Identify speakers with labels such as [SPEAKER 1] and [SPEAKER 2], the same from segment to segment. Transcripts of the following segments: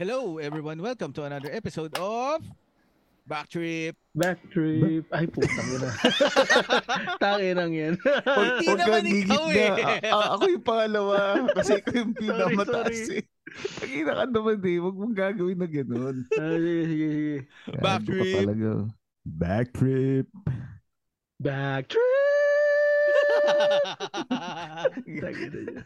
[SPEAKER 1] Hello everyone, welcome to another episode of Backtrip.
[SPEAKER 2] Back trip. Ay, putang ina. Tangin yan.
[SPEAKER 1] Hindi naman ikaw eh.
[SPEAKER 3] a- a- ah, ako yung pangalawa. Kasi ako yung pinamataas
[SPEAKER 2] sorry.
[SPEAKER 3] eh. Tangina ka naman eh. Huwag mong gagawin na ganun.
[SPEAKER 2] Ah, sige, sige, sige.
[SPEAKER 1] Back
[SPEAKER 3] Gago ka
[SPEAKER 1] trip.
[SPEAKER 3] talaga. Back trip.
[SPEAKER 2] Back trip. Tangin na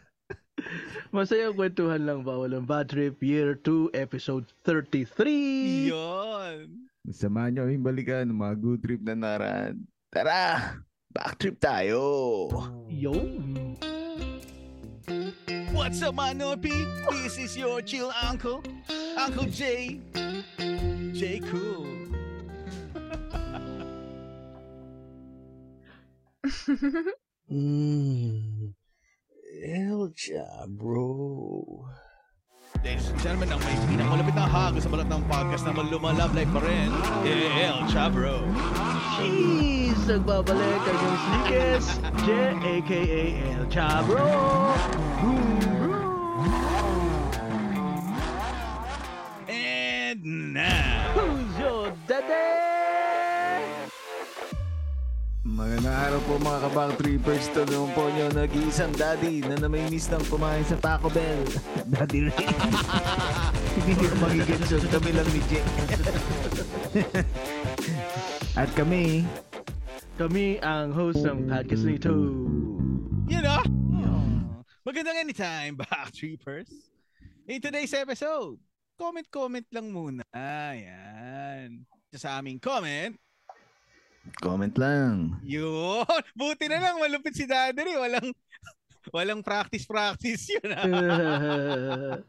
[SPEAKER 2] Masayang kwentuhan lang ba? Walang bad trip. Year 2, episode 33.
[SPEAKER 1] Yun.
[SPEAKER 3] Samahan niyo kaming balikan ng mga good trip na naran. Tara! Back trip tayo!
[SPEAKER 2] Yo.
[SPEAKER 1] What's up Mano P? This is your chill uncle, Uncle J. J Cool.
[SPEAKER 4] Mmm. Elja, bro.
[SPEAKER 1] Ladies and gentlemen, ang may pinakamalapit na hago sa balat ng podcast na lumalab life pa rin. El Chabro.
[SPEAKER 2] Jeez! Nagbabalik ang yung sneakers. J, a.k.a. El Chabro.
[SPEAKER 1] And now,
[SPEAKER 2] Who's your daddy?
[SPEAKER 3] Magandang araw po mga kabang trippers. Tulungan po niyo nag-iisang daddy na namimiss ng kumain sa Taco Bell. Daddy Ray. Hindi niyo magigets yun. Kami lang ni Jake. At kami,
[SPEAKER 2] Kami ang host ng podcast nito.
[SPEAKER 1] you know, magandang anytime, back trippers. In today's episode, comment-comment lang muna. Ayan. Sa aming comment,
[SPEAKER 3] comment lang.
[SPEAKER 1] yun. Buti na lang, malupit si Daddy. Walang, walang practice-practice yun. ah.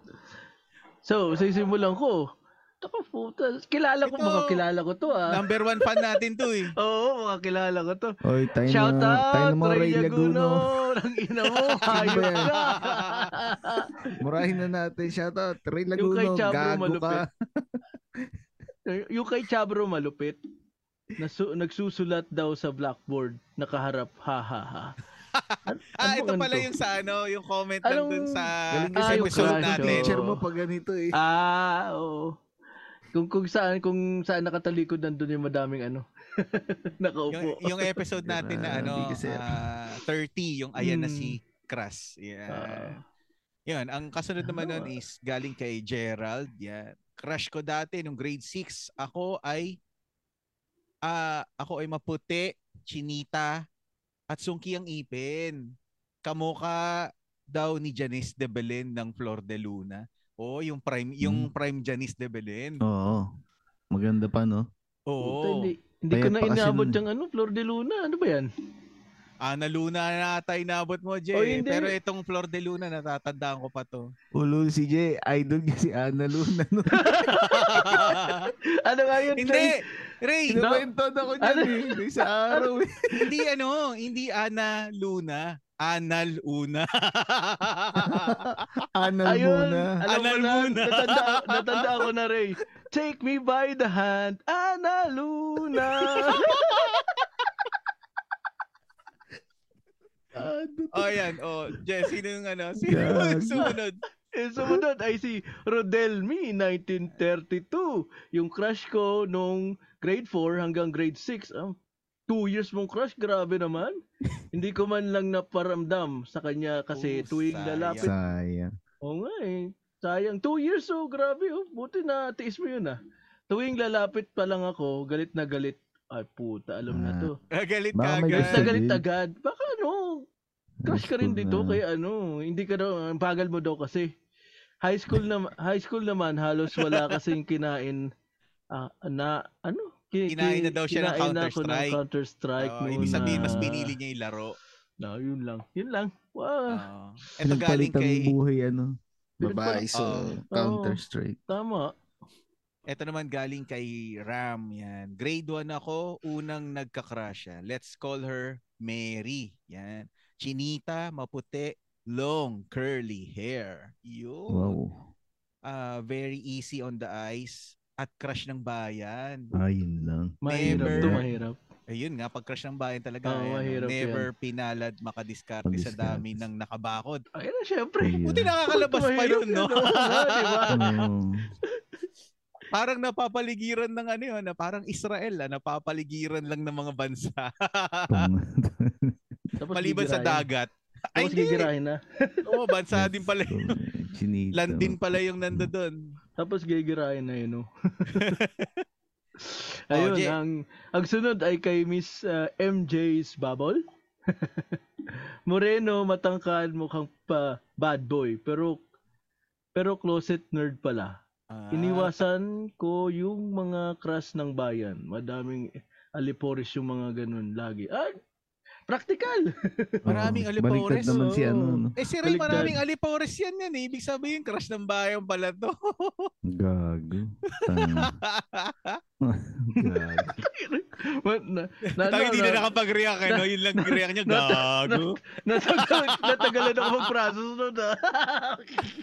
[SPEAKER 2] so, sisimulan ko. Taka puta. Kilala ko,
[SPEAKER 1] Ito,
[SPEAKER 2] mga kilala ko to ah.
[SPEAKER 1] Number one fan natin to eh.
[SPEAKER 2] Oo, mga kilala ko to.
[SPEAKER 3] Oy, tayo
[SPEAKER 2] Shout
[SPEAKER 3] na, tayo
[SPEAKER 2] out,
[SPEAKER 3] na mga Ray Laguno.
[SPEAKER 2] Ang ina mo, hayop
[SPEAKER 3] yan?
[SPEAKER 2] ka.
[SPEAKER 3] Murahin na natin. Shout out, Ray
[SPEAKER 2] Yung kay
[SPEAKER 3] Laguno.
[SPEAKER 2] Chabro
[SPEAKER 3] Gago ka.
[SPEAKER 2] Y- yung kay Chabro malupit. Nasu- nagsusulat daw sa blackboard. Nakaharap, ha ha ha. An-
[SPEAKER 1] ah,
[SPEAKER 2] ano
[SPEAKER 1] ito
[SPEAKER 2] ang
[SPEAKER 1] pala
[SPEAKER 2] to?
[SPEAKER 1] yung sa ano, yung comment lang
[SPEAKER 2] Anong-
[SPEAKER 1] dun sa
[SPEAKER 3] Galing
[SPEAKER 2] Ah,
[SPEAKER 3] kasi
[SPEAKER 2] yung
[SPEAKER 1] episode
[SPEAKER 3] episode
[SPEAKER 2] crush,
[SPEAKER 1] natin.
[SPEAKER 3] Picture mo pag ganito eh.
[SPEAKER 2] Ah, oo. Kung kung saan kung saan nakatalikod nandun yung madaming ano.
[SPEAKER 1] Yung,
[SPEAKER 2] Nakaupo.
[SPEAKER 1] yung episode natin na ano,
[SPEAKER 3] Grabe kasi.
[SPEAKER 1] ah, 30, yung ayan na
[SPEAKER 2] Hmm.
[SPEAKER 1] si Crass. Yeah.
[SPEAKER 2] Ah.
[SPEAKER 1] Yan, ang kasunod naman nun is galing kay Gerald. Yan. Crush ko dati nung grade 6, ako ay ah ako ay maputi, chinita, at sungki ang ipin. Kamukha daw ni Janice de Belen ng Flor de Luna. Oh, yung prime
[SPEAKER 2] Hmm.
[SPEAKER 1] yung prime Janice de Belen.
[SPEAKER 3] Oo. Maganda pa, no?
[SPEAKER 2] Oh. Puta,
[SPEAKER 1] Oo.
[SPEAKER 2] hindi, hindi ko
[SPEAKER 3] Kaya
[SPEAKER 2] na
[SPEAKER 3] pa kasi
[SPEAKER 2] inaabot
[SPEAKER 3] nun eh.
[SPEAKER 2] yung ano, Flor de Luna. Ano ba yan?
[SPEAKER 1] Ah, na Luna na ata inabot mo, Jay.
[SPEAKER 2] Oh, hindi.
[SPEAKER 1] Pero itong Flor de Luna, natatandaan ko pa to.
[SPEAKER 3] Ulo si Jay, idol niya si Ana Luna. No?
[SPEAKER 2] Ano nga yun?
[SPEAKER 1] hindi! Ray!
[SPEAKER 2] No.
[SPEAKER 3] Kinukwento na ko dyan
[SPEAKER 2] Ano?
[SPEAKER 3] eh. Yung Sa araw eh.
[SPEAKER 1] hindi ano, hindi Ana Luna. Anal Una.
[SPEAKER 3] Ana
[SPEAKER 2] Tay? Ayun.
[SPEAKER 3] Luna.
[SPEAKER 2] Alam mo
[SPEAKER 1] Anal
[SPEAKER 2] na.
[SPEAKER 1] muna.
[SPEAKER 2] Natanda, natanda ako na, Ray. Take me by the hand, Ana Luna.
[SPEAKER 1] oh, yan. Oh, Jess, sino yung ano? Sino
[SPEAKER 3] Gag.
[SPEAKER 1] yung sumunod?
[SPEAKER 2] Eh, sumunod ay si Rodelmi, 1932. Yung crush ko nung grade 4 hanggang grade 6. Ah, two years mong crush, grabe naman. Hindi ko man lang naparamdam sa kanya kasi
[SPEAKER 1] Oh,
[SPEAKER 2] tuwing
[SPEAKER 1] sayang.
[SPEAKER 2] lalapit.
[SPEAKER 3] Sayang.
[SPEAKER 2] Oo nga eh. Sayang. Two years oh, grabe oh. Buti na tiis mo yun ah. Tuwing lalapit pa lang ako, galit na galit. Ay puta, alam na
[SPEAKER 3] Ah.
[SPEAKER 2] to.
[SPEAKER 1] Nagalit ka
[SPEAKER 3] Baka
[SPEAKER 2] Galit na
[SPEAKER 3] may gusto
[SPEAKER 1] agad.
[SPEAKER 2] galit
[SPEAKER 3] din.
[SPEAKER 2] agad. Baka ano, crush ka rin dito kay ano, hindi ka daw, ang bagal mo daw kasi. High school na high school naman halos wala kasing kinain ah, na ano? Ki-
[SPEAKER 1] Kinain na
[SPEAKER 2] ki-
[SPEAKER 1] daw siya ng
[SPEAKER 2] kinain na ako
[SPEAKER 1] Counter-Strike.
[SPEAKER 2] Counter Strike.
[SPEAKER 1] Oh, ibig sabihin, mas pinili niya yung laro.
[SPEAKER 2] No, yun lang. Yun lang. Wow,
[SPEAKER 1] Oh. Ito galing
[SPEAKER 3] Ah. Pinagpalitan ng
[SPEAKER 1] kay...
[SPEAKER 3] buhay ano. Babae
[SPEAKER 2] Pinagpalit-
[SPEAKER 3] sa
[SPEAKER 1] Oo.
[SPEAKER 3] Counter-Strike.
[SPEAKER 2] tama.
[SPEAKER 1] Ito naman galing kay Ram yan. Grade 1 ako, unang nagka-crush siya. Let's call her Mary. Yan. Chinita, maputi, long, curly hair. Yun.
[SPEAKER 3] Wow.
[SPEAKER 1] Ah, very easy on the eyes at crush ng bayan.
[SPEAKER 3] Ayun lang.
[SPEAKER 2] Mahirap
[SPEAKER 1] Never.
[SPEAKER 2] to, mahirap.
[SPEAKER 1] Ayun nga, pag crush ng bayan talaga.
[SPEAKER 2] Oo,
[SPEAKER 1] ayan, no?
[SPEAKER 2] mahirap
[SPEAKER 1] never pinalad makadiskarte sa
[SPEAKER 3] Madiskarte.
[SPEAKER 1] dami ng nakabakod.
[SPEAKER 2] Ayun na, syempre.
[SPEAKER 3] Ayun.
[SPEAKER 1] Buti nakakalabas pa
[SPEAKER 2] Mahirap
[SPEAKER 1] yun, no?
[SPEAKER 2] Oo, diba?
[SPEAKER 3] Oo.
[SPEAKER 1] Parang napapaligiran ng ano yun, na parang Israel, ah, napapaligiran lang ng mga bansa.
[SPEAKER 3] Ah,
[SPEAKER 2] Tapos
[SPEAKER 1] Maliban sa
[SPEAKER 2] gigirahin.
[SPEAKER 1] dagat. Ay,
[SPEAKER 2] Tapos
[SPEAKER 1] hindi.
[SPEAKER 2] gigirahin na.
[SPEAKER 1] Oo, bansa din pala. yun.
[SPEAKER 3] Chinita.
[SPEAKER 1] Land din pala yung nando doon.
[SPEAKER 2] Tapos gigirahin na yun, oh. Ayun,
[SPEAKER 1] Oh, Jay.
[SPEAKER 2] ang, ang sunod ay kay Miss uh, MJ's Bubble. Moreno, matangkad, mukhang pa bad boy, pero pero closet nerd pala.
[SPEAKER 1] Ah.
[SPEAKER 2] Iniwasan ko yung mga crush ng bayan. Madaming alipores yung mga ganun lagi. Ah, practical!
[SPEAKER 1] Maraming
[SPEAKER 3] Oh, Baliktad
[SPEAKER 1] alipores,
[SPEAKER 3] naman si
[SPEAKER 2] oo.
[SPEAKER 3] ano. No?
[SPEAKER 1] Eh si Ray,
[SPEAKER 2] Baligtad.
[SPEAKER 1] maraming alipores yan yan eh. Ibig sabihin, crush ng bayan pala to.
[SPEAKER 3] Gago. Tanga. Gago.
[SPEAKER 2] What na, na, ano,
[SPEAKER 1] Tayo hindi na
[SPEAKER 2] na-
[SPEAKER 1] nakapag-react eh, no? Yun lang react niya,
[SPEAKER 2] na-
[SPEAKER 1] gago.
[SPEAKER 2] natagal, natagalan ako mag-process nun ah.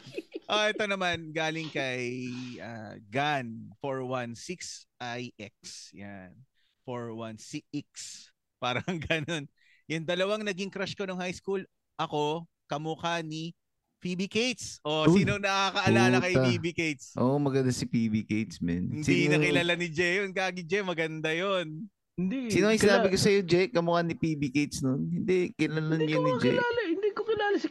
[SPEAKER 1] Ah, ito naman galing kay ah, Gan 416IX. Yan. 416X. Parang ganun. Yung dalawang naging crush ko nung high school, ako, kamukha ni Phoebe Cates. O,
[SPEAKER 3] Uy,
[SPEAKER 1] sino nakakaalala kay
[SPEAKER 3] puta.
[SPEAKER 1] Phoebe Cates?
[SPEAKER 3] Oo, oh, maganda si PB Gates, man.
[SPEAKER 1] Hindi
[SPEAKER 3] Sino-
[SPEAKER 1] nakilala ni Jay yun. Gagi Jay, maganda yun.
[SPEAKER 2] Hindi.
[SPEAKER 3] Sino yung
[SPEAKER 2] kila-
[SPEAKER 3] sinabi ko sa'yo, Jay? Kamukha ni PB Gates nun? Hindi, kilala
[SPEAKER 2] Hindi
[SPEAKER 3] niya
[SPEAKER 2] ko
[SPEAKER 3] ni
[SPEAKER 2] nga
[SPEAKER 3] Jay.
[SPEAKER 2] kilala. Hindi ko kilala si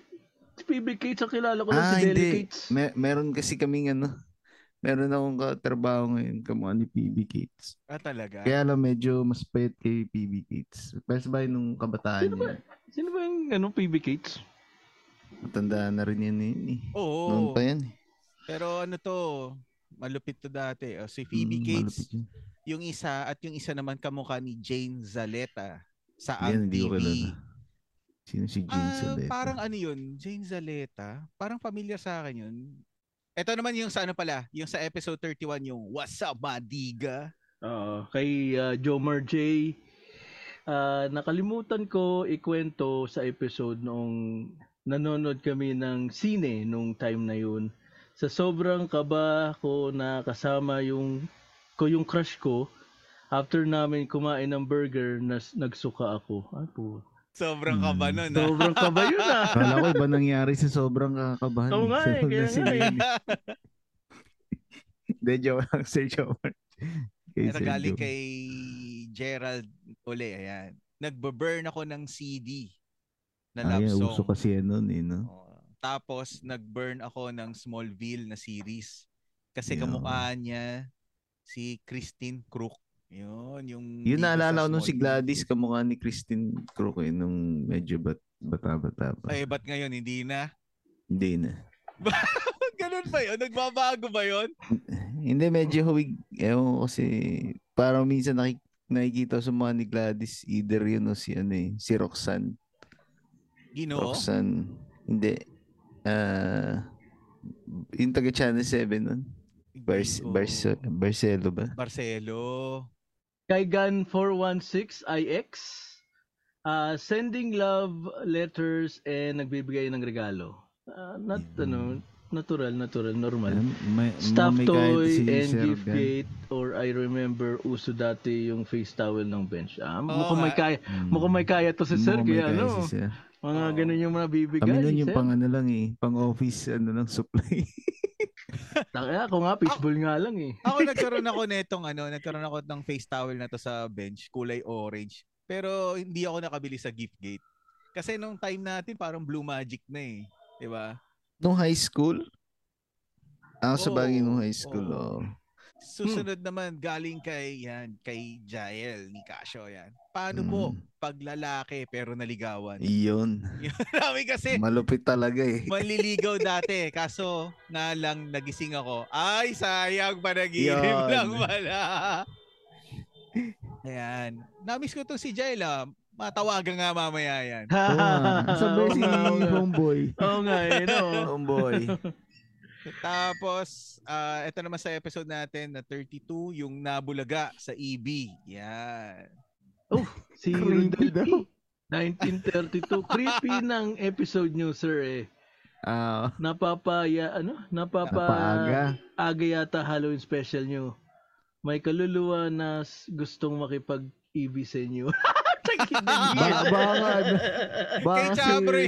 [SPEAKER 2] si PB Cates. Ang kilala ko lang
[SPEAKER 3] Ah,
[SPEAKER 2] si Deli
[SPEAKER 3] hindi.
[SPEAKER 2] Cates.
[SPEAKER 3] Mer- meron kasi kaming ano, meron akong katrabaho ngayon ano, kamukha ni PB Gates.
[SPEAKER 1] Ah, talaga?
[SPEAKER 3] Kaya lang medyo mas payat kay PB Gates. Best buy nung kabataan
[SPEAKER 2] Sino ba?
[SPEAKER 3] niya.
[SPEAKER 2] Sino ba yung ano, PB Cates?
[SPEAKER 3] Matanda na rin yan yun eh.
[SPEAKER 1] Oo.
[SPEAKER 3] Noon pa yan eh.
[SPEAKER 1] Pero ano to, malupit to dati. O, si Phoebe
[SPEAKER 3] Mm,
[SPEAKER 1] Cates,
[SPEAKER 3] malapit yun.
[SPEAKER 1] yung isa, at yung isa naman kamukha ni Jane Zaleta sa
[SPEAKER 3] Yan,
[SPEAKER 1] Ang
[SPEAKER 3] hindi ko kilala.
[SPEAKER 1] TV.
[SPEAKER 3] Sino si Jane
[SPEAKER 1] Ah,
[SPEAKER 3] Saleta?
[SPEAKER 1] parang ano yun, Jane Zaleta. Parang familiar sa akin yun. Ito naman yung sa ano pala, yung sa episode 31, yung What's Up, Madiga?
[SPEAKER 2] Oo. kay ah, Jomar J. Ah, nakalimutan ko ikwento sa episode noong nanonood kami ng sine nung time na yun. Sa sobrang kaba ko na kasama yung ko yung crush ko after namin kumain ng burger nas, nagsuka ako. Ay po.
[SPEAKER 1] Sobrang
[SPEAKER 3] Hmm.
[SPEAKER 1] kaba nun. ah.
[SPEAKER 2] Sobrang kaba yun ah.
[SPEAKER 3] Kala ko iba nangyari sa sobrang kakabahan.
[SPEAKER 2] Oo nga eh, kaya nga eh.
[SPEAKER 3] Hindi, joke lang. Sir Jomar. Kay
[SPEAKER 1] Ito
[SPEAKER 3] Sir
[SPEAKER 1] galing
[SPEAKER 3] Jomar.
[SPEAKER 1] kay Gerald uli, ayan. Nagbaburn ako ng CD na
[SPEAKER 2] ano,
[SPEAKER 3] Ah,
[SPEAKER 1] love
[SPEAKER 3] yan,
[SPEAKER 1] song.
[SPEAKER 3] uso kasi yan nun eh, no?
[SPEAKER 1] Oo. Tapos nag-burn ako ng Smallville na series kasi
[SPEAKER 3] Yeah.
[SPEAKER 1] kamukha niya si Christine Crook. Yun, yung
[SPEAKER 3] Yun
[SPEAKER 1] diva sa
[SPEAKER 3] naalala ko nung si
[SPEAKER 1] Smallville.
[SPEAKER 3] Gladys, kamukha ni Christine Crook eh, nung medyo bat, bata-bata pa.
[SPEAKER 1] Ay, ba't ngayon hindi na?
[SPEAKER 3] Hindi na.
[SPEAKER 1] Ganun ba yun? Nagbabago ba yun?
[SPEAKER 3] Hindi, medyo huwig. Ewan ko kasi, parang minsan nakik- nakikita ko sa mga ni Gladys, either yun o si, ano eh, si Roxanne.
[SPEAKER 1] Ginoo?
[SPEAKER 3] Roxanne, hindi. Ah, yung taga Channel 7 nun. Barce-
[SPEAKER 1] Ginoo.
[SPEAKER 3] Barce- Barcelo ba?
[SPEAKER 1] Barcelo.
[SPEAKER 2] Kay Gan416IX, ah, sending love letters and nagbibigay ng regalo. Ah, not,
[SPEAKER 3] Yeah.
[SPEAKER 2] ano, natural, natural, normal.
[SPEAKER 3] Mm-hmm. Alam, may,
[SPEAKER 2] Stuff
[SPEAKER 3] may kahit
[SPEAKER 2] toy
[SPEAKER 3] si
[SPEAKER 2] and
[SPEAKER 3] Sir
[SPEAKER 2] gift
[SPEAKER 3] Gan.
[SPEAKER 2] gate or I remember uso dati yung face towel ng bench. Ah,
[SPEAKER 1] Oo
[SPEAKER 2] mukhang may
[SPEAKER 1] nga.
[SPEAKER 2] kaya,
[SPEAKER 3] Mm.
[SPEAKER 2] mukhang may kaya to si Sir,
[SPEAKER 3] Mukhang may
[SPEAKER 2] kaya
[SPEAKER 3] kaya
[SPEAKER 2] ano,
[SPEAKER 3] si Sir.
[SPEAKER 2] mga
[SPEAKER 1] Oo.
[SPEAKER 2] ganun yung mga bibigay.
[SPEAKER 3] Kami nun yung
[SPEAKER 2] Sir.
[SPEAKER 3] pang ano lang eh, pang office ano lang supply.
[SPEAKER 2] Tangina, eh, ako nga, pitbull nga lang eh.
[SPEAKER 1] Ako nagkaroon ako netong ano, nagkaroon ako ng face towel na to sa bench, kulay orange. Pero hindi ako nakabili sa gift gate. Kasi nung time natin parang blue magic na eh. 'Di ba?
[SPEAKER 3] Nung high school? Ako sa bagay
[SPEAKER 1] Oo,
[SPEAKER 3] nung high school.
[SPEAKER 1] oo.
[SPEAKER 3] Oh.
[SPEAKER 1] Susunod naman galing kay yan, kay Jael ni Casio yan. Paano Ano po
[SPEAKER 3] Mm.
[SPEAKER 1] pag lalaki pero naligawan?
[SPEAKER 3] Iyon.
[SPEAKER 1] Marami kasi
[SPEAKER 3] Malupit talaga eh.
[SPEAKER 1] manliligaw dati kaso nga lang nagising ako. Ay, sayang panaginip
[SPEAKER 3] Yan.
[SPEAKER 1] lang pala. Ayan. Namiss ko to si Jael ah. Matawagan nga mamaya yan.
[SPEAKER 3] Oo nga. Sabay si
[SPEAKER 2] Oo nga.
[SPEAKER 3] homeboy.
[SPEAKER 2] Oo nga, eh, no.
[SPEAKER 3] Homeboy.
[SPEAKER 1] Tapos, ah, ito naman sa episode natin na 32, yung nabulaga sa EB. Yan.
[SPEAKER 2] Si
[SPEAKER 3] Creepy daw.
[SPEAKER 2] Rudolph. 1932. Creepy ng episode nyo, sir eh.
[SPEAKER 3] Ah,
[SPEAKER 2] Napapaya, ano? Napapa...
[SPEAKER 3] napaaga.
[SPEAKER 2] Aga yata Halloween special nyo. May kaluluwa na s- gustong makipag-EV sa inyo.
[SPEAKER 3] Baka, baka, ano, baka
[SPEAKER 1] Kay
[SPEAKER 3] si,
[SPEAKER 1] Chabri.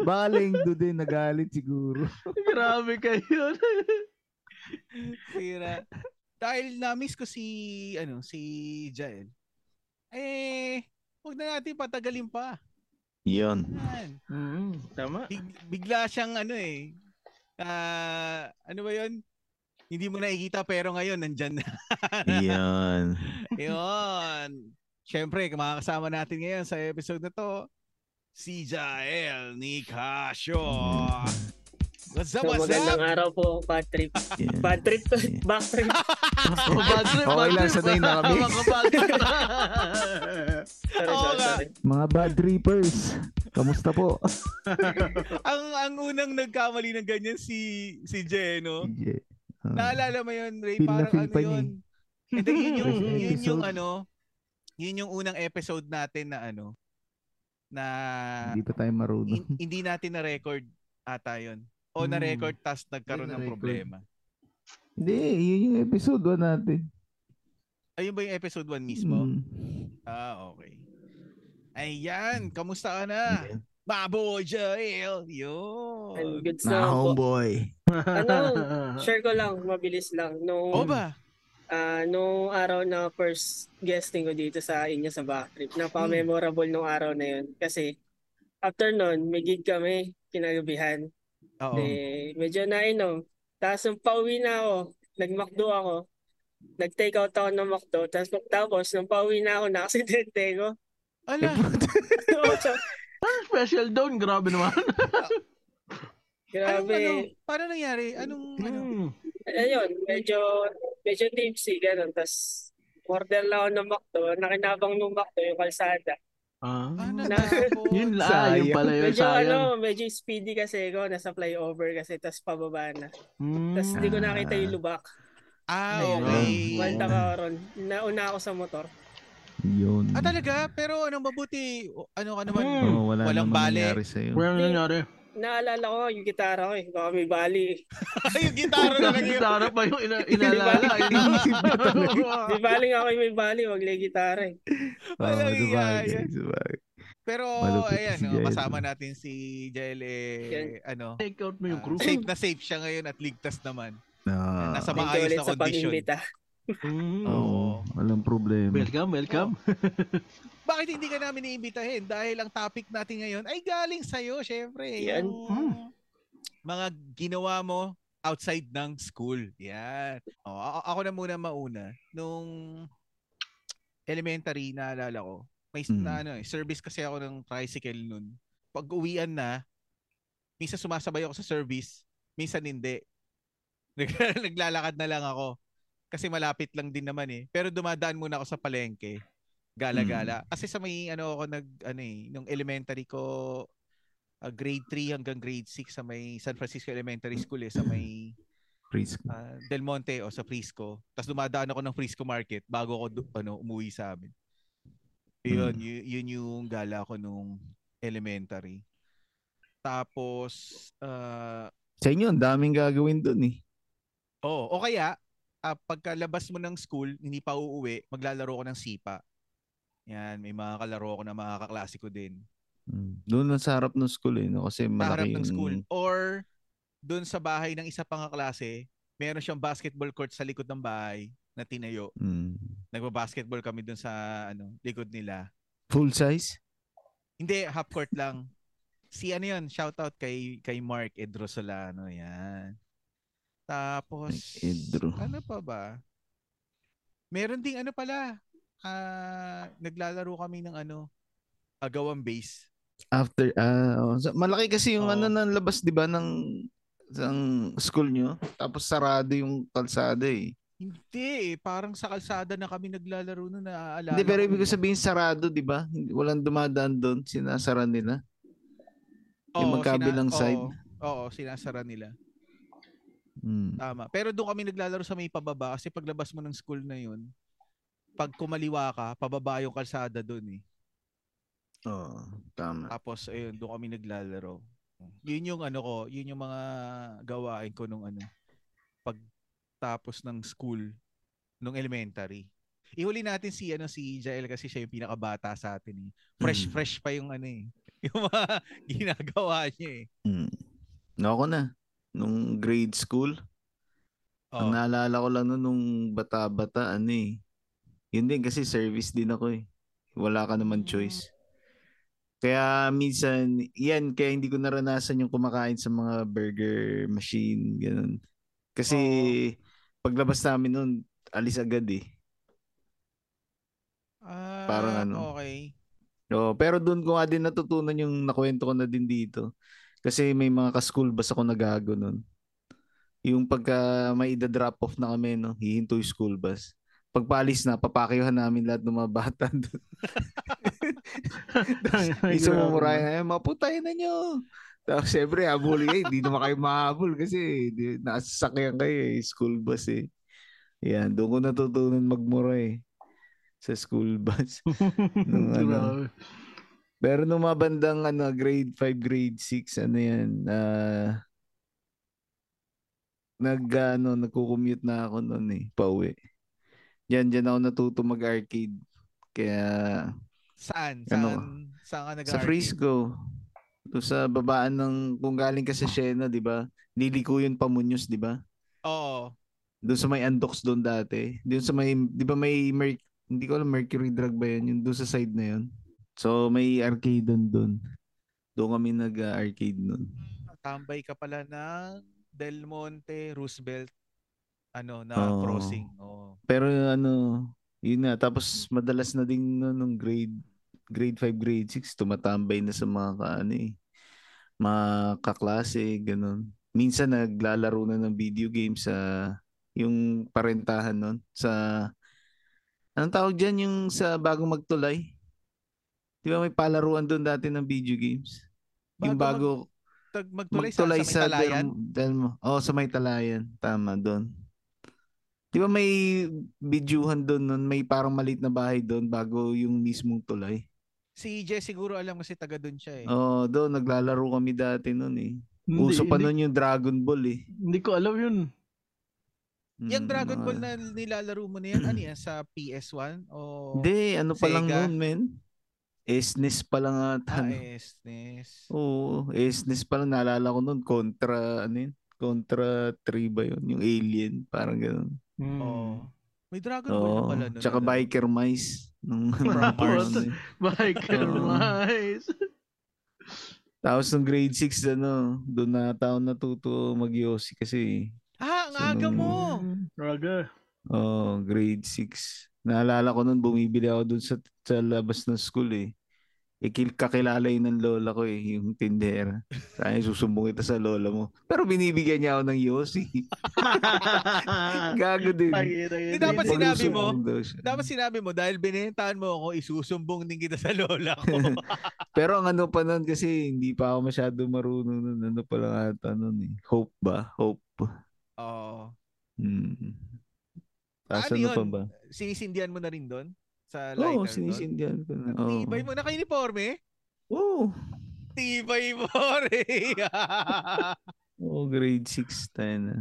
[SPEAKER 3] baka linggo din nagalit siguro.
[SPEAKER 2] Grabe kayo.
[SPEAKER 1] Sira. dahil na-miss ko si, ano, si Jael, eh, huwag na natin patagalin pa.
[SPEAKER 3] Yun.
[SPEAKER 1] Yan.
[SPEAKER 3] Mm-hmm.
[SPEAKER 2] Mm, tama.
[SPEAKER 1] Big- bigla siyang, ano eh, ah, ano ba yun? Hindi mo nakikita pero ngayon, nandyan na.
[SPEAKER 3] Yun.
[SPEAKER 1] Yun. Siyempre, makakasama natin ngayon sa episode na to, si Jael Nicasio. What's up,
[SPEAKER 5] So,
[SPEAKER 1] what's
[SPEAKER 5] magandang
[SPEAKER 1] up?
[SPEAKER 5] araw po, bad trip.
[SPEAKER 3] Yun.
[SPEAKER 5] Bad trip to,
[SPEAKER 3] Yeah.
[SPEAKER 5] back trip.
[SPEAKER 2] Oh, bad trip,
[SPEAKER 3] Okay
[SPEAKER 2] bad
[SPEAKER 3] lang,
[SPEAKER 2] trip.
[SPEAKER 3] sanay na kami.
[SPEAKER 2] Mga bad trip.
[SPEAKER 5] Sorry,
[SPEAKER 1] Oo
[SPEAKER 5] sorry,
[SPEAKER 1] nga.
[SPEAKER 5] sorry.
[SPEAKER 3] Mga bad trippers. Kamusta po?
[SPEAKER 1] Ang, ang unang nagkamali ng ganyan si, si Jeno.
[SPEAKER 3] Yeah. Ah.
[SPEAKER 1] Naalala mo yun, Ray?
[SPEAKER 3] Feel na
[SPEAKER 1] parang
[SPEAKER 3] feel
[SPEAKER 1] ano
[SPEAKER 3] pa niya eh.
[SPEAKER 1] yun? Hindi, yun yung,
[SPEAKER 3] First
[SPEAKER 1] yun yung
[SPEAKER 3] episode.
[SPEAKER 1] ano, yun yung unang episode natin na ano, na
[SPEAKER 3] Hindi pa tayo marunong.
[SPEAKER 1] hin- hindi natin na-record ata yun. O
[SPEAKER 3] Hmm.
[SPEAKER 1] na-record tas nagkaroon ng
[SPEAKER 3] na-record.
[SPEAKER 1] problema.
[SPEAKER 3] Hindi, yun yung episode 1 natin.
[SPEAKER 1] Ayun ba yung episode 1 mismo?
[SPEAKER 3] Mm.
[SPEAKER 1] Ah, okay.
[SPEAKER 3] Hmm.
[SPEAKER 1] Ayan, kamusta ka na? Baboy Jael!
[SPEAKER 5] I'm
[SPEAKER 1] Yun!
[SPEAKER 5] good na po.
[SPEAKER 3] homeboy.
[SPEAKER 5] Ano, share ko lang, mabilis lang.
[SPEAKER 1] O
[SPEAKER 5] Nung,
[SPEAKER 1] ba?
[SPEAKER 5] ah, nung araw na first guesting ko dito sa inyo sa back trip, napaka-memorable nung araw na yun. Kasi, after nun, may gig kami, kinagabihan.
[SPEAKER 1] Oo.
[SPEAKER 5] Eh, medyo nainom. Tapos nung pauwi na ako, nag-McDo ako. Nag-take out ako ng McDo. Tapos pagtapos, nung pauwi na ako, na-accidente ko.
[SPEAKER 1] Ala,
[SPEAKER 2] Special down, grabe naman.
[SPEAKER 1] anong ano?
[SPEAKER 5] Grabe.
[SPEAKER 1] Paano nangyari? Anong ano?
[SPEAKER 2] Mm.
[SPEAKER 5] Ayun, medyo, medyo tipsy, ganun. Tapos, order lang ako ng McDo. Nakinabang nung McDo yung kalsada.
[SPEAKER 2] Ah.
[SPEAKER 1] Ah,
[SPEAKER 5] Na-
[SPEAKER 1] natakot.
[SPEAKER 2] Yun lang, ah, yun
[SPEAKER 3] Ano? Sayang.
[SPEAKER 2] pala yun,
[SPEAKER 5] Medyo ano,
[SPEAKER 2] sayang.
[SPEAKER 5] medyo speedy kasi ako. Nasa flyover kasi, tapos pababa na.
[SPEAKER 2] Mm.
[SPEAKER 5] Tapos hindi ko nakita
[SPEAKER 3] Ah.
[SPEAKER 5] yung lubak.
[SPEAKER 1] Ah,
[SPEAKER 5] Ayun.
[SPEAKER 1] okay.
[SPEAKER 5] Malta ka ron. Nauna ako sa motor.
[SPEAKER 3] Yun.
[SPEAKER 1] Ah, talaga? Pero anong mabuti? O, Ano ka naman?
[SPEAKER 2] Mm.
[SPEAKER 3] Oo, wala
[SPEAKER 1] Walang
[SPEAKER 3] Walang
[SPEAKER 1] bali.
[SPEAKER 3] bali. nangyari sa'yo.
[SPEAKER 2] Walang nangyari.
[SPEAKER 5] Naalala ko yung gitara ko eh. Baka may bali eh.
[SPEAKER 1] Ay, yung gitara na lang yun.
[SPEAKER 2] Sarap pa yung ina- inalala.
[SPEAKER 3] Inisip na talaga.
[SPEAKER 5] May bali nga ako yung may bali. Wag lang yung gitara eh.
[SPEAKER 1] Walang
[SPEAKER 3] Oo, sabagay,
[SPEAKER 1] iyayan.
[SPEAKER 3] sabagay.
[SPEAKER 1] Pero
[SPEAKER 3] Malupit
[SPEAKER 1] ayan,
[SPEAKER 3] si
[SPEAKER 1] no,
[SPEAKER 3] Jael.
[SPEAKER 1] kasama natin si Jael eh, ano,
[SPEAKER 2] Take out mo yung
[SPEAKER 1] ah,
[SPEAKER 2] crew.
[SPEAKER 1] safe na safe siya ngayon at ligtas naman.
[SPEAKER 3] Ah,
[SPEAKER 1] Nasa
[SPEAKER 5] Thank you
[SPEAKER 1] maayos
[SPEAKER 5] ulit
[SPEAKER 1] na
[SPEAKER 5] sa
[SPEAKER 1] condition.
[SPEAKER 5] pag-imbita.
[SPEAKER 2] Mm.
[SPEAKER 3] Oo, walang problema.
[SPEAKER 2] Welcome, welcome.
[SPEAKER 1] Bakit hindi ka namin iimbitahin? Dahil ang topic natin ngayon ay galing sa'yo, syempre.
[SPEAKER 5] Yan.
[SPEAKER 1] Yung Mga ginawa mo outside ng school. Yan. O, a- ako na muna mauna. Nung elementary, naalala ko, may s-
[SPEAKER 3] Mm.
[SPEAKER 1] na, ano, eh, service kasi ako ng tricycle nun. Pag uwian na, minsan sumasabay ako sa service, minsan hindi. Nag- Naglalakad na lang ako. Kasi malapit lang din naman eh. Pero dumadaan muna ako sa palengke. Gala-gala. Kasi sa may ano ako nag ano eh, nung elementary ko ah, grade 3 hanggang grade 6 sa may San Francisco Elementary School eh, sa may
[SPEAKER 3] Risk.
[SPEAKER 1] ah, Del Monte o sa Frisco. Tapos dumadaan ako ng Frisco Market bago ako du- ano, umuwi sa amin. Yun,
[SPEAKER 3] Mm.
[SPEAKER 1] yu- yun yung gala ko nung elementary. Tapos, ah,
[SPEAKER 3] Sa inyo, ang daming gagawin dun eh.
[SPEAKER 1] oh, o kaya, ah, pagkalabas mo ng school, hindi pa uuwi, maglalaro ko ng sipa. Yan, may mga kalaro ko na mga kaklase ko din.
[SPEAKER 3] Mm. Doon lang sa harap ng school eh, no? kasi
[SPEAKER 1] Maharap
[SPEAKER 3] malaki yung...
[SPEAKER 1] ng school. Or, doon sa bahay ng isa pang kaklase, meron siyang basketball court sa likod ng bahay na tinayo.
[SPEAKER 3] Mm.
[SPEAKER 1] Nagba-basketball kami doon sa ano, likod nila.
[SPEAKER 3] Full size?
[SPEAKER 1] Hindi, half court lang. Si ano yun, shoutout kay, kay Mark Edro Solano. Yan. Tapos,
[SPEAKER 3] Ay, Edro.
[SPEAKER 1] ano pa ba? Meron ding ano pala. ah, naglalaro kami ng ano, agawang base.
[SPEAKER 3] After, ah, oo. Sa- malaki kasi yung
[SPEAKER 1] Oo.
[SPEAKER 3] ano ng labas, di ba, ng, ng school nyo? Tapos sarado yung kalsada eh.
[SPEAKER 1] Hindi eh, parang sa kalsada na kami naglalaro na naaalala.
[SPEAKER 3] Hindi, pero
[SPEAKER 1] ko
[SPEAKER 3] ibig
[SPEAKER 1] eh.
[SPEAKER 3] ko sabihin sarado, di ba? Hindi- Walang dumadaan doon, sinasara nila. yung
[SPEAKER 1] Oo,
[SPEAKER 3] magkabilang
[SPEAKER 1] sina-
[SPEAKER 3] side.
[SPEAKER 1] oo, Oo, sinasara nila.
[SPEAKER 3] Mm.
[SPEAKER 1] Tama. Pero doon kami naglalaro sa may pababa kasi paglabas mo ng school na yun, pag kumaliwa ka, pababa yung kalsada doon eh.
[SPEAKER 3] Oo, tama.
[SPEAKER 1] Tapos ayun, doon kami naglalaro. Yun yung ano ko, yun yung mga gawain ko nung ano pagtapos ng school nung elementary. Ihuli natin si ano si Jael kasi siya yung pinakabata sa atin. Eh. Fresh
[SPEAKER 3] Mm.
[SPEAKER 1] fresh pa yung ano eh. Yung mga
[SPEAKER 3] Hmm.
[SPEAKER 1] ginagawa niya eh.
[SPEAKER 3] Mm. No, ako na. Nung grade school,
[SPEAKER 1] Oh.
[SPEAKER 3] Ang naalala ko lang nun, nung bata-bata, ano eh. Yun din kasi service din ako eh. Wala ka naman choice. Kaya minsan, yan, kaya hindi ko naranasan yung kumakain sa mga burger machine, ganun. Kasi paglabas namin nun, alis agad eh.
[SPEAKER 1] Ah,
[SPEAKER 3] parang ano.
[SPEAKER 1] Okay.
[SPEAKER 3] Oo, pero doon ko nga din natutunan yung nakwento ko na din dito. Kasi may mga ka-school bus ako nagago noon. Yung pagka may ida-drop off na kami, no, hihinto yung school bus. Pagpaalis na, papakihan namin lahat ng mga bata doon. Isang mumurahin na, "Eh, maputay na nyo. Tapos syempre, habol kayo. Hindi naman kayo mahabol kasi di- nasasakyan kayo eh, school bus eh. Yan, doon ko natutunan magmura eh. Sa school bus. Nung ano,
[SPEAKER 2] Grabe.
[SPEAKER 3] pero nung mga bandang ano, grade 5, grade 6, ano yan, ah, nag, ano, nagko-commute na ako noon eh, pauwi. Diyan, diyan ako natuto mag-arcade. Kaya,
[SPEAKER 1] Saan? Saan?
[SPEAKER 3] Ano?
[SPEAKER 1] Saan ka nag
[SPEAKER 3] sa Frisco, to sa babaan ng, kung galing ka sa Siena, di ba? Liliko yun pamunyos, di ba?
[SPEAKER 1] Oo.
[SPEAKER 3] Doon sa may Andox doon dati. Doon sa may, di ba may, Merc- hindi ko alam, Mercury Drug ba yun? Yung doon sa side na yun. So, may arcade doon doon. Doon kami nag-arcade noon.
[SPEAKER 1] Tambay ka pala ng Del Monte, Roosevelt, ano, na
[SPEAKER 3] Oo.
[SPEAKER 1] crossing. Oo.
[SPEAKER 3] Pero ano, yun na. Tapos madalas na din no, nung grade grade 5, grade 6, tumatambay na sa mga ka, ano eh, mga kaklase, ganun. Minsan naglalaro na ng video game sa yung parentahan nun sa anong tawag dyan yung sa bagong magtulay? Di ba may palaruan doon dati ng video games? yung bago
[SPEAKER 1] Bago Tag magtulay,
[SPEAKER 3] Magtulay
[SPEAKER 1] sa, sa may talayan.
[SPEAKER 3] Del- Delmo. Oo, sa may talayan. Tama, doon. Di ba may bidyuhan doon nun? May parang maliit na bahay doon bago yung mismong tulay.
[SPEAKER 1] Si EJ siguro alam kasi taga doon siya eh.
[SPEAKER 3] Oo, doon. Naglalaro kami dati noon eh.
[SPEAKER 2] Hindi,
[SPEAKER 3] Uso pa
[SPEAKER 2] hindi,
[SPEAKER 3] noon yung Dragon Ball eh.
[SPEAKER 2] hindi ko alam yun.
[SPEAKER 3] Mm,
[SPEAKER 1] Yung Dragon
[SPEAKER 3] mga-
[SPEAKER 1] Ball na nilalaro mo na yan, ano yan, sa PS1? O
[SPEAKER 3] Hindi, ano pa lang
[SPEAKER 1] Sega.
[SPEAKER 3] noon, men? SNES pa lang ata.
[SPEAKER 1] Ah,
[SPEAKER 3] no?
[SPEAKER 1] SNES.
[SPEAKER 3] Oh. Oo, SNES pa lang. Naalala ko noon, Contra, ano yun? Contra 3 ba yun? Yung Alien, parang ganun.
[SPEAKER 2] Hmm.
[SPEAKER 1] Oo. May Dragon Ball na
[SPEAKER 3] Oo.
[SPEAKER 1] pala. nun,
[SPEAKER 3] Oh, Tsaka
[SPEAKER 1] ano?
[SPEAKER 3] biker mice nung
[SPEAKER 2] From Mars.
[SPEAKER 3] ano eh.
[SPEAKER 2] Biker
[SPEAKER 3] Oo.
[SPEAKER 2] mice.
[SPEAKER 3] Tapos nung grade 6 ano, doon na taon natuto magyosi kasi.
[SPEAKER 1] Ah, ang
[SPEAKER 3] So,
[SPEAKER 1] aga
[SPEAKER 3] nung-
[SPEAKER 1] mo!
[SPEAKER 2] Raga.
[SPEAKER 3] Oh, grade 6. Naalala ko noon bumibili ako doon sa sa labas ng school eh. Ikil kakilala yun ng lola ko eh, yung tindera. Sabi niya, susumbong kita sa lola mo. Pero binibigyan niya ako ng yosi.
[SPEAKER 1] Ah,
[SPEAKER 3] Gago din.
[SPEAKER 2] Tangina yun.
[SPEAKER 1] Hindi Eh, dapat
[SPEAKER 3] Pag
[SPEAKER 1] sinabi mo,
[SPEAKER 3] susumbong daw siya.
[SPEAKER 1] Dapat sinabi mo, dahil binentaan mo ako, isusumbong din kita sa lola ko.
[SPEAKER 3] Pero ang ano pa nun kasi hindi pa ako masyado marunong nun. Ano pa lang ata nun eh. Hope ba? Hope.
[SPEAKER 1] Oo.
[SPEAKER 3] Hmm. Tapos
[SPEAKER 1] Ano
[SPEAKER 3] ano, pa
[SPEAKER 1] yun?
[SPEAKER 3] ba?
[SPEAKER 1] Sinisindihan mo na rin doon? Sa lighter
[SPEAKER 3] Oo, oh,
[SPEAKER 1] doon?
[SPEAKER 3] sinisindihan ko na. Oo.
[SPEAKER 1] Tibay mo, naka-uniforme?
[SPEAKER 3] Oo.
[SPEAKER 1] Tibay mo rin!
[SPEAKER 3] Oo, grade 6 tayo na.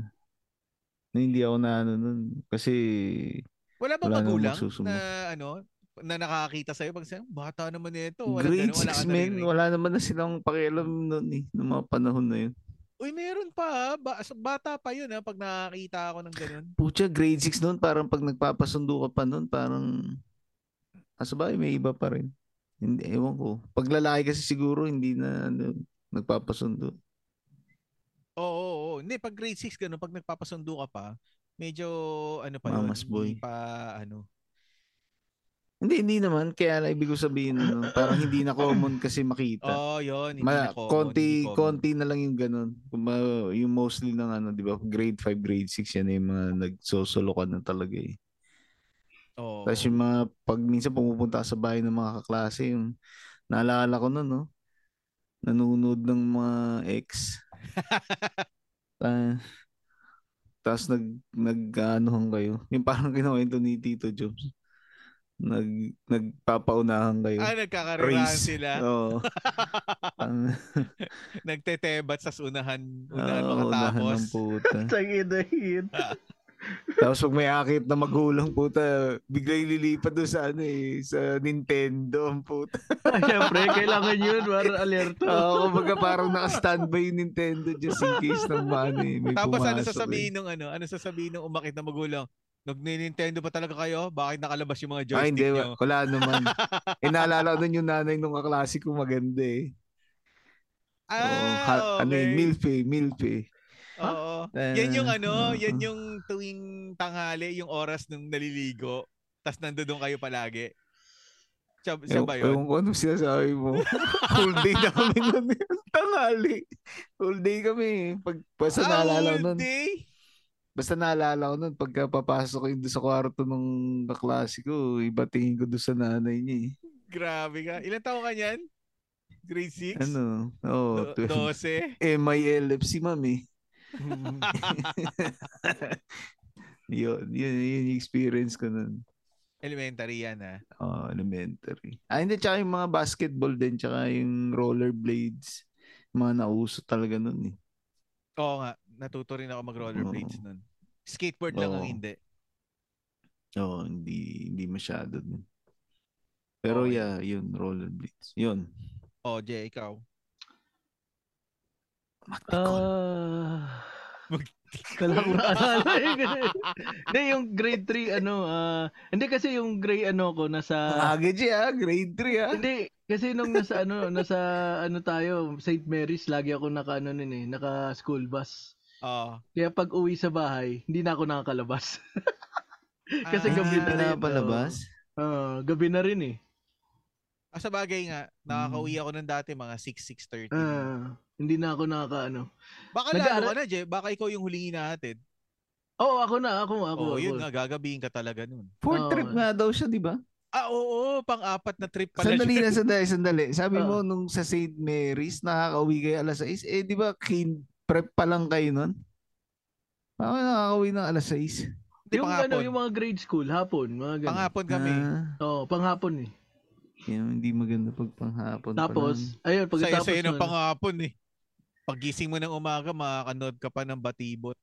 [SPEAKER 3] Na hindi ako na ano nun. Kasi
[SPEAKER 1] Wala bang
[SPEAKER 3] Wala namang
[SPEAKER 1] magulang
[SPEAKER 3] magsusumbong.
[SPEAKER 1] na ano, na nakakita sa'yo pag sinabi, bata naman nito. Oh, Wala
[SPEAKER 3] grade
[SPEAKER 1] ganun, wala ka
[SPEAKER 3] 6 men,
[SPEAKER 1] naririnig."
[SPEAKER 3] wala naman na silang pakialam nun eh. Noong mga panahon na yun.
[SPEAKER 1] Uy, meron pa. ah. Ba- bata pa yun ha, pag nakakita ako ng ganun.
[SPEAKER 3] Pucha, grade 6 nun, parang pag nagpapasundo ka pa nun, parang... Kaso ba, may iba pa rin. Hindi, ewan ko. Pag lalaki kasi siguro, hindi na ano, nagpapasundo.
[SPEAKER 1] Oo, oo, oo. Hindi, pag grade 6 ganun, pag nagpapasundo ka pa, medyo ano pa
[SPEAKER 3] Mamas
[SPEAKER 1] yun,
[SPEAKER 3] boy.
[SPEAKER 1] hindi pa ano.
[SPEAKER 3] Hindi, hindi naman. Kaya lang ibig ko sabihin, ano, parang hindi na common kasi makita.
[SPEAKER 1] Oo, oh, yun. Hindi
[SPEAKER 3] Ma,
[SPEAKER 1] na common,
[SPEAKER 3] konti,
[SPEAKER 1] hindi common.
[SPEAKER 3] konti na lang yung ganun. Kuma- Yung mostly ng ano, di ba? Grade 5, grade 6, yan na yung mga nagsosolo ka na talaga eh.
[SPEAKER 1] Oo.
[SPEAKER 3] Tapos yung mga, pag minsan pumupunta ka sa bahay ng mga kaklase, yung naalala ko nun, no? Nanunood ng mga ex. Ta- Tapos nag, nag, anuhan kayo. Yung parang kinawento ni Tito Jobs. Nag, nagpapaunahan kayo.
[SPEAKER 1] Ah, nagkakarerahan
[SPEAKER 3] Race.
[SPEAKER 1] sila.
[SPEAKER 3] Oo. Ang-
[SPEAKER 1] Nagtetebat sa unahan, unahan
[SPEAKER 3] Oo,
[SPEAKER 1] makatapos.
[SPEAKER 3] ng Ah, puta.
[SPEAKER 2] Tangina yun.
[SPEAKER 3] Tapos pag may akit na magulang puta, biglang lilipat doon sa ano eh, sa Nintendo ang puta.
[SPEAKER 2] Ah, Siyempre, kailangan yun para alerto.
[SPEAKER 3] Oo, kumbaga parang naka-standby yung Nintendo just in case ng money. May
[SPEAKER 1] Tapos ano
[SPEAKER 3] pumasok eh.
[SPEAKER 1] sasabihin nung ano? Ano sasabihin nung umakit na magulang? Nag-Nintendo pa talaga kayo? Bakit nakalabas yung mga
[SPEAKER 3] Ay,
[SPEAKER 1] joystick
[SPEAKER 3] Ah, hindi.
[SPEAKER 1] nyo?
[SPEAKER 3] Wala naman. eh, naalala ko nun yung nanay nung kaklase ko maganda eh. Oo,
[SPEAKER 1] Ah,
[SPEAKER 3] ha- Ano yun, Ah, Milfe, Milfe.
[SPEAKER 1] Oo. Yan yung ano, yan
[SPEAKER 3] ah.
[SPEAKER 1] yung tuwing tanghali, yung oras nung naliligo. Tapos nandoon kayo palagi. Siya, siya ba yun?
[SPEAKER 3] Ewan ko anong sinasabi mo. Whole day na kami nun. Tangali. Whole day kami. Pag, basta
[SPEAKER 1] Ah,
[SPEAKER 3] naalala ko
[SPEAKER 1] whole
[SPEAKER 3] nun.
[SPEAKER 1] day?
[SPEAKER 3] Basta naalala ko nun. Pagka papasok ko yun doon sa kwarto nung kaklase ko, ibatingin ko doon sa nanay niya eh.
[SPEAKER 1] Grabe ka. Ilan taon ka niyan? Grade 6?
[SPEAKER 3] Ano? Oo.
[SPEAKER 1] Do- 12?
[SPEAKER 3] eh, may LFC, ma'am eh. yun, yun, yun yung experience ko nun.
[SPEAKER 1] Elementary yan ah. ha.
[SPEAKER 3] Oh, elementary. Ah, hindi, tsaka yung mga basketball din, tsaka yung rollerblades. Mga nauso talaga nun eh.
[SPEAKER 1] Oo nga. Natuto rin ako mag-rollerblades nun. Skateboard lang
[SPEAKER 3] Oo.
[SPEAKER 1] ang hindi.
[SPEAKER 3] Oo, hindi, hindi masyado nun. Pero
[SPEAKER 1] Oo,
[SPEAKER 3] yeah, yun, rollerblades. Yun.
[SPEAKER 1] Oh, Jay, ikaw.
[SPEAKER 3] Magtikon.
[SPEAKER 2] Ah.
[SPEAKER 1] Mag-
[SPEAKER 2] Wala akong naalala eh. Hindi, yung grade 3, ano, ah, hindi kasi yung grade, ano, ko, nasa,
[SPEAKER 3] Aga G, ah, grade 3 ah.
[SPEAKER 2] hindi, kasi nung nasa, ano, nasa, ano tayo, St. Mary's, lagi ako naka, ano, nun eh, naka school bus.
[SPEAKER 1] Oh.
[SPEAKER 2] Kaya pag uwi sa bahay, hindi na ako nakakalabas. Kasi
[SPEAKER 1] Ah,
[SPEAKER 2] gabi na rin.
[SPEAKER 3] Wala palabas.
[SPEAKER 2] Ah, gabi na rin eh.
[SPEAKER 1] Ah, sa bagay nga, nakakauwi ako nun dati mga 6, 6.30.
[SPEAKER 2] Hmm. Ah, hindi na ako nakaka, ano.
[SPEAKER 1] baka lalo
[SPEAKER 2] nag-aaral-
[SPEAKER 1] ka na, Jay. Baka ikaw yung huling hinahatid.
[SPEAKER 2] Oo, ako na, ako, ako.
[SPEAKER 1] Oo, oh, yun
[SPEAKER 2] ako.
[SPEAKER 1] nga, gagabihin ka talaga nun.
[SPEAKER 3] Fourth
[SPEAKER 2] Oo.
[SPEAKER 3] trip nga daw siya, di ba?
[SPEAKER 1] Ah, oo, pang-apat na trip pala
[SPEAKER 3] Sandali
[SPEAKER 1] siya.
[SPEAKER 3] na, sandali, sandali. Sabi mo, nung sa St. Mary's, nakakauwi kayo alas 6. Eh, di ba, kin prep pa lang kayo nun? Bakit nakakauwi ng alas 6?
[SPEAKER 1] Hindi,
[SPEAKER 2] yung
[SPEAKER 1] panghapon.
[SPEAKER 2] ano, yung mga grade school, hapon, mga ganun.
[SPEAKER 1] Panghapon kami.
[SPEAKER 3] Ah.
[SPEAKER 2] Oo, panghapon eh.
[SPEAKER 3] Yun, hindi maganda pag panghapon. pa
[SPEAKER 2] Tapos,
[SPEAKER 1] Saya
[SPEAKER 2] ayun, pagkatapos
[SPEAKER 1] saya ng
[SPEAKER 2] nun,
[SPEAKER 1] panghapon eh. Pagising mo ng umaga, makakanood ka pa ng batibot.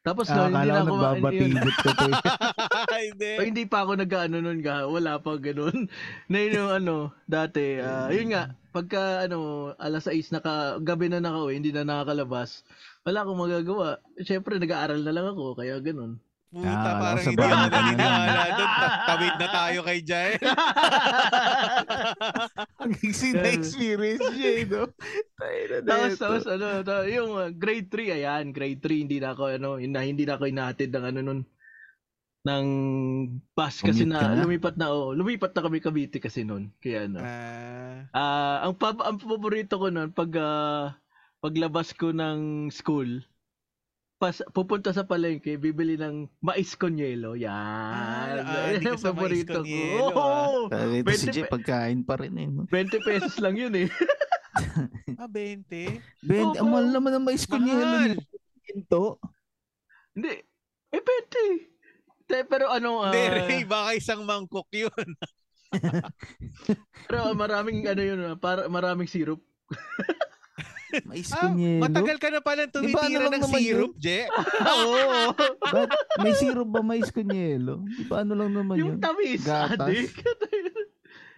[SPEAKER 2] tapos
[SPEAKER 3] lang. Ah,
[SPEAKER 2] nun, hindi
[SPEAKER 3] akala
[SPEAKER 2] na
[SPEAKER 3] ko
[SPEAKER 2] ako, ano, yun,
[SPEAKER 3] nagbabatibot ka eh. to.
[SPEAKER 2] Ay,
[SPEAKER 1] Ah, Hindi.
[SPEAKER 2] hindi pa ako nag-ano nun ka, wala pa ganun. na yun yung ano, dati, ah, yun nga, pagka ano, alas 6, naka, gabi na nakauwi, hindi na nakakalabas, wala akong magagawa. Siyempre, nag-aaral na lang ako, kaya ganun.
[SPEAKER 1] Puta,
[SPEAKER 3] Ah,
[SPEAKER 1] parang
[SPEAKER 3] sa
[SPEAKER 1] hindi ako
[SPEAKER 3] bahay.
[SPEAKER 1] naniniwala. Doon, ta- tawid na tayo kay Jai. Ah,
[SPEAKER 3] Ang gising na experience niya, eh, no? Tayo na
[SPEAKER 2] tapos,
[SPEAKER 3] dito.
[SPEAKER 2] tapos, ano, ta- yung ah, grade 3, ayan, grade 3, hindi na ako, ano, yun na, hindi na ako inahatid ng ano nun, ng bus kasi
[SPEAKER 3] Commute ka
[SPEAKER 2] na,
[SPEAKER 3] na?
[SPEAKER 2] lumipat na, oh, lumipat na kami Cavite kasi nun. Kaya ano,
[SPEAKER 1] Ah,
[SPEAKER 2] Ah, ang pa- ang paborito ko noon pag ah, paglabas ko ng school, pas pupunta sa palengke, bibili ng mais con yelo. Yan.
[SPEAKER 1] Ah, ah, hindi
[SPEAKER 2] Yan ang
[SPEAKER 1] ko sa mais con ah. yelo,
[SPEAKER 2] Oo.
[SPEAKER 3] Sabi ito Ah, si
[SPEAKER 2] 20
[SPEAKER 3] Jay, pagkain pa rin eh. No?
[SPEAKER 2] 20 pesos lang yun eh.
[SPEAKER 1] ah 20.
[SPEAKER 3] Ben,
[SPEAKER 2] Oo.
[SPEAKER 3] ang mahal naman ang mais
[SPEAKER 1] Mahal.
[SPEAKER 3] kunyelo. Ginto.
[SPEAKER 2] Hindi. Eh, 20. Te, pero ano, ah,
[SPEAKER 1] Hindi, Ray, baka isang mangkok yun.
[SPEAKER 2] pero ah, maraming ano yun, ah, para, maraming syrup.
[SPEAKER 3] Mais
[SPEAKER 1] Ah,
[SPEAKER 3] kunyelo.
[SPEAKER 1] matagal ka na palang
[SPEAKER 3] Di ba, ano
[SPEAKER 1] tumitira
[SPEAKER 3] lang
[SPEAKER 1] ng
[SPEAKER 3] naman yun?
[SPEAKER 1] syrup, Jay.
[SPEAKER 2] Oo.
[SPEAKER 3] Ba't may syrup ba mais kunyelo? Di ba ano lang naman yun?
[SPEAKER 2] yung tamis,
[SPEAKER 3] Gatas.
[SPEAKER 2] adik.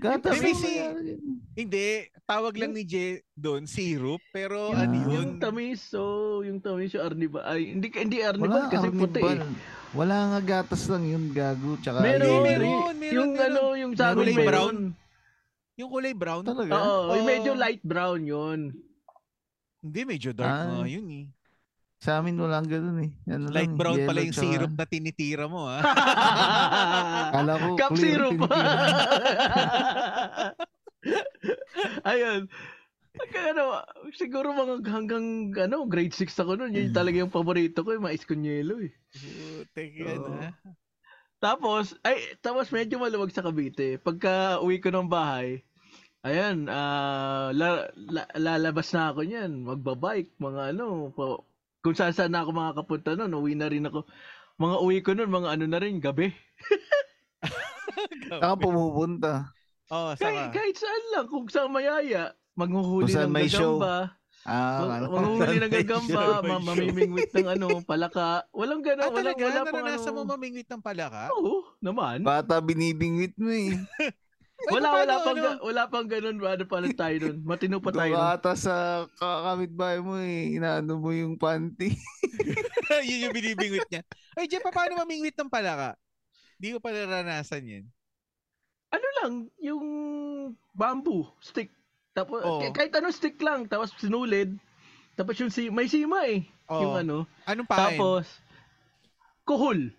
[SPEAKER 3] Gatas
[SPEAKER 1] May
[SPEAKER 3] lang
[SPEAKER 1] si-
[SPEAKER 3] kaya yun.
[SPEAKER 1] Hindi, tawag lang ni Jay doon, syrup. Pero
[SPEAKER 3] Ah.
[SPEAKER 1] ano yun?
[SPEAKER 2] yung tamis, so, yung tamis, yung arnibal. Ay, hindi, hindi arnibal
[SPEAKER 3] Wala,
[SPEAKER 2] kasi puti eh.
[SPEAKER 3] arnibal. Wala nga gatas lang yun, gago. Tsaka
[SPEAKER 2] Meron,
[SPEAKER 3] yelo.
[SPEAKER 1] meron, meron,
[SPEAKER 2] yung
[SPEAKER 1] meron.
[SPEAKER 2] ano, yung sa amin
[SPEAKER 1] Kulay
[SPEAKER 2] meron.
[SPEAKER 1] brown? Yung kulay brown? Ah,
[SPEAKER 3] Talaga?
[SPEAKER 2] Oo, yung
[SPEAKER 1] Oo.
[SPEAKER 2] medyo light brown yun.
[SPEAKER 1] Hindi, medyo dark
[SPEAKER 3] Ah.
[SPEAKER 1] nga yun eh.
[SPEAKER 3] Sa amin walang ganun eh. Ano lang,
[SPEAKER 1] Light brown pala
[SPEAKER 3] yellow
[SPEAKER 1] yung
[SPEAKER 3] tsaka-
[SPEAKER 1] syrup na tinitira mo ah.
[SPEAKER 3] Kala ko
[SPEAKER 2] Cup
[SPEAKER 3] clear
[SPEAKER 2] syrup.
[SPEAKER 3] tinitira.
[SPEAKER 2] Ayun. Kaya ano, siguro mga hanggang ano, grade 6 ako noon. Yun
[SPEAKER 3] Mm.
[SPEAKER 2] talaga yung paborito ko, yung mais con yelo eh.
[SPEAKER 1] Putik yan
[SPEAKER 2] Oo.
[SPEAKER 1] ah.
[SPEAKER 2] Tapos, ay, tapos medyo maluwag sa Cavite. Pagka uwi ko ng bahay, ayan, ah, la, la- lalabas na ako niyan. Magbabike, mga ano, pa, kung saan saan na ako makakapunta noon, uwi na rin ako. Mga uwi ko noon, mga ano na rin, gabi.
[SPEAKER 3] Saka pumupunta.
[SPEAKER 1] Oh,
[SPEAKER 2] Kahit,
[SPEAKER 1] saka.
[SPEAKER 2] kahit saan lang, kung saan mayaya, maghuhuli
[SPEAKER 3] Kung saan
[SPEAKER 2] ng
[SPEAKER 3] may show.
[SPEAKER 2] gagamba.
[SPEAKER 3] Ah,
[SPEAKER 2] Mag-
[SPEAKER 3] ano?
[SPEAKER 2] Manghuli ng gagamba,
[SPEAKER 1] Sure,
[SPEAKER 2] ma-
[SPEAKER 1] sure.
[SPEAKER 2] mamimingwit ng ano, palaka. Walang
[SPEAKER 1] Ah,
[SPEAKER 2] gano'n, walang
[SPEAKER 1] talaga?
[SPEAKER 2] wala pang ano.
[SPEAKER 1] Naranasan mo mamingwit ng palaka?
[SPEAKER 2] Oo, naman.
[SPEAKER 3] Bata binibingwit mo eh.
[SPEAKER 1] Ay,
[SPEAKER 2] Wala, wala
[SPEAKER 1] paano,
[SPEAKER 2] pang,
[SPEAKER 1] ano?
[SPEAKER 2] ga- wala pang ganun. Ano pala tayo nun? Matino pa tayo nun.
[SPEAKER 3] Doon ata sa kakamit-bahay mo eh. Inaano mo yung panty.
[SPEAKER 1] Yun yung binibingwit niya. Ay, Jeff, paano mamingwit ng palaka? Hindi ko pa naranasan yan.
[SPEAKER 2] Ano lang, yung bamboo stick. Tapos,
[SPEAKER 1] Oo.
[SPEAKER 2] k- kahit ano stick lang. Tapos sinulid. Tapos yung si may sima eh.
[SPEAKER 1] Oh,
[SPEAKER 2] Yung ano.
[SPEAKER 1] Anong pain?
[SPEAKER 2] Tapos, kuhol.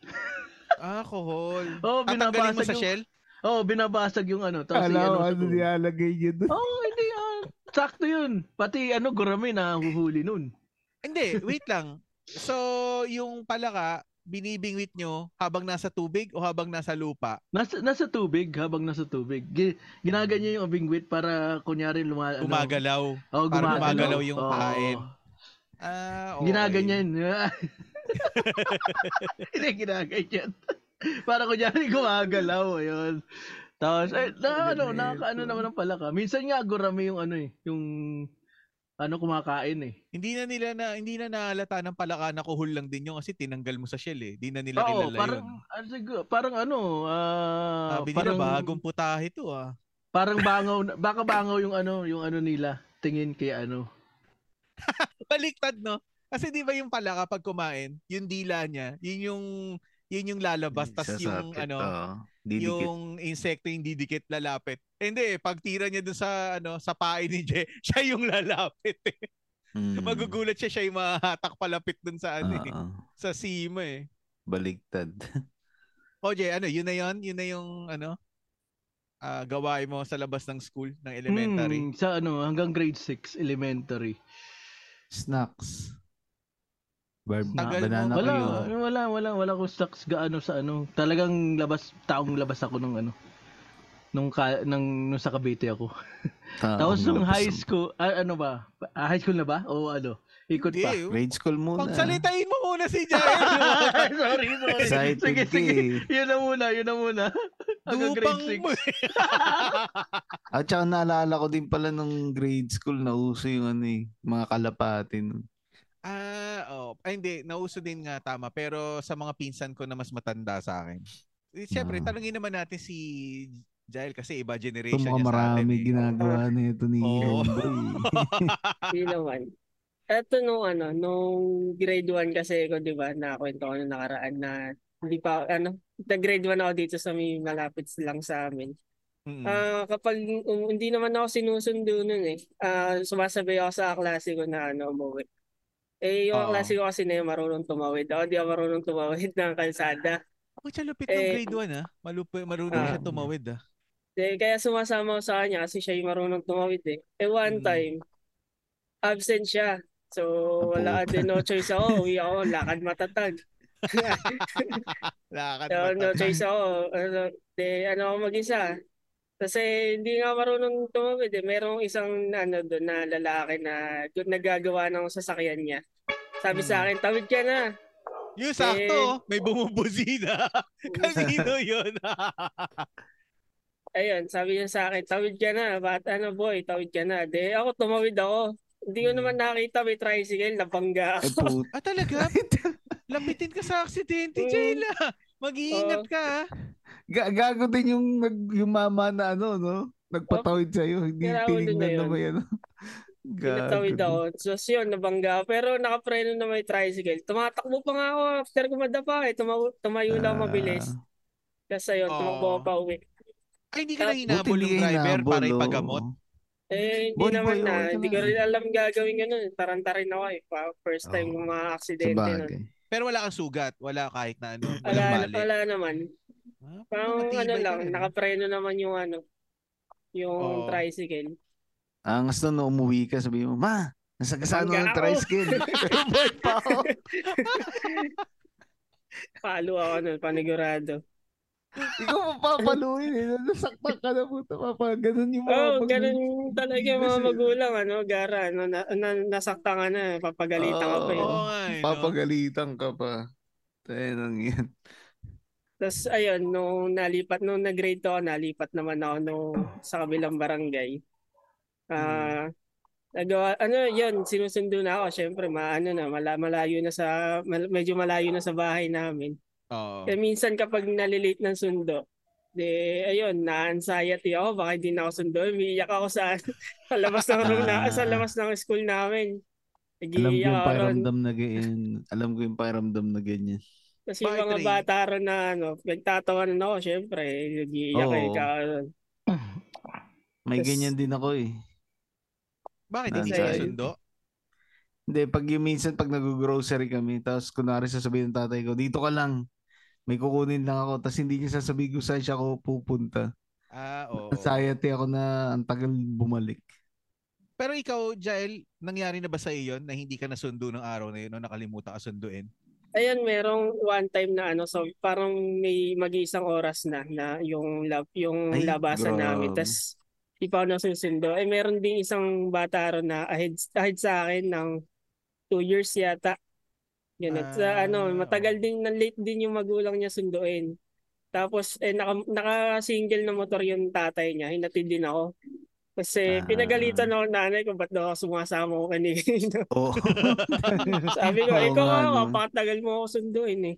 [SPEAKER 1] ah, kohol.
[SPEAKER 2] Oo,
[SPEAKER 1] Tatanggalin mo
[SPEAKER 2] binabasag
[SPEAKER 1] sa
[SPEAKER 2] yung-
[SPEAKER 1] shell?
[SPEAKER 2] Oo, binabasag yung ano. Tapos
[SPEAKER 3] Alam
[SPEAKER 2] ano,
[SPEAKER 3] mo ano nilalagay niya doon.
[SPEAKER 2] Oo, oh, hindi yan. Sakto yun. Pati ano, gurami na huhuli nun.
[SPEAKER 1] Hindi, wait lang. So, yung palaka, binibingwit nyo habang nasa tubig o habang nasa lupa?
[SPEAKER 2] Nasa, nasa tubig, habang nasa tubig. Gi- Ginaganyan yung abingwit para kunyari luma, ano,
[SPEAKER 1] Gumagalaw.
[SPEAKER 2] Oo,
[SPEAKER 1] para
[SPEAKER 2] gumagalaw. Oh.
[SPEAKER 1] gumagalaw yung
[SPEAKER 2] Oo.
[SPEAKER 1] pain. Ah, okay.
[SPEAKER 2] Ginaganyan. Hindi, ginaganyan. para kunyari gumagalaw. Ayun. Tapos, ay, na, ano, nakakaano naman ng palaka. Minsan nga, gurami yung ano eh, yung ano kumakain eh.
[SPEAKER 1] Hindi na nila na hindi na naalata ng palaka na kuhol lang din yun kasi tinanggal mo sa shell eh. Hindi na nila
[SPEAKER 2] Oo,
[SPEAKER 1] kilala
[SPEAKER 2] parang,
[SPEAKER 1] yun.
[SPEAKER 2] ah, siguro- parang ano, ah,
[SPEAKER 1] Sabi
[SPEAKER 2] parang,
[SPEAKER 1] nila, bagong putahe to ah.
[SPEAKER 2] parang bangaw, na- baka bangaw yung ano, yung ano nila, tingin kay ano.
[SPEAKER 1] Baliktad no? Kasi di ba yung palaka pag kumain, yung dila niya, yun yung yun yung lalabas tas yung
[SPEAKER 3] Sasakit,
[SPEAKER 1] ano,
[SPEAKER 3] oo. Didikit.
[SPEAKER 1] yung insekto yung didikit lalapit. Hindi, eh, pag tira niya dun sa ano sa pain ni Je, siya yung lalapit. Eh.
[SPEAKER 3] Mm.
[SPEAKER 2] Hmm.
[SPEAKER 1] Magugulat siya, siya yung mahatak palapit dun sa ano
[SPEAKER 2] Ah.
[SPEAKER 1] eh,
[SPEAKER 3] Oo.
[SPEAKER 1] sa sima eh.
[SPEAKER 3] Baligtad.
[SPEAKER 1] O Je, ano, yun na yun? Yun na yung ano ah gawain mo sa labas ng school, ng elementary.
[SPEAKER 2] Hmm, sa ano, hanggang grade 6, elementary.
[SPEAKER 3] Snacks. Bar-
[SPEAKER 1] Tagal mo-
[SPEAKER 3] banana
[SPEAKER 1] Ano
[SPEAKER 2] Wala,
[SPEAKER 3] peel.
[SPEAKER 1] yun?
[SPEAKER 2] wala, wala, wala akong stocks gaano sa ano. Talagang labas, taong labas ako nung ano nung ka, nung, nung sa Cavite ako.
[SPEAKER 3] Taong
[SPEAKER 2] Tapos nung
[SPEAKER 3] labas
[SPEAKER 2] high
[SPEAKER 3] ang-
[SPEAKER 2] school, ah, ano ba? Ah, high school na ba? O ano? Ikot
[SPEAKER 1] Hindi,
[SPEAKER 2] pa. ah.
[SPEAKER 1] eh.
[SPEAKER 3] Grade school muna.
[SPEAKER 1] Pagsalitain mo muna si Jael.
[SPEAKER 2] sorry, sorry.
[SPEAKER 3] Excited
[SPEAKER 2] sige,
[SPEAKER 3] ka
[SPEAKER 2] sige.
[SPEAKER 3] eh.
[SPEAKER 2] Yun na muna, yun na muna. Hanggang
[SPEAKER 1] Dupang
[SPEAKER 2] grade 6.
[SPEAKER 1] mo. eh.
[SPEAKER 3] At saka naalala ko din pala nung grade school na uso yung ano eh, mga kalapati. nun.
[SPEAKER 1] Ah, oh. Ay, hindi. Nauso din nga, tama. Pero sa mga pinsan ko na mas matanda sa akin. Eh, Siyempre,
[SPEAKER 3] Ah.
[SPEAKER 1] tanungin naman natin si Jael kasi iba
[SPEAKER 3] Ito
[SPEAKER 1] generation
[SPEAKER 3] mga
[SPEAKER 1] niya sa atin.
[SPEAKER 3] marami
[SPEAKER 1] eh.
[SPEAKER 3] ginagawa na ito ni
[SPEAKER 1] Oo.
[SPEAKER 3] Homeboy.
[SPEAKER 5] Hindi naman. Eto nung ano, nung grade 1 kasi ko, di ba, nakakwento ko nung nakaraan na hindi pa, ano, nag-grade 1 ako dito sa may malapit lang sa amin.
[SPEAKER 1] Mm.
[SPEAKER 5] Ah, kapag um, hindi naman ako sinusundo nun eh, ah, sumasabay ako sa klase ko na ano, umuwi. Eh,
[SPEAKER 1] Oo.
[SPEAKER 5] yung klase ko kasi na yung marunong tumawid. Ako, di ako marunong tumawid ng kalsada.
[SPEAKER 1] Ako siya lupit ng
[SPEAKER 5] Eh,
[SPEAKER 1] grade 1 ah. Malupi, marunong
[SPEAKER 5] ah.
[SPEAKER 1] siya tumawid ah.
[SPEAKER 5] Eh, kaya sumasama ako sa kanya kasi siya yung marunong tumawid eh. Eh
[SPEAKER 1] Mm. Ah,
[SPEAKER 5] one time, absent siya. So
[SPEAKER 3] Ang
[SPEAKER 5] wala
[SPEAKER 3] puta.
[SPEAKER 5] din no choice ako. Uwi ako, lakad matatag.
[SPEAKER 1] Lakad
[SPEAKER 5] so no
[SPEAKER 1] matatag.
[SPEAKER 5] choice ako. Ano, de, ano ako mag-isa. Kasi hindi nga marunong tumawid eh. Merong isang ano doon na lalaki na doon nagagawa ng sasakyan niya. Sabi
[SPEAKER 1] Mm.
[SPEAKER 5] sa akin, tawid ka na.
[SPEAKER 1] Yung sakto,
[SPEAKER 5] Eh.
[SPEAKER 1] oh, may bumubusina. Kanino yun? Ah,
[SPEAKER 5] Ayun, sabi niya sa akin, tawid ka na, bat ano boy, tawid ka na. De, ako tumawid ako. Hindi ko
[SPEAKER 1] Hmm.
[SPEAKER 5] naman nakita may tricycle, nabangga
[SPEAKER 3] Ay,
[SPEAKER 5] ako.
[SPEAKER 3] puta.
[SPEAKER 1] ah talaga? Lapitin ka sa aksidente,
[SPEAKER 5] Mm. Oh.
[SPEAKER 1] Jael ah. Mag-iingat ka ah.
[SPEAKER 3] Ga- gago din yung, nag, yung mama na ano, no? Nagpatawid sa'yo. Hindi
[SPEAKER 5] Kailangan ko din
[SPEAKER 3] tinignan
[SPEAKER 5] na
[SPEAKER 3] na
[SPEAKER 5] yun.
[SPEAKER 3] ba yan?
[SPEAKER 5] Pinatawid
[SPEAKER 3] din.
[SPEAKER 5] ako. So yun, nabangga ako. Pero nakapreno na may tricycle. Tumatakbo pa nga ako after ko madapa eh. Tumaw- tumayo lang ako mabilis.
[SPEAKER 3] Ah,
[SPEAKER 5] Kasi yun,
[SPEAKER 1] Oh.
[SPEAKER 5] tumakbo ako pa uwi.
[SPEAKER 1] Ay, hindi oh. ka na
[SPEAKER 3] buti
[SPEAKER 5] Buti
[SPEAKER 1] hinabol
[SPEAKER 3] hindi
[SPEAKER 1] yung
[SPEAKER 3] ka
[SPEAKER 1] driver
[SPEAKER 3] hinabol, oh.
[SPEAKER 1] para
[SPEAKER 3] oo.
[SPEAKER 1] ipagamot.
[SPEAKER 5] Eh, hindi
[SPEAKER 3] Boy,
[SPEAKER 5] naman
[SPEAKER 3] boy,
[SPEAKER 5] na.
[SPEAKER 3] okay ka
[SPEAKER 5] Hindi ko
[SPEAKER 3] na.
[SPEAKER 5] rin alam gagawin ganun. Taranta rin ako eh. Pa- First
[SPEAKER 1] Ah.
[SPEAKER 5] time
[SPEAKER 3] Oo.
[SPEAKER 5] yung mga
[SPEAKER 3] Sa
[SPEAKER 5] aksidente nun.
[SPEAKER 3] bagay.
[SPEAKER 1] Pero wala kang sugat. Wala kahit na ano.
[SPEAKER 5] Wala,
[SPEAKER 1] Walang bali.
[SPEAKER 5] wala naman.
[SPEAKER 1] Ah,
[SPEAKER 5] Parang
[SPEAKER 1] matibay
[SPEAKER 5] ano
[SPEAKER 1] ka
[SPEAKER 5] lang,
[SPEAKER 1] rin, ah.
[SPEAKER 5] nakapreno naman yung ano, yung
[SPEAKER 1] Oo.
[SPEAKER 5] tricycle.
[SPEAKER 3] Angas na no, umuwi ka, sabi mo, ma, nasagasaan
[SPEAKER 5] Bangga
[SPEAKER 3] na ng
[SPEAKER 5] ako."
[SPEAKER 3] tricycle. Boy, pa ako.
[SPEAKER 5] Palo ako nun, panigurado.
[SPEAKER 3] Ikaw mapapaluin eh. Nasaktan ka na puta. Papa, ganun yung mga
[SPEAKER 5] Oh,
[SPEAKER 3] Ah, pag-
[SPEAKER 5] ganun talaga yung mga magulang, ano, gara, ano, na, na, nasaktan ka na, eh. papagalitan ka pa yun.
[SPEAKER 1] Oo nga eh, no?
[SPEAKER 3] Papagalitan ka pa. Tayo nang yan.
[SPEAKER 5] Tapos, ayun, nung nalipat, nung nag-grade
[SPEAKER 3] Oh. Mm.
[SPEAKER 5] ako, nalipat naman ako nung sa kabilang barangay. Ah, Nagawa, ano yun, sinusundo na ako. Siyempre, ma, ano na, mala, malayo na sa, mal- medyo malayo na sa bahay namin.
[SPEAKER 1] Oo.
[SPEAKER 3] Oh.
[SPEAKER 5] Kaya minsan kapag nalilate ng sundo, di, ayun, na-anxiety ako. Baka hindi na ako sundo. Umiiyak ako sa, sa labas ng room na, sa labas ng school namin.
[SPEAKER 3] Ah. Alam ko
[SPEAKER 5] Nag-iiyak
[SPEAKER 3] yung
[SPEAKER 5] ako ron.
[SPEAKER 3] pakiramdam na ganyan. Alam ko yung pakiramdam na ganyan.
[SPEAKER 5] Kasi yung
[SPEAKER 1] Bakit,
[SPEAKER 5] mga
[SPEAKER 1] Ray?
[SPEAKER 5] bata ron na, ano, nagtatawanan ako, syempre. Nag-iiyak eh.
[SPEAKER 3] Oo.
[SPEAKER 5] Ka,
[SPEAKER 3] May
[SPEAKER 5] Yes.
[SPEAKER 3] ganyan din ako eh.
[SPEAKER 1] Bakit hindi
[SPEAKER 5] Nandiyan.
[SPEAKER 1] kayo sundo?
[SPEAKER 3] Hindi, pag yung minsan pag nag-grocery kami, tapos kunwari sasabihin ng tatay ko, dito ka lang. May kukunin lang ako. Tapos hindi niya sasabihin kung saan siya ako pupunta.
[SPEAKER 1] Ah, oo.
[SPEAKER 3] Anxiety ako na ang tagal bumalik.
[SPEAKER 1] Pero ikaw, Jael, nangyari na ba sa iyo yun na hindi ka nasundo ng araw na yun o nakalimutan ka sunduin?
[SPEAKER 5] Ayan, merong one time na ano, so parang may mag-iisang oras na na yung lab, yung
[SPEAKER 3] Ay,
[SPEAKER 5] labasan
[SPEAKER 3] grabe.
[SPEAKER 5] namin. Tapos di pa ako nasusundo. Eh, meron ding isang bata ron na ahead, ahead sa akin ng two years yata. Yun, at sa
[SPEAKER 1] Ah,
[SPEAKER 5] ano, matagal
[SPEAKER 1] oo.
[SPEAKER 5] din, na late din yung magulang niya sunduin. Tapos, eh, naka, naka-single na motor yung tatay niya. Hinatid din ako. Kasi
[SPEAKER 3] Ah.
[SPEAKER 5] pinagalitan ako ng nanay ko ba't daw ako sumasama ko kanina.
[SPEAKER 3] Oo.
[SPEAKER 5] Sabi ko,
[SPEAKER 3] Oo
[SPEAKER 5] ikaw
[SPEAKER 3] nga,
[SPEAKER 5] nga,
[SPEAKER 3] no?
[SPEAKER 5] napakatagal mo ako sunduin eh.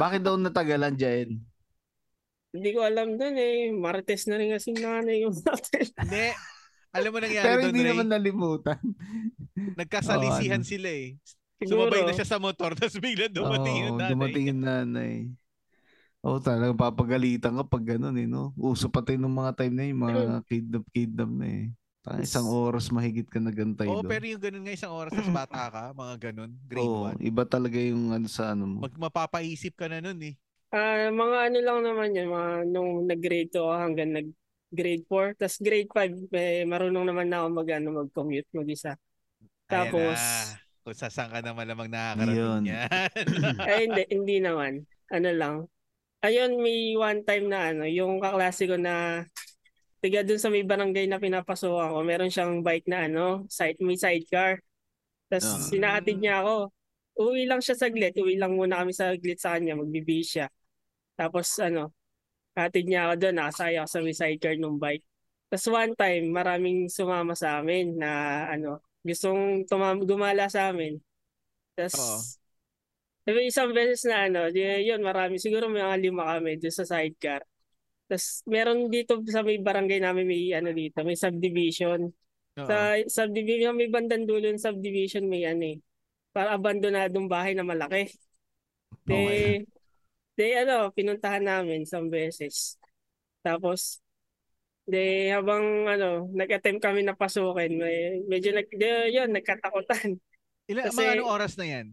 [SPEAKER 3] Bakit daw natagalan, Jael?
[SPEAKER 5] Hindi ko alam doon eh. Martes na rin kasi nanay yung natin.
[SPEAKER 1] Hindi. Alam mo nangyari
[SPEAKER 3] Pero
[SPEAKER 1] doon,
[SPEAKER 3] hindi
[SPEAKER 1] Ray?
[SPEAKER 3] naman nalimutan.
[SPEAKER 1] Nagkasalisihan
[SPEAKER 3] Oo, ano.
[SPEAKER 1] sila eh.
[SPEAKER 5] Siguro.
[SPEAKER 1] Sumabay na siya sa motor, tapos bigla dumating
[SPEAKER 3] Oo,
[SPEAKER 1] yung nanay.
[SPEAKER 3] Dumating yung nanay. Oo, talagang papagalitan ka pag ganun eh, no? Uso pati nung mga time na yun, yung mga
[SPEAKER 5] Mm.
[SPEAKER 3] kidnap-kidnap na eh. Tangina, Isang oras mahigit ka nagantay
[SPEAKER 1] Oo,
[SPEAKER 3] doon.
[SPEAKER 1] pero yung ganun nga isang oras, tapos bata ka, mga ganun, grade
[SPEAKER 3] Oo,
[SPEAKER 1] 1.
[SPEAKER 3] iba talaga yung ano sa ano mo.
[SPEAKER 1] Mag mapapaisip ka na nun eh.
[SPEAKER 5] Ah, mga ano lang naman yun. Mga nung nag-grade 2 ako hanggang nag-grade 4. Tapos grade 5, eh, marunong naman na ako mag, ano, mag-commute mag-isa.
[SPEAKER 1] Ayan
[SPEAKER 5] Tapos,
[SPEAKER 1] na. Kung sasan ka na malamang nakakarating
[SPEAKER 3] Yun.
[SPEAKER 1] yan.
[SPEAKER 5] ay hindi, hindi naman. Ano lang. Ayun, may one time na ano, yung kaklase ko na tiga dun sa may barangay na pinapasukan ko, meron siyang bike na ano, side, may sidecar. Tapos
[SPEAKER 3] Ah.
[SPEAKER 5] sinaatid niya ako. Uwi lang siya saglit. Uwi lang muna kami saglit sa kanya. Magbibihis siya. Tapos ano, atid niya ako doon. Nakasakay ako sa may sidecar ng bike. Tapos one time, maraming sumama sa amin na ano, gustong tumam- gumala sa amin. Tapos,
[SPEAKER 1] Oo.
[SPEAKER 5] sabi, isang beses na ano, di, yun, marami. Siguro may mga lima kami doon sa sidecar. Tapos, meron dito sa may barangay namin, may ano dito, may subdivision.
[SPEAKER 1] Oo.
[SPEAKER 5] Sa subdivision, may bandang dulo ng subdivision, may ano eh. Para abandonadong bahay na malaki.
[SPEAKER 1] eh.
[SPEAKER 5] De,
[SPEAKER 3] Okay.
[SPEAKER 5] de ano, pinuntahan namin some beses. Tapos, de habang ano, nag-attempt kami na pasukin, may, medyo nag, de, yun, nagkatakutan.
[SPEAKER 1] Ilan,
[SPEAKER 5] kasi-
[SPEAKER 1] mga anong oras na yan?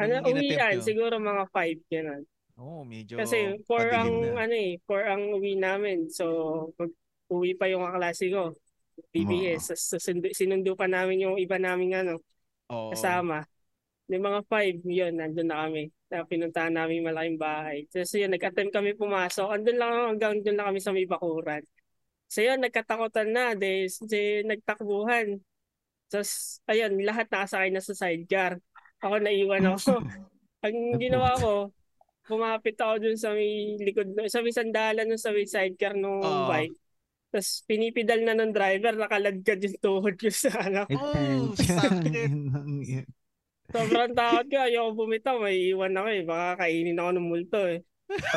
[SPEAKER 5] Ano,
[SPEAKER 1] Nung Mm, in-attempt
[SPEAKER 5] uwian,
[SPEAKER 1] nyo?
[SPEAKER 5] siguro mga 5, gano'n.
[SPEAKER 1] Oo, medyo
[SPEAKER 5] Kasi 4 ang,
[SPEAKER 1] padilim na.
[SPEAKER 5] ano eh, 4 ang uwi namin. So, pag uwi pa yung kaklase ko, BBS. Tapos susundo- sinundo pa namin yung iba naming ano,
[SPEAKER 1] Oo.
[SPEAKER 5] kasama. May mga five, yun, nandun na kami. Na pinuntahan namin yung malaking bahay. Tapos yun, nag-attempt kami pumasok. Andun lang hanggang doon lang kami sa may bakuran. So yun, nagkatakutan na. De, de, nagtakbuhan. Tapos, ayun, lahat nakasakay na sa sidecar. Ako naiwan ako. Ang ginawa ko, pumapit ako dun sa may likod, sa may sandalan dun sa may sidecar nung
[SPEAKER 1] Oo.
[SPEAKER 5] bike. Tapos pinipidal na ng driver, nakaladkad yung tuhod ko sa ano.
[SPEAKER 3] Eh,
[SPEAKER 1] Oh,
[SPEAKER 3] putya,
[SPEAKER 1] sakit.
[SPEAKER 3] inang yan.
[SPEAKER 5] Sobrang takot ko. Ayoko bumitaw. May iwan ako eh. Baka kainin ako ng multo eh.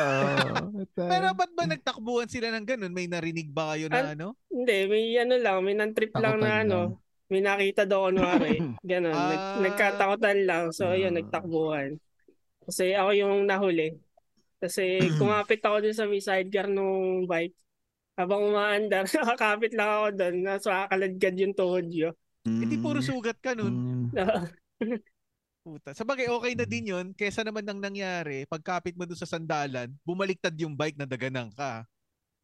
[SPEAKER 3] Ah, Oo,
[SPEAKER 1] Pero ba't ba nagtakbuhan sila ng ganun? May narinig ba kayo na ano?
[SPEAKER 5] Hindi, may ano lang. May nantrip lang
[SPEAKER 3] Takutan
[SPEAKER 5] na ano.
[SPEAKER 3] lang.
[SPEAKER 5] May nakita daw kunwari. Ganon. Nag,
[SPEAKER 1] Ah.
[SPEAKER 5] nagkatakutan lang. So ayun,
[SPEAKER 3] Ah.
[SPEAKER 5] nagtakbuhan. Kasi ako yung nahuli. Kasi kumapit ako dun sa may sidecar nung bike. Habang umaandar, nakakapit lang ako doon. Nasa kakaladkad yung tuhod yun.
[SPEAKER 1] Hindi
[SPEAKER 3] Mm,
[SPEAKER 1] puro sugat ka nun.
[SPEAKER 3] mm.
[SPEAKER 1] Puta. Sa bagay, okay na din yun. Kesa naman nang nangyari, pagkapit mo doon sa sandalan, bumaliktad yung bike na daganan ka.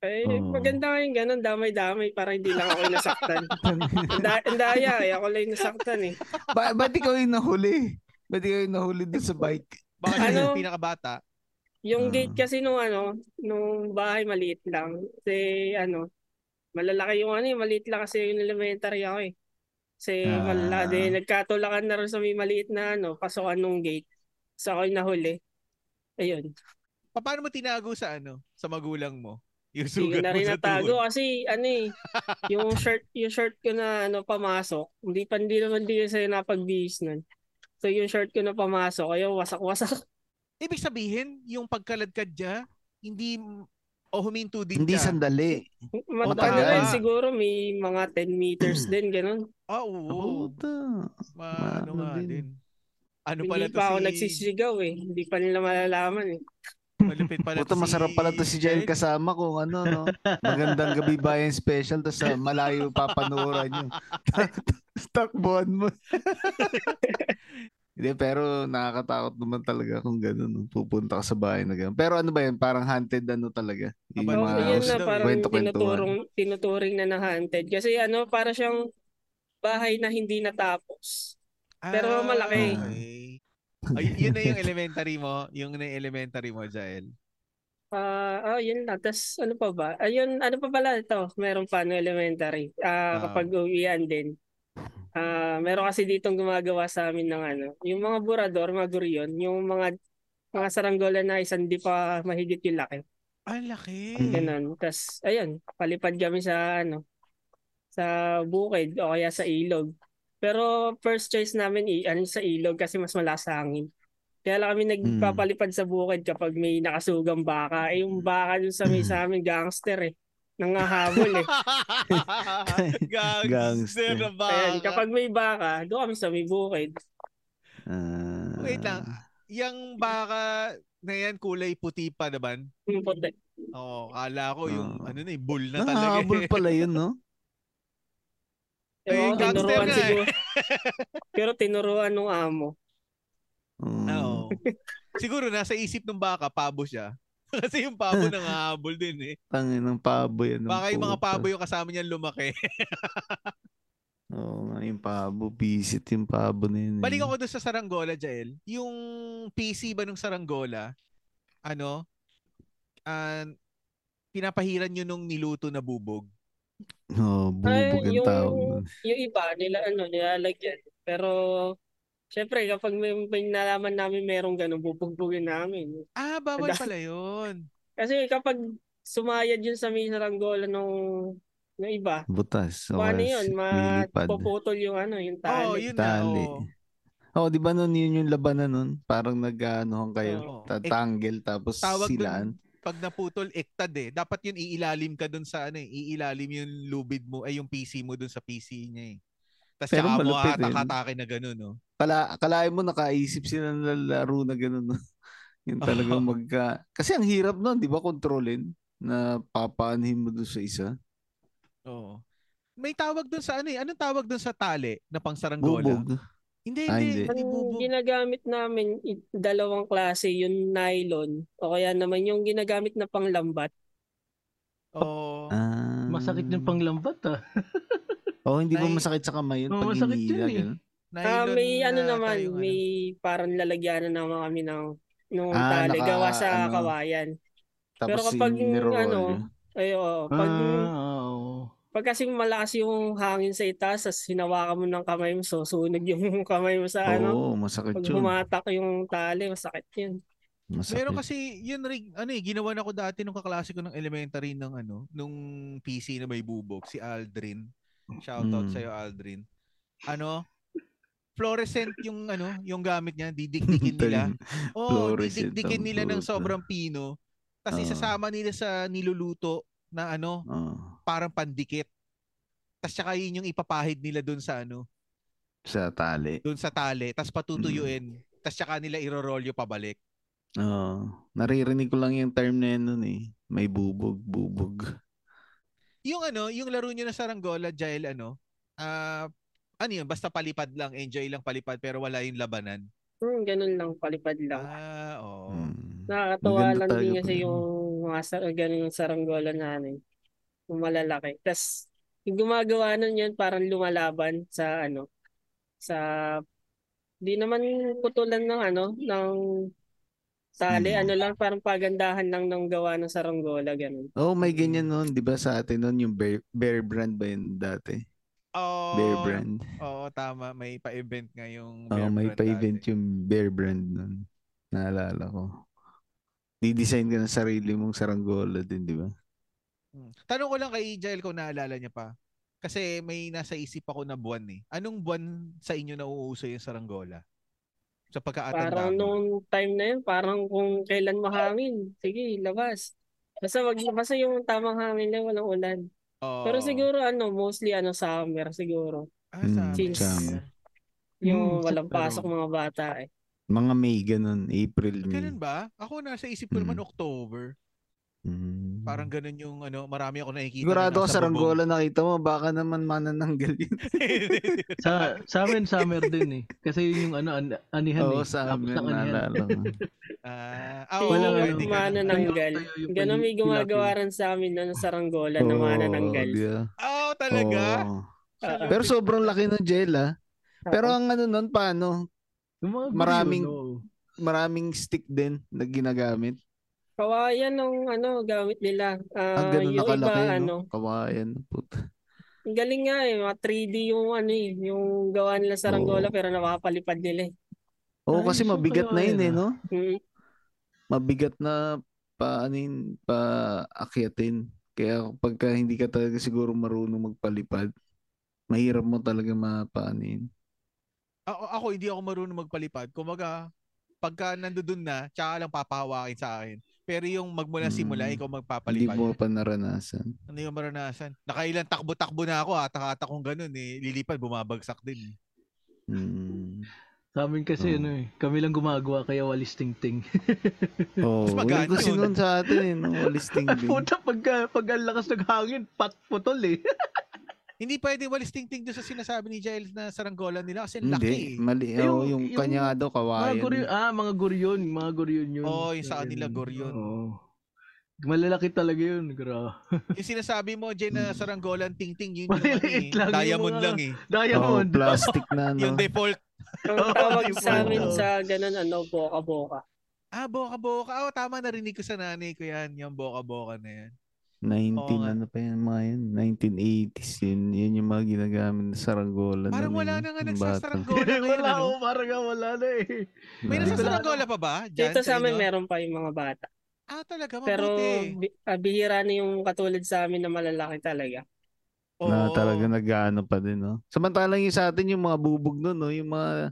[SPEAKER 5] Eh,
[SPEAKER 3] Oo.
[SPEAKER 5] maganda nga yung ganun, damay-damay, para hindi lang ako yung nasaktan.
[SPEAKER 3] Tangina.
[SPEAKER 5] Ang da- ang daya eh, ako lang yung nasaktan eh.
[SPEAKER 3] ba- ba't ikaw yung nahuli? Ba't ikaw yung nahuli doon sa bike?
[SPEAKER 1] Baka siya
[SPEAKER 5] Ano?
[SPEAKER 1] yung pinakabata.
[SPEAKER 5] Yung
[SPEAKER 3] Ah.
[SPEAKER 5] gate kasi nung ano, nung bahay maliit lang. Kasi ano, malalaki yung ano eh, maliit lang kasi yung elementary ako eh. Kasi
[SPEAKER 3] Ah.
[SPEAKER 5] malalaki din, nagkatulakan na rin sa may maliit na ano, pasukan nung gate. So ako yung nahuli. Ayun.
[SPEAKER 1] Pa- Paano mo tinago sa ano? Sa magulang mo? Yung
[SPEAKER 5] Hindi
[SPEAKER 1] sugat
[SPEAKER 5] ko na
[SPEAKER 1] mo
[SPEAKER 5] rin
[SPEAKER 1] sa
[SPEAKER 5] natago
[SPEAKER 1] tuhod.
[SPEAKER 5] kasi ano eh, yung shirt, yung shirt ko na ano pamasok, hindi pa hindi naman din kasi napagbihis nun. So yung shirt ko na pamasok, kaya wasak-wasak.
[SPEAKER 1] Ibig sabihin, yung pagkaladkad niya, hindi o huminto din
[SPEAKER 3] Hindi
[SPEAKER 1] siya.
[SPEAKER 3] sandali.
[SPEAKER 1] tagal.
[SPEAKER 5] Matagal siguro may mga 10 meters din ganun.
[SPEAKER 1] Ah, oo.
[SPEAKER 3] Puta.
[SPEAKER 1] Ma- ano nga
[SPEAKER 3] Maano din.
[SPEAKER 1] din. Ano pala
[SPEAKER 5] Hindi
[SPEAKER 1] to
[SPEAKER 5] pa ako
[SPEAKER 1] si...
[SPEAKER 5] nagsisigaw eh. Hindi pa nila malalaman eh.
[SPEAKER 1] Malupit pala to
[SPEAKER 3] Puta,
[SPEAKER 1] si...
[SPEAKER 3] masarap pala to si Jael kasama ko. Ano, no? Magandang gabi bayan special. Tapos ah, malayo papanuran nyo. Takbuhan mo. Hindi, pero nakakatakot naman talaga kung gano'n. no? Pupunta ka sa bahay na gano'n. Pero ano ba yan? Parang hunted ano talaga? Yung
[SPEAKER 1] Abandoned
[SPEAKER 5] Oo,
[SPEAKER 3] mga
[SPEAKER 5] yun
[SPEAKER 1] house
[SPEAKER 5] na
[SPEAKER 1] daw eh.
[SPEAKER 5] parang
[SPEAKER 3] Kwento-kwentuhan.
[SPEAKER 5] tinuturong, tinuturing na ng haunted. Kasi ano, para siyang bahay na hindi natapos.
[SPEAKER 1] Ah,
[SPEAKER 5] Pero malaki.
[SPEAKER 1] okay. Ay, yun na yung elementary mo. Yung na yung elementary mo, Jael.
[SPEAKER 5] Ah, oh, yun lang. Tapos ano pa ba? Ayun, ano pa pala ito? Meron pa no elementary. Ah,
[SPEAKER 1] Ah.
[SPEAKER 5] kapag uwian din. Ah, meron kasi ditong gumagawa sa amin ng ano, yung mga burador, mga gurion, yung mga mga saranggola na isang di pa mahigit yung laki.
[SPEAKER 1] Ang laki.
[SPEAKER 3] Mm.
[SPEAKER 5] Ganun. Tapos ayun, palipad kami sa ano sa bukid o kaya sa ilog. Pero first choice namin i ano sa ilog kasi mas malakas sa hangin. Kaya lang kami nagpapalipad sa bukid kapag may nakasugang baka. Eh, yung baka dun sa may sa amin, gangster eh. Nangahabol eh.
[SPEAKER 1] Gangster
[SPEAKER 3] Gangster.
[SPEAKER 1] na ba?
[SPEAKER 5] Ayan, kapag may baka, doon kami sa may bukid.
[SPEAKER 3] Ah.
[SPEAKER 1] Wait lang. Yung baka na yan, kulay puti pa naman.
[SPEAKER 5] Yung puti.
[SPEAKER 1] Oo, kala ko yung
[SPEAKER 3] Ah.
[SPEAKER 1] ano na, eh, bull na talaga.
[SPEAKER 3] Nangahabol
[SPEAKER 1] eh.
[SPEAKER 3] pala yun, no?
[SPEAKER 1] Eh,
[SPEAKER 5] Ewan ko,
[SPEAKER 1] gangster
[SPEAKER 5] tinuruan
[SPEAKER 1] nga eh.
[SPEAKER 5] siguro. Pero tinuruan ng amo.
[SPEAKER 3] Mm.
[SPEAKER 1] Oo. Siguro nasa isip ng baka, pabo siya. Kasi yung pabo nangahabol din eh.
[SPEAKER 3] Tangin ng paboy. Ano,
[SPEAKER 1] Baka yung mga
[SPEAKER 3] puta.
[SPEAKER 1] pabo yung kasama niyan lumaki.
[SPEAKER 3] Oo nga, yung pabo. Visit yung pabo na yun. eh.
[SPEAKER 1] Balik ako doon sa saranggola, Jael. Yung PC ba nung saranggola, ano, ah, pinapahiran nyo nung niluto na bubog.
[SPEAKER 3] Oo, bubog
[SPEAKER 5] Ay,
[SPEAKER 3] ang
[SPEAKER 5] yung-
[SPEAKER 3] tawag nun.
[SPEAKER 5] yung iba nila ano nilalagyan pero syempre kapag may, may nalaman namin merong ganun bubugbugin namin
[SPEAKER 1] Ah, bawal
[SPEAKER 5] Ang dami.
[SPEAKER 1] pala yun.
[SPEAKER 5] kasi kapag sumayad yun sa may saranggola nung nung iba
[SPEAKER 3] Butas. O
[SPEAKER 5] paano
[SPEAKER 3] kaya
[SPEAKER 5] yun
[SPEAKER 3] si- lilipad.
[SPEAKER 5] mapuputol yung ano yung
[SPEAKER 1] Oo, oh,
[SPEAKER 5] tali
[SPEAKER 1] yun na.
[SPEAKER 3] Tali.
[SPEAKER 1] oo.
[SPEAKER 3] Oo, di ba nun yun yung labanan nun? Parang nag-anohan kayo.
[SPEAKER 1] Oo. Eh,
[SPEAKER 3] Tatangle tapos
[SPEAKER 1] Tawag
[SPEAKER 3] silaan.
[SPEAKER 1] dun, pag naputol, ektad eh. Dapat yun iilalim ka dun sa ano eh. Iilalim yung lubid mo, ay yung PC mo dun sa PC niya eh. Tapos
[SPEAKER 3] Pero
[SPEAKER 1] tsaka mo
[SPEAKER 3] malupit eh.
[SPEAKER 1] hatak-hatakin na ganun, oh. no?
[SPEAKER 3] Kala, kalahin mo nakaisip sila ng laro na gano'n. no? yung
[SPEAKER 1] Oo.
[SPEAKER 3] talagang magka... Kasi ang hirap nun, di ba? Kontrolin na papaanhin mo doon sa isa.
[SPEAKER 1] Oo. May tawag dun sa ano eh. Anong tawag dun sa tali na pangsaranggola?
[SPEAKER 3] Bubog.
[SPEAKER 1] Hindi,
[SPEAKER 3] Ah,
[SPEAKER 1] hindi.
[SPEAKER 3] hindi.
[SPEAKER 1] Hindi
[SPEAKER 5] ang
[SPEAKER 1] bubog.
[SPEAKER 5] ginagamit namin i- dalawang klase yung nylon o kaya naman yung ginagamit na panglambat
[SPEAKER 1] Oo.
[SPEAKER 3] Ah.
[SPEAKER 2] Masakit yung panglambat ah.
[SPEAKER 3] Oo, hindi ba
[SPEAKER 1] Ay.
[SPEAKER 3] masakit sa kamay yun?
[SPEAKER 2] Oo,
[SPEAKER 3] pag
[SPEAKER 2] masakit yun
[SPEAKER 3] hinihila,
[SPEAKER 2] eh.
[SPEAKER 3] ganun?
[SPEAKER 5] ah
[SPEAKER 1] Nylon
[SPEAKER 5] may ano
[SPEAKER 1] na
[SPEAKER 5] naman
[SPEAKER 1] tayong ano.
[SPEAKER 5] may parang lalagyanan naman kami ng nung
[SPEAKER 3] Ah,
[SPEAKER 5] tali
[SPEAKER 3] naka-
[SPEAKER 5] gawa sa
[SPEAKER 3] ano.
[SPEAKER 5] kawayan
[SPEAKER 3] Tapos
[SPEAKER 5] Pero kapag,
[SPEAKER 3] niroroll
[SPEAKER 5] ano,
[SPEAKER 3] yun.
[SPEAKER 5] Ay, oo. Pag,
[SPEAKER 2] Ah, oo.
[SPEAKER 5] pag kasing malakas yung hangin sa itaas, tapos hinawakan mo ng kamay mo, susunog yung kamay mo sa ano.
[SPEAKER 3] Oo, masakit
[SPEAKER 5] Pag
[SPEAKER 3] yun.
[SPEAKER 5] humatak yung tali, masakit yun.
[SPEAKER 3] Masakit.
[SPEAKER 1] Meron kasi yun rin, ano eh, ginawa na ko dati nung kaklase ko ng elementary ng ano, nung PC na may bubog, si Aldrin. Shoutout
[SPEAKER 3] Mm.
[SPEAKER 1] sa'yo, Aldrin. Ano, fluorescent yung ano, yung gamit niya, didikdikin nila. Oo, oh,
[SPEAKER 3] Fluorescent
[SPEAKER 1] didikdikin
[SPEAKER 3] ang Ah.
[SPEAKER 1] nila ng
[SPEAKER 3] puta.
[SPEAKER 1] sobrang pino. Tapos
[SPEAKER 3] Oo.
[SPEAKER 1] isasama nila sa niluluto na ano,
[SPEAKER 3] Oo.
[SPEAKER 1] parang pandikit. Tapos tsaka yun yung ipapahid nila doon sa ano,
[SPEAKER 3] sa tali.
[SPEAKER 1] doon sa tali. Tapos patutuyuin.
[SPEAKER 3] Mm.
[SPEAKER 1] Tapos tsaka nila irorolyo pabalik.
[SPEAKER 3] Oo. Naririnig ko lang yung term na yun nun eh. May bubog, bubog.
[SPEAKER 1] Yung ano, yung laro nyo na saranggola, Jael, ano, ah, ano yun, basta palipad lang, enjoy lang palipad, pero wala yung labanan.
[SPEAKER 5] Hmm, ganun lang, palipad lang.
[SPEAKER 1] Ah, oo.
[SPEAKER 3] Mm.
[SPEAKER 5] Nakakatawa
[SPEAKER 3] Maganda
[SPEAKER 5] lang din
[SPEAKER 3] talaga
[SPEAKER 5] kasi
[SPEAKER 3] pala.
[SPEAKER 5] yung mga sa, ganun yung saranggola namin. Yung malalaki. Tapos, yung gumagawa nun yun, parang lumalaban sa ano, sa, di naman putulan ng ano, ng tali.
[SPEAKER 3] Hmm.
[SPEAKER 5] Ano lang, parang pagandahan lang ng gawa ng saranggola, ganun.
[SPEAKER 3] Oo,
[SPEAKER 1] Mm.
[SPEAKER 3] may ganyan nun. Di ba sa atin nun, yung bear, bear brand ba yun dati?
[SPEAKER 1] Oo,
[SPEAKER 3] Bear brand.
[SPEAKER 1] Oh, oo, tama. May pa-event nga yung
[SPEAKER 3] Oo,
[SPEAKER 1] Bear
[SPEAKER 3] may
[SPEAKER 1] Brand
[SPEAKER 3] pa-event
[SPEAKER 1] dati.
[SPEAKER 3] yung bear brand nun. Naalala ko. Didesign ka ng sarili mong saranggola din, di ba?
[SPEAKER 1] Hmm. Tanong ko lang kay Jael kung naalala niya pa. Kasi may nasa isip ako na buwan eh. Anong buwan sa inyo nauuso yung saranggola? Sa pagkaatanda
[SPEAKER 5] Parang
[SPEAKER 1] ko.
[SPEAKER 5] nung time na yun, parang kung kailan mahangin, sige, labas. Basta wag basta yung tamang hangin lang, walang ulan.
[SPEAKER 1] Oo.
[SPEAKER 5] Pero siguro ano, mostly ano summer siguro.
[SPEAKER 1] ah,
[SPEAKER 3] Hmm,
[SPEAKER 1] sabi niya.
[SPEAKER 3] summer.
[SPEAKER 5] Yung
[SPEAKER 1] Hmm,
[SPEAKER 5] walang
[SPEAKER 1] pero-
[SPEAKER 5] pasok mga bata eh.
[SPEAKER 3] Mga May, ganun. April, May.
[SPEAKER 1] Ganun ba? Ako nasa isip ko naman
[SPEAKER 3] Hmm.
[SPEAKER 1] October.
[SPEAKER 3] Mm.
[SPEAKER 1] Parang ganun yung ano, marami ako nakikita.
[SPEAKER 3] Sigurado
[SPEAKER 1] na
[SPEAKER 3] ko
[SPEAKER 1] nasa
[SPEAKER 3] sa
[SPEAKER 1] bubong.
[SPEAKER 3] Rangola nakita mo, baka naman manananggal yun.
[SPEAKER 2] Sa, sa amin, summer din eh. Kasi yun yung ano, an- anihan eh.
[SPEAKER 3] Oo, sa
[SPEAKER 2] Tapos ng
[SPEAKER 3] amin,
[SPEAKER 2] anihan.
[SPEAKER 3] naalala ko.
[SPEAKER 1] Ah, ah,
[SPEAKER 5] Sino
[SPEAKER 1] oo,
[SPEAKER 2] walang
[SPEAKER 1] pwede
[SPEAKER 5] yung
[SPEAKER 2] ano,
[SPEAKER 1] ganun.
[SPEAKER 5] manananggal?
[SPEAKER 2] Tayo yung
[SPEAKER 5] Ganun may
[SPEAKER 2] pag-
[SPEAKER 5] gumagawa rin sa amin nun sa ranggola na
[SPEAKER 3] Oo,
[SPEAKER 5] manananggal.
[SPEAKER 3] di ba?
[SPEAKER 1] Oo, Oh, talaga?
[SPEAKER 3] Oo.
[SPEAKER 5] Oo.
[SPEAKER 3] Pero sobrang laki ng jail, ah. Pero ang ano nun, paano?
[SPEAKER 2] Yung mga
[SPEAKER 3] Maraming-
[SPEAKER 2] gulo, no?
[SPEAKER 3] Maraming stick din na ginagamit.
[SPEAKER 5] Kawayan ng ano gamit nila.
[SPEAKER 3] Ang
[SPEAKER 5] Ah,
[SPEAKER 3] ganun
[SPEAKER 5] yung
[SPEAKER 3] nakalaki,
[SPEAKER 5] iba, ano,
[SPEAKER 3] no? Kawayan. Puta.
[SPEAKER 5] ang galing nga eh, mga 3D yung ano eh, yung gawa nila sa ranggola
[SPEAKER 3] Oo.
[SPEAKER 5] pero nakakapalipad nila eh.
[SPEAKER 3] Oo,
[SPEAKER 2] Ay,
[SPEAKER 3] kasi
[SPEAKER 2] so
[SPEAKER 3] mabigat na yun,
[SPEAKER 2] kawayan,
[SPEAKER 3] eh,
[SPEAKER 2] ah.
[SPEAKER 3] no?
[SPEAKER 5] Mm.
[SPEAKER 3] Mabigat na pa, ano yun, pa akyatin. Kaya pagka hindi ka talaga siguro marunong magpalipad, mahirap mo talaga mapaanin.
[SPEAKER 1] Ako, ako, hindi ako marunong magpalipad. Kumaga, pagka nandun na, tsaka lang papahawakin sa akin. Pero yung magmula-simula,
[SPEAKER 3] Mm.
[SPEAKER 1] ikaw
[SPEAKER 3] Hindi
[SPEAKER 1] magpapalipad.
[SPEAKER 3] mo pa naranasan.
[SPEAKER 1] Ano yung maranasan? Nakailan takbo-takbo na ako, hatak-hatak kong ganun eh. Lilipad, bumabagsak din. eh.
[SPEAKER 3] Mm.
[SPEAKER 2] Sa amin kasi
[SPEAKER 3] Oo.
[SPEAKER 2] ano eh, kami lang gumagawa kaya walis tingting.
[SPEAKER 3] Oo,
[SPEAKER 1] Mas
[SPEAKER 3] oh,
[SPEAKER 1] maganda
[SPEAKER 3] kasi
[SPEAKER 1] yun.
[SPEAKER 3] nun sa atin, eh, no? Listing din.
[SPEAKER 2] Puta, pag, pag ang lakas ng hangin, pat putol eh.
[SPEAKER 1] Hindi pwede walis tingting doon sa sinasabi ni Giles na saranggola nila kasi ang
[SPEAKER 3] Hindi,
[SPEAKER 1] laki. eh.
[SPEAKER 3] mali.
[SPEAKER 2] Ayun,
[SPEAKER 3] Oo, yung
[SPEAKER 2] yung
[SPEAKER 3] kanya nga daw,
[SPEAKER 2] Mga guryon,
[SPEAKER 3] kawayan.
[SPEAKER 2] ah, mga guryon, mga guryon yun.
[SPEAKER 1] Oo, yung sa kanila,
[SPEAKER 2] Ayun.
[SPEAKER 1] guryon.
[SPEAKER 2] Oo. Malalaki talaga yun, gra.
[SPEAKER 1] Yung sinasabi mo, Jen,
[SPEAKER 3] Hmm.
[SPEAKER 1] na saranggola ang tingting, yun yung ano, eh,
[SPEAKER 2] Maliliit lang, yung
[SPEAKER 1] diamond
[SPEAKER 2] mga-
[SPEAKER 1] lang eh.
[SPEAKER 3] Oo,
[SPEAKER 2] Diamond.
[SPEAKER 3] Oh, plastic na, no?
[SPEAKER 1] Yung default.
[SPEAKER 5] Ang
[SPEAKER 2] Oo,
[SPEAKER 5] tawag
[SPEAKER 2] yung
[SPEAKER 5] sa amin
[SPEAKER 3] ano.
[SPEAKER 5] sa ganun ano, boka-boka.
[SPEAKER 1] Ah, boka-boka. Ah, tama, narinig ko sa nanay ko yan. Yung boka-boka na yan.
[SPEAKER 3] 19,
[SPEAKER 1] Oo nga.
[SPEAKER 3] ano pa yan, mga yun? 1980s yun. Yun yung mga ginagamit na saranggola.
[SPEAKER 1] Parang wala na nga nagsasaranggola ngayon.
[SPEAKER 2] wala
[SPEAKER 1] ano?
[SPEAKER 3] oh.
[SPEAKER 2] ako, parang nga wala na eh.
[SPEAKER 1] May
[SPEAKER 2] Wala.
[SPEAKER 1] nagsasaranggola pa ba? Dyan,
[SPEAKER 5] Dito sa amin
[SPEAKER 1] inyo?
[SPEAKER 5] meron pa yung mga bata.
[SPEAKER 1] Ah, talaga, mabuti.
[SPEAKER 5] Pero bi- ah, bihira na yung katulad sa amin na malalaki talaga.
[SPEAKER 3] Na
[SPEAKER 1] Oo.
[SPEAKER 3] talaga nag-ano pa din, no? Samantalang yung sa atin, yung mga bubog nun, no? Yung mga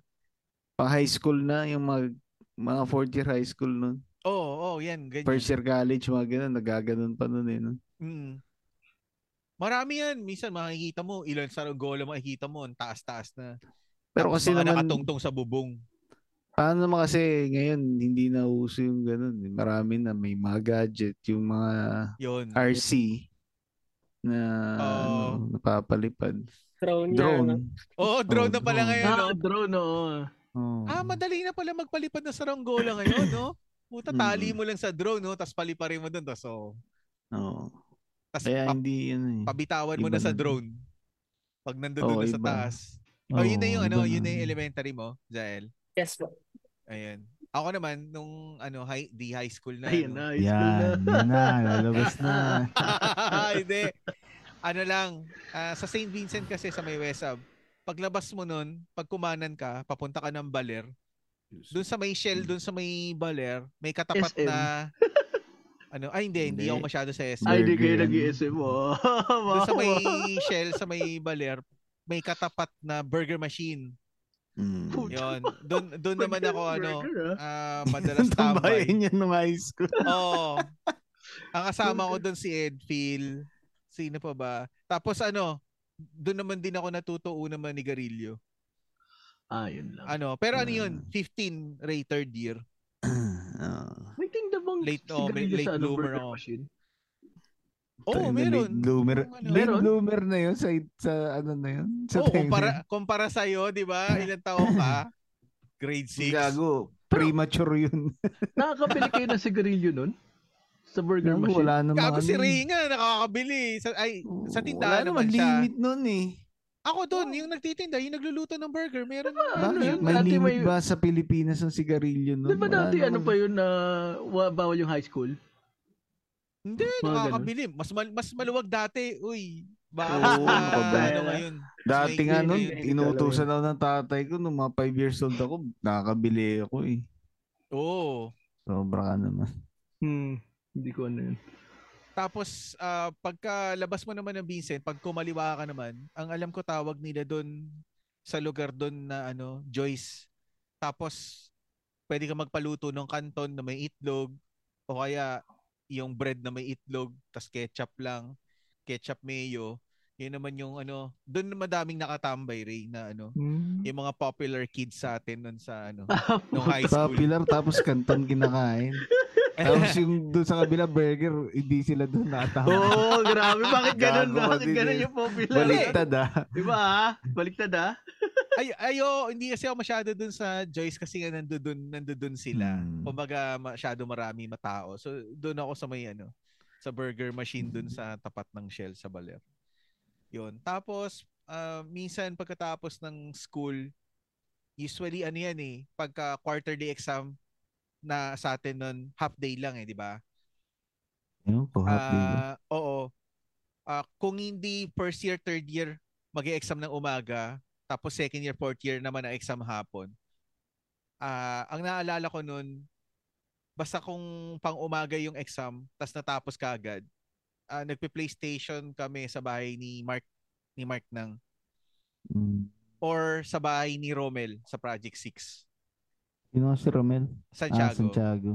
[SPEAKER 3] pang high school na, yung mga mga fourth year high school nun.
[SPEAKER 1] Oo, oo, yan, ganyan.
[SPEAKER 3] First year college, mga ganun, nagaganon pa nun eh. No?
[SPEAKER 1] Mm. Marami yan. Minsan makikita mo, ilan saranggola makikita mo, ang taas-taas na.
[SPEAKER 3] Pero
[SPEAKER 1] Tapos
[SPEAKER 3] kasi
[SPEAKER 1] mga
[SPEAKER 3] naman,
[SPEAKER 1] nakatungtong sa bubong.
[SPEAKER 3] paano naman kasi ngayon, hindi na uso yung ganun. eh. Marami na, may mga gadget, yung mga
[SPEAKER 1] Yun.
[SPEAKER 3] RC na
[SPEAKER 1] Oo.
[SPEAKER 3] ano, napapalipad.
[SPEAKER 5] Drone na. ano.
[SPEAKER 3] Drone.
[SPEAKER 1] Oo, drone
[SPEAKER 3] Oo,
[SPEAKER 1] na pala
[SPEAKER 3] Oh, drone.
[SPEAKER 1] ngayon, no?
[SPEAKER 2] Ah, drone, oo.
[SPEAKER 3] Oo.
[SPEAKER 1] Ah, madali na pala magpalipad ng saranggola ngayon, no? Puta, tali
[SPEAKER 3] Mm.
[SPEAKER 1] mo lang sa drone, no? Tapos paliparin mo dun. Tapos, oh.
[SPEAKER 3] Oo.
[SPEAKER 1] Tapos,
[SPEAKER 3] Kaya
[SPEAKER 1] pap-
[SPEAKER 3] hindi ano eh.
[SPEAKER 1] pabitawan mo
[SPEAKER 3] Iba
[SPEAKER 1] na sa
[SPEAKER 3] na.
[SPEAKER 1] drone. Pag nandoon
[SPEAKER 3] Oo,
[SPEAKER 1] na sa
[SPEAKER 3] iba.
[SPEAKER 1] taas. Oh, yun na
[SPEAKER 3] Oo,
[SPEAKER 1] yung
[SPEAKER 3] iba
[SPEAKER 1] ano, yun na yung
[SPEAKER 3] na.
[SPEAKER 1] elementary mo, Jael.
[SPEAKER 5] Yes po.
[SPEAKER 1] Ayan. Ako naman nung ano, high, di high school na. ano.
[SPEAKER 2] Ayun na, high school na.
[SPEAKER 6] Yan, yun na, lalabas na.
[SPEAKER 1] Hindi. Ano lang, ah, sa St. Vincent kasi sa may Wesab, paglabas mo nun, pag kumanan ka, papunta ka ng Baler, doon sa may Shell, doon sa may Baler, may katapat
[SPEAKER 2] SM.
[SPEAKER 1] na ano, ay hindi, hindi,
[SPEAKER 3] Hindi.
[SPEAKER 1] ako masyado sa SM.
[SPEAKER 2] Ay, di
[SPEAKER 3] Burger
[SPEAKER 2] kayo
[SPEAKER 3] yan.
[SPEAKER 2] nag-ESM, oo.
[SPEAKER 1] Doon sa may
[SPEAKER 2] Wow.
[SPEAKER 1] Shell, sa may Baler, may katapat na burger machine.
[SPEAKER 3] Mm.
[SPEAKER 2] Puta.
[SPEAKER 1] Yon. Doon doon naman ako ano,
[SPEAKER 2] Burger, ah.
[SPEAKER 1] ah, madalas tambay.
[SPEAKER 3] Tambayan yan nung high school.
[SPEAKER 1] Oo. Ang kasama ko doon si Edfield. Sino pa ba? Tapos ano, doon naman din ako natuto una man ni Garillo.
[SPEAKER 2] Ah, yun lang.
[SPEAKER 1] Ano, pero ano
[SPEAKER 3] Hmm.
[SPEAKER 1] yun? 15 Ray third year.
[SPEAKER 3] Oo.
[SPEAKER 2] May tinda bang
[SPEAKER 1] Late, oh, may-
[SPEAKER 2] sigarilyo
[SPEAKER 1] late
[SPEAKER 2] sa ano,
[SPEAKER 1] bloomer
[SPEAKER 2] burger
[SPEAKER 1] ako.
[SPEAKER 2] machine?
[SPEAKER 1] Oo,
[SPEAKER 3] Tayo na,
[SPEAKER 1] meron.
[SPEAKER 3] Late bloomer.
[SPEAKER 1] Ano,
[SPEAKER 6] Late
[SPEAKER 2] Meron?
[SPEAKER 6] bloomer na yun sa, sa ano na yun? Sa
[SPEAKER 1] Oo, kumpara kumpara sa iyo, 'di ba? Ilang taon ka? Grade 6.
[SPEAKER 3] Gago. Premature yun.
[SPEAKER 2] Nakakabili kayo ng sigarilyo nun? Sa burger
[SPEAKER 3] Gago,
[SPEAKER 2] machine?
[SPEAKER 3] wala namang
[SPEAKER 1] Gago si
[SPEAKER 3] ano eh.
[SPEAKER 1] Ray nga nakakabili sa ay sa
[SPEAKER 3] wala
[SPEAKER 1] tindahan
[SPEAKER 3] naman
[SPEAKER 1] naman siya.
[SPEAKER 3] limit nun eh.
[SPEAKER 1] Ako doon, yung nagtitinda, yung nagluluto ng burger, meron.
[SPEAKER 2] Ano
[SPEAKER 3] Bakit?
[SPEAKER 2] yun?
[SPEAKER 3] May
[SPEAKER 2] Dati
[SPEAKER 3] limit
[SPEAKER 2] may-
[SPEAKER 3] ba sa Pilipinas ng sigarilyo
[SPEAKER 2] Di
[SPEAKER 3] nun?
[SPEAKER 2] ba
[SPEAKER 3] Wala
[SPEAKER 2] dati ano
[SPEAKER 3] naman.
[SPEAKER 2] pa yun na wa- bawal yung high school?
[SPEAKER 1] Hindi,
[SPEAKER 2] Mga ganun.
[SPEAKER 1] nakakabili. Mas, mal- mas maluwag dati. Uy, baka
[SPEAKER 3] Oo,
[SPEAKER 1] mas na-
[SPEAKER 3] nakabili.
[SPEAKER 1] ano ngayon.
[SPEAKER 3] Dati
[SPEAKER 1] May-
[SPEAKER 3] nga nun,
[SPEAKER 1] may-
[SPEAKER 2] may-
[SPEAKER 3] inuutosan ako ng tatay ko nung mga 5 years old ako, nakakabili ako eh.
[SPEAKER 1] Oo.
[SPEAKER 3] Sobra ka naman.
[SPEAKER 2] Hmm, hindi ko ano yun.
[SPEAKER 1] Tapos ah, pagka labas mo naman ng Vincent, pag kumaliwa ka naman, ang alam ko tawag nila doon sa lugar doon na ano, Joyce. Tapos pwede ka magpaluto ng kanton na may itlog o kaya yung bread na may itlog tas ketchup lang, ketchup mayo. Yun naman yung ano, doon madaming nakatambay Ray na ano, yung mga popular kids sa atin noon sa ano, nung high school.
[SPEAKER 6] Popular tapos kanton kinakain. tapos yung doon sa kabila burger, hindi sila doon natama.
[SPEAKER 2] Oo, Oh, grabe. Bakit ganun?
[SPEAKER 6] Gago ka
[SPEAKER 2] Bakit
[SPEAKER 6] din
[SPEAKER 2] ganun
[SPEAKER 6] eh.
[SPEAKER 2] yung popular?
[SPEAKER 6] Baliktad ah.
[SPEAKER 2] Di ba ha? Baliktad ha?
[SPEAKER 1] Ay, ayo, hindi kasi ako masyado dun sa Joyce kasi nga nandoon nandoon sila.
[SPEAKER 3] Hmm.
[SPEAKER 1] Kumbaga masyado marami matao. So doon ako sa may ano, sa burger machine doon sa tapat ng Shell sa Baler. 'Yon. Tapos ah, minsan pagkatapos ng school, usually ano yan eh, pagka quarterly exam na sa atin noon, half day lang eh, di ba?
[SPEAKER 6] Ayun ko, happy.
[SPEAKER 1] Ah, oo. Ah, kung hindi first year, third year, mag exam ng umaga, tapos second year, fourth year naman ang exam hapon. Ah, ang naalala ko nun, basta kung pang umaga yung exam, tas natapos ka agad, ah, nagpe-PlayStation kami sa bahay ni Mark ni Mark nang
[SPEAKER 6] Mm.
[SPEAKER 1] or sa bahay ni Romel sa Project 6
[SPEAKER 6] Sino nga si Romel? Ah,
[SPEAKER 1] Santiago.
[SPEAKER 6] Santiago.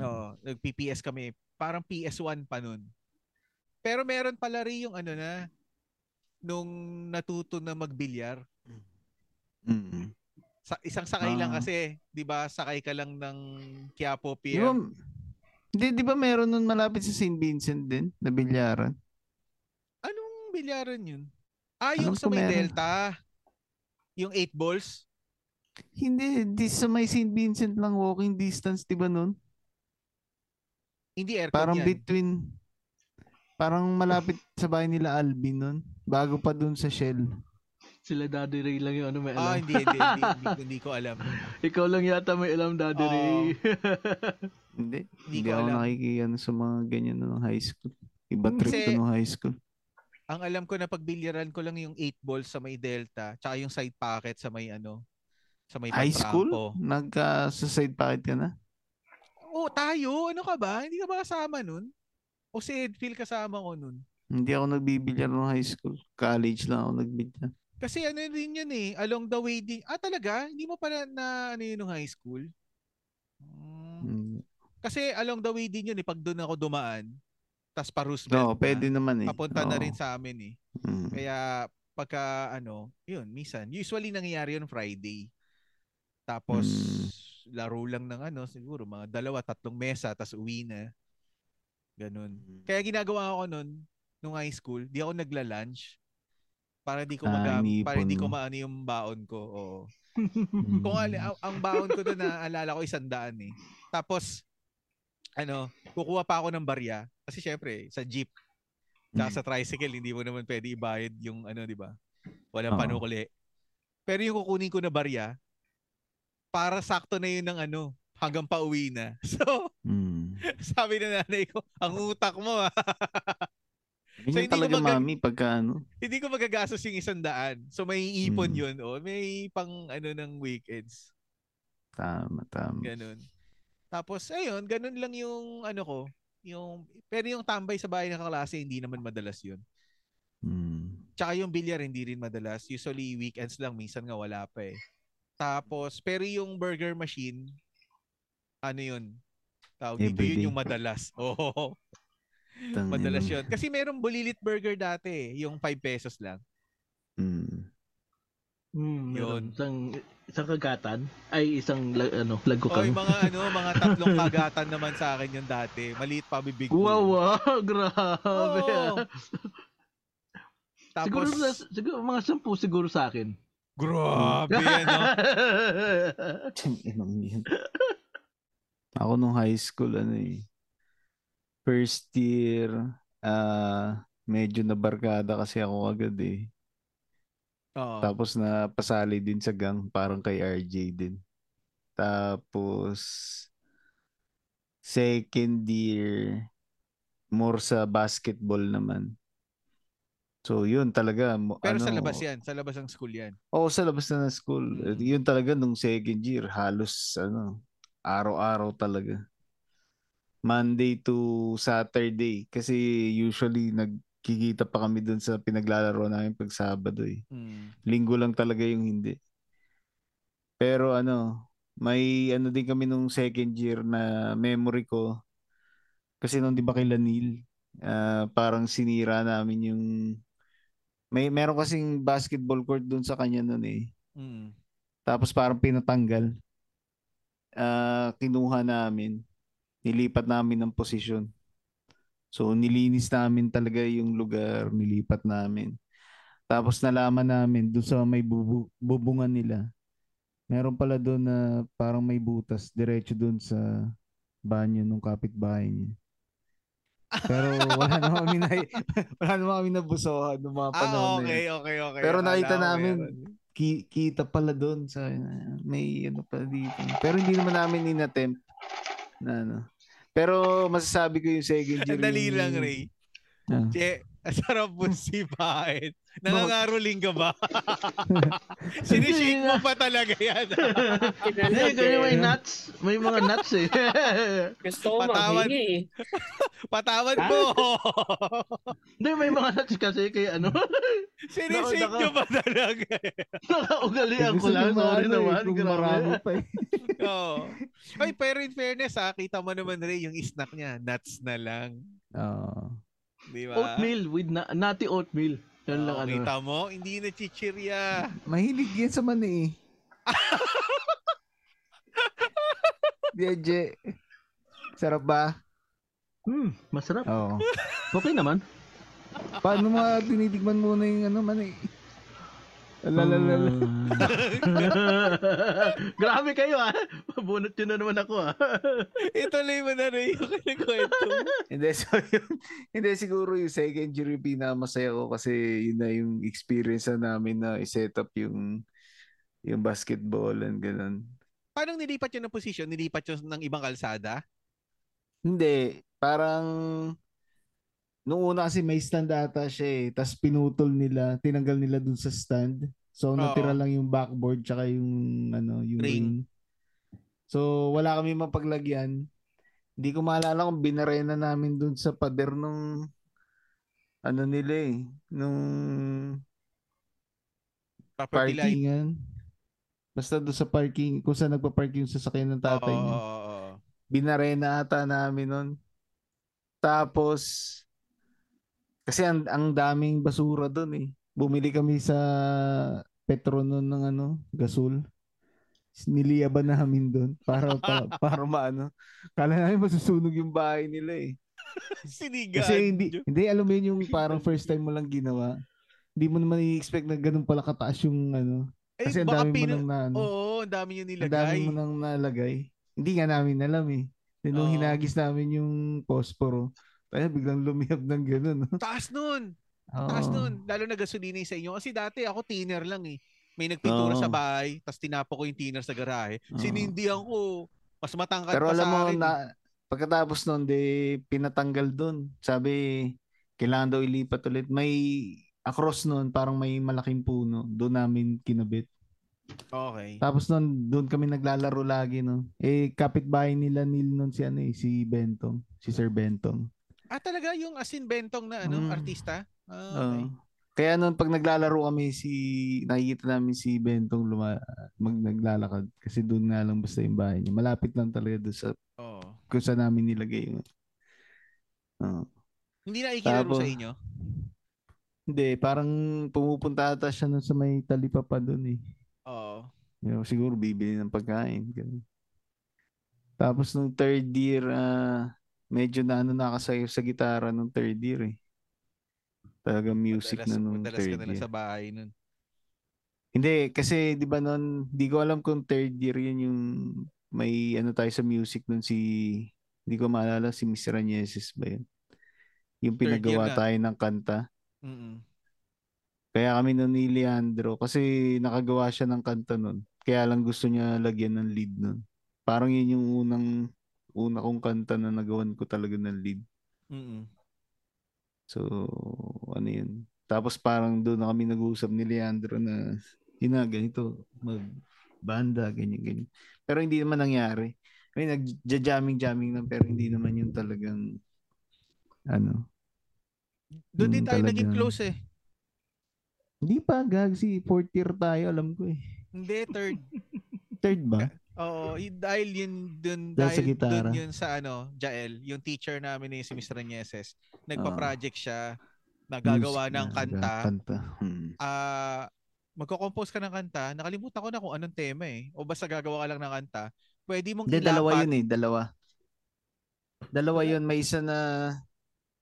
[SPEAKER 1] Oo,
[SPEAKER 3] Hmm.
[SPEAKER 1] nag-PPS kami. Parang PS1 pa nun. Pero meron pala rin yung ano na, nung natuto na magbilyar.
[SPEAKER 3] Mm.
[SPEAKER 1] Sa, isang sakay lang
[SPEAKER 6] Ah.
[SPEAKER 1] kasi, di ba? Sakay ka lang ng Quiapo
[SPEAKER 3] Di ba,
[SPEAKER 1] PM.
[SPEAKER 3] di, di ba meron nun malapit sa St. Vincent din na bilyaran?
[SPEAKER 1] Anong bilyaran yun? Ah, yung
[SPEAKER 3] Alam
[SPEAKER 1] sa
[SPEAKER 3] ko
[SPEAKER 1] may
[SPEAKER 3] meron.
[SPEAKER 1] Delta. Yung 8 balls.
[SPEAKER 3] Hindi, di sa may St. Vincent lang walking distance, di ba nun?
[SPEAKER 1] Hindi aircon
[SPEAKER 6] Parang
[SPEAKER 1] yan.
[SPEAKER 6] between Parang malapit sa bahay nila Alvin nun. Bago pa dun sa Shell.
[SPEAKER 2] Sila Daddy Ray lang yung ano may
[SPEAKER 1] Ah,
[SPEAKER 2] alam.
[SPEAKER 1] hindi, hindi, hindi, hindi, hindi ko alam.
[SPEAKER 2] Ikaw lang yata may alam, Daddy
[SPEAKER 1] Oo.
[SPEAKER 2] Ray.
[SPEAKER 1] Hindi
[SPEAKER 3] Hindi. Hindi,
[SPEAKER 1] ko
[SPEAKER 3] ako
[SPEAKER 1] alam.
[SPEAKER 3] nakikiyan sa mga ganyan na ng high school. Iba trip
[SPEAKER 1] Kasi-
[SPEAKER 3] ko nung high school.
[SPEAKER 1] Ang alam ko na pagbilyaran ko lang yung 8 balls sa may Delta, tsaka yung side pocket sa may ano, sa may
[SPEAKER 3] High
[SPEAKER 1] pagtrampo.
[SPEAKER 3] school? Nagka sa side pocket ka na?
[SPEAKER 1] Oo, tayo. Ano ka ba? Hindi ka ba kasama nun? O si Edfield kasama ko nun?
[SPEAKER 3] Hindi ako nagbibilyar nung high school. College lang ako nagbibilyar.
[SPEAKER 1] Kasi ano din yun eh, along the way din. Ah, talaga? Hindi mo pala na ano yun nung high school? Mm.
[SPEAKER 3] Mm.
[SPEAKER 1] Kasi along the way din yun eh, pag doon ako dumaan, tas pa Roosevelt
[SPEAKER 3] No,
[SPEAKER 1] na,
[SPEAKER 3] pwede naman eh.
[SPEAKER 1] papunta na
[SPEAKER 3] Oo.
[SPEAKER 1] rin sa amin eh.
[SPEAKER 3] Mm.
[SPEAKER 1] Kaya pagka ano, yun, misan. Usually nangyayari yun Friday. Tapos
[SPEAKER 3] Mm.
[SPEAKER 1] laro lang ng ano, siguro mga dalawa, tatlong mesa, tas uwi na. Ganun. Kaya ginagawa ko nun, nung high school, di ako nagla-lunch. Para di ko
[SPEAKER 3] Ah,
[SPEAKER 1] maga-
[SPEAKER 3] iniipon
[SPEAKER 1] para di ko
[SPEAKER 3] mo. Hmm.
[SPEAKER 1] maano yung baon ko. Oo.
[SPEAKER 6] Mm.
[SPEAKER 1] Kung ah. ali- ang, ang baon ko doon naalala ko isang daan eh. Tapos ano, kukuha pa ako ng barya kasi syempre sa jeep tsaka
[SPEAKER 3] Hmm.
[SPEAKER 1] sa tricycle hindi mo naman pwede ibayad yung ano, di ba? Walang
[SPEAKER 3] Oo.
[SPEAKER 1] panukuli. Pero yung kukunin ko na barya para sakto na yun ng ano, hanggang pauwi na. So,
[SPEAKER 3] Mm.
[SPEAKER 1] sabi na nanay ko, ang utak mo ah. hindi
[SPEAKER 3] Ganyan
[SPEAKER 1] ko
[SPEAKER 3] talaga
[SPEAKER 1] magag-
[SPEAKER 3] mami pagka ano.
[SPEAKER 1] hindi ko magagastos yung isang daan. So, may ipon
[SPEAKER 3] Mm.
[SPEAKER 1] yun. Oh. May pang ano ng weekends.
[SPEAKER 3] Tama, tama.
[SPEAKER 1] Ganun. Tapos, ayun, ganun lang yung ano ko. Yung, pero yung tambay sa bahay ng kaklase, hindi naman madalas yun.
[SPEAKER 3] Mm.
[SPEAKER 1] Tsaka yung bilyar, hindi rin madalas. Usually, weekends lang. Minsan nga wala pa eh. Tapos, pero yung burger machine, ano yun? Tawag dito,
[SPEAKER 3] Everyday.
[SPEAKER 1] yun yung madalas. Oo,
[SPEAKER 3] Tangina.
[SPEAKER 1] madalas yun. Kasi merong bulilit burger dati eh, yung 5 pesos lang.
[SPEAKER 3] Mm.
[SPEAKER 2] Hmm, meron
[SPEAKER 1] Yun.
[SPEAKER 2] Isang, isang kagatan. Ay, isang lag, ano,
[SPEAKER 1] O
[SPEAKER 2] lagukan.
[SPEAKER 1] yung mga ano, mga tatlong kagatan naman sa akin yung dati. Maliit pa bibig ko.
[SPEAKER 2] Wow, wow, grabe.
[SPEAKER 1] Oo.
[SPEAKER 2] ah.
[SPEAKER 1] Tapos,
[SPEAKER 2] siguro, nas- siguro, mga sampu siguro sa akin.
[SPEAKER 3] Hmm.
[SPEAKER 1] grabe ano? yan, no?
[SPEAKER 3] Tangina mo yan. Ako nung high school, ano eh, first year, ah, medyo nabarkada kasi ako agad eh.
[SPEAKER 1] Oo.
[SPEAKER 3] Tapos napasali din sa gang, parang kay RJ din. Tapos, second year, more sa basketball naman. So, yun talaga. mo-
[SPEAKER 1] Pero sa
[SPEAKER 3] ano,
[SPEAKER 1] labas yan. Sa labas ng school yan.
[SPEAKER 3] Oo, sa labas na ng school.
[SPEAKER 1] Mm.
[SPEAKER 3] Yun talaga nung second year, halos ano, araw-araw talaga. Monday to Saturday. Kasi usually nagkikita pa kami dun sa pinaglalaro namin pag Sabado eh.
[SPEAKER 1] Mm.
[SPEAKER 3] Linggo lang talaga yung hindi. Pero ano, may ano din kami nung second year na memory ko. Kasi nung di ba kay Lanil, ah, parang sinira namin yung... May, meron kasing basketball court dun sa kanya nun eh.
[SPEAKER 1] Mm.
[SPEAKER 3] Tapos parang pinatanggal. Ah, kinuha namin. Nilipat namin ng posisyon. So nilinis namin talaga yung lugar, nilipat namin. Tapos nalaman namin doon sa may bubu- bubungan nila. Meron pala doon na parang may butas diretso doon sa banyo nung kapitbahay niya. Pero wala naman kami na wala naman kami nabusohan ng mga
[SPEAKER 1] Ah,
[SPEAKER 3] panahon na yun
[SPEAKER 1] okay, okay, okay.
[SPEAKER 3] eh. Pero
[SPEAKER 1] Akala
[SPEAKER 3] nakita
[SPEAKER 1] ko
[SPEAKER 3] namin,
[SPEAKER 1] meron.
[SPEAKER 3] ki- kita pala doon sa may ano pala dito. Pero hindi naman namin inattempt na ano. Pero masasabi ko yung second year.
[SPEAKER 1] Ang dali
[SPEAKER 3] yung-
[SPEAKER 1] lang, Ray.
[SPEAKER 3] Ah.
[SPEAKER 1] Che, sarap po si Bahet. Nangangaruling ka ba? Sinishake mo pa talaga yan.
[SPEAKER 2] Hindi,
[SPEAKER 5] Kinalad
[SPEAKER 2] kasi may
[SPEAKER 5] eh.
[SPEAKER 2] nuts. May mga nuts eh.
[SPEAKER 5] Gusto ko
[SPEAKER 1] Patawan.
[SPEAKER 5] manghingi eh.
[SPEAKER 1] Patawan mo.
[SPEAKER 2] Hindi, may mga nuts kasi kaya ano.
[SPEAKER 1] Sinishake
[SPEAKER 2] Nako, nako.
[SPEAKER 1] ka ba talaga?
[SPEAKER 2] Nakaugalian
[SPEAKER 6] Eh,
[SPEAKER 2] ko
[SPEAKER 6] gusto
[SPEAKER 2] lang.
[SPEAKER 6] niyo
[SPEAKER 2] Sorry
[SPEAKER 3] ano
[SPEAKER 6] maano eh,
[SPEAKER 2] naman.
[SPEAKER 6] kung marami
[SPEAKER 2] Grabe.
[SPEAKER 6] pa eh.
[SPEAKER 1] Oo. Ay, pero in fairness, ha, kita mo naman Ray, yung snack niya, nuts na lang.
[SPEAKER 3] Oo.
[SPEAKER 1] Di ba?
[SPEAKER 2] Oatmeal with na nati oatmeal. Yan lang
[SPEAKER 6] Ah,
[SPEAKER 1] Oo,
[SPEAKER 2] ano.
[SPEAKER 1] kita mo, hindi na chichirya.
[SPEAKER 6] Mahilig yan sa mani eh. Jeje. Sarap ba?
[SPEAKER 2] Hmm, masarap.
[SPEAKER 6] Oo.
[SPEAKER 2] Okay naman.
[SPEAKER 6] Paano mga tinitigman muna yung ano mani? Lalalala.
[SPEAKER 2] Ah. Hmm. Grabe kayo ah. Mabunot yun na naman ako ah.
[SPEAKER 1] Ituloy mo na Ray, yung kinakwento mo.
[SPEAKER 3] Hindi, so yun. Hindi, siguro yung second year yung pinakamasaya ko kasi yun na yung experience na namin na iset up yung yung basketball and ganun.
[SPEAKER 1] Paano nilipat yun ng position? Nilipat yun ng ibang kalsada?
[SPEAKER 3] Hindi, parang nung una kasi may stand ata siya eh. Tapos pinutol nila, tinanggal nila dun sa stand. So
[SPEAKER 1] Oo.
[SPEAKER 3] natira lang yung backboard tsaka yung ano, yung
[SPEAKER 1] Ring.
[SPEAKER 3] ring. So wala kami mapaglagyan. Hindi ko maalala kung binarena namin dun sa pader nung ano nila eh, nung
[SPEAKER 1] Property line.
[SPEAKER 3] parkingan. Basta doon sa parking, kung saan nagpa-park yung sasakyan ng
[SPEAKER 1] Oo,
[SPEAKER 3] tatay niya
[SPEAKER 1] oo, oo.
[SPEAKER 3] binarena ata namin nun. Tapos, kasi ang, ang daming basura dun eh. Bumili kami sa Petro nun ng ano, gasol. Niliyaban namin dun para, pa, para maano. Kala namin masusunog yung bahay nila eh.
[SPEAKER 1] Sinigan.
[SPEAKER 3] Kasi hindi, hindi alam mo yun yung parang first time mo lang ginawa. Hindi mo naman i-expect na ganun pala kataas yung ano.
[SPEAKER 1] Eh,
[SPEAKER 3] Kasi ang
[SPEAKER 1] baka
[SPEAKER 3] dami mo
[SPEAKER 1] pina-
[SPEAKER 3] nang na, ano.
[SPEAKER 1] Oo, ang dami yung
[SPEAKER 3] Ang dami
[SPEAKER 1] nilagay.
[SPEAKER 3] mo nang nalagay. Hindi nga namin alam eh. Then,
[SPEAKER 1] Oo.
[SPEAKER 3] nung hinagis namin yung posporo, tayo biglang lumiyab ng gano'n. no?
[SPEAKER 1] Taas nun.
[SPEAKER 3] Oo.
[SPEAKER 1] Taas nun. Lalo na gasolina yung sa inyo. Kasi dati ako tiner lang eh. May nagpintura
[SPEAKER 3] Oo.
[SPEAKER 1] sa bahay, tapos tinapo ko yung tiner sa garahe.
[SPEAKER 3] Oo.
[SPEAKER 1] Sinindihan ko. Mas matangkad pa
[SPEAKER 3] Pero alam
[SPEAKER 1] sa
[SPEAKER 3] mo,
[SPEAKER 1] akin.
[SPEAKER 3] na, pagkatapos nun, di pinatanggal dun. Sabi, kailangan daw ilipat ulit. May across nun, parang may malaking puno. Doon namin kinabit.
[SPEAKER 1] Okay.
[SPEAKER 3] Tapos nun, doon kami naglalaro lagi. No? Eh, kapitbahay nila nil nun si, ano, eh, si Bentong. Si Sir Bentong.
[SPEAKER 1] Ah, talaga yung asin bentong na ano,
[SPEAKER 3] Mm.
[SPEAKER 1] artista? Ah, okay.
[SPEAKER 3] Oo. Kaya noon pag naglalaro kami si nakikita namin si Bentong luma, mag naglalakad kasi doon nga lang basta yung bahay niya. Malapit lang talaga doon sa
[SPEAKER 1] Oo.
[SPEAKER 3] kung saan namin nilagay yun. Oo.
[SPEAKER 1] Hindi na ikilaro
[SPEAKER 3] Tapos-
[SPEAKER 1] sa inyo?
[SPEAKER 3] Hindi, parang pumupunta ata siya nun sa may talipa pa doon eh.
[SPEAKER 1] Oo.
[SPEAKER 3] You know, siguro bibili ng pagkain. Ganun. Tapos nung third year, ah, medyo na ano nakasayo sa gitara nung third year eh. Talaga music
[SPEAKER 1] Madalas-
[SPEAKER 3] na nung
[SPEAKER 1] madalas
[SPEAKER 3] third
[SPEAKER 1] ka na
[SPEAKER 3] year.
[SPEAKER 1] lang sa bahay nun.
[SPEAKER 3] Hindi, kasi 'di ba noon, di ko alam kung third year 'yun yung may ano tayo sa music noon si hindi ko maalala si Miss Ranieses ba 'yun. Yung
[SPEAKER 1] Third year
[SPEAKER 3] pinagawa
[SPEAKER 1] na.
[SPEAKER 3] tayo ng kanta.
[SPEAKER 1] Mm-mm.
[SPEAKER 3] Kaya kami noon ni Leandro kasi nakagawa siya ng kanta noon. Kaya lang gusto niya lagyan ng lead noon. Parang 'yun yung unang una kong kanta na nagawan ko talaga ng lead.
[SPEAKER 1] Mm-mm.
[SPEAKER 3] So, ano yun. Tapos parang doon na kami nag-uusap ni Leandro na, yun na, ganito, mag-banda, ganyan, ganyan. Pero hindi naman nangyari. May nagja-jamming-jamming na pero hindi naman yung talagang ano.
[SPEAKER 1] Doon din
[SPEAKER 3] Mm,
[SPEAKER 1] tayo naging
[SPEAKER 3] talagang-
[SPEAKER 1] close eh.
[SPEAKER 6] Hindi pa, Gagsi. Fourth year tayo, alam ko eh.
[SPEAKER 1] Hindi, third.
[SPEAKER 6] Third ba?
[SPEAKER 1] Oo, y- dahil yun
[SPEAKER 6] Dahil
[SPEAKER 1] dun,
[SPEAKER 6] sa
[SPEAKER 1] dahil dun
[SPEAKER 6] gitara.
[SPEAKER 1] yun sa ano, Jael, yung teacher namin ni si Mr. Agneses, nagpa-project siya, nagagawa
[SPEAKER 6] Music
[SPEAKER 1] ng
[SPEAKER 6] na,
[SPEAKER 1] kanta.
[SPEAKER 6] Kanta.
[SPEAKER 3] Hmm.
[SPEAKER 1] ah magko-compose ka ng kanta, nakalimutan ko na kung anong tema eh. O basta gagawa ka lang ng kanta. Pwede mong
[SPEAKER 3] Hindi,
[SPEAKER 1] ilapat.
[SPEAKER 3] dalawa yun eh, dalawa. Dalawa yun, may isa na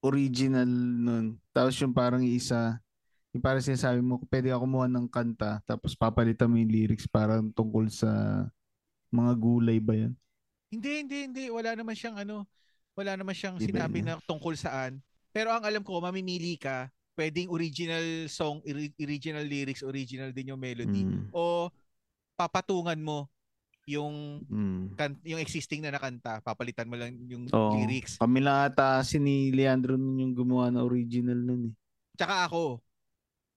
[SPEAKER 3] original nun. Tapos yung parang isa, yung parang sinasabi mo, pwede ka kumuha ng kanta, tapos papalitan mo yung lyrics parang tungkol sa mga gulay ba yun?
[SPEAKER 1] Hindi, hindi, hindi. Wala naman siyang ano, wala naman siyang
[SPEAKER 3] Di ba
[SPEAKER 1] sinabi
[SPEAKER 3] yun? eh?
[SPEAKER 1] na tungkol saan. Pero ang alam ko, mamimili ka, pwedeng original song, iri- original lyrics, original din yung melody.
[SPEAKER 3] Mm,
[SPEAKER 1] O papatungan mo yung
[SPEAKER 3] mm.
[SPEAKER 1] kan- yung existing na nakanta, papalitan mo lang yung
[SPEAKER 3] Oo.
[SPEAKER 1] lyrics.
[SPEAKER 3] Kami lang ata kasi ni Leandro nun yung gumawa ng original nun eh.
[SPEAKER 1] Tsaka ako,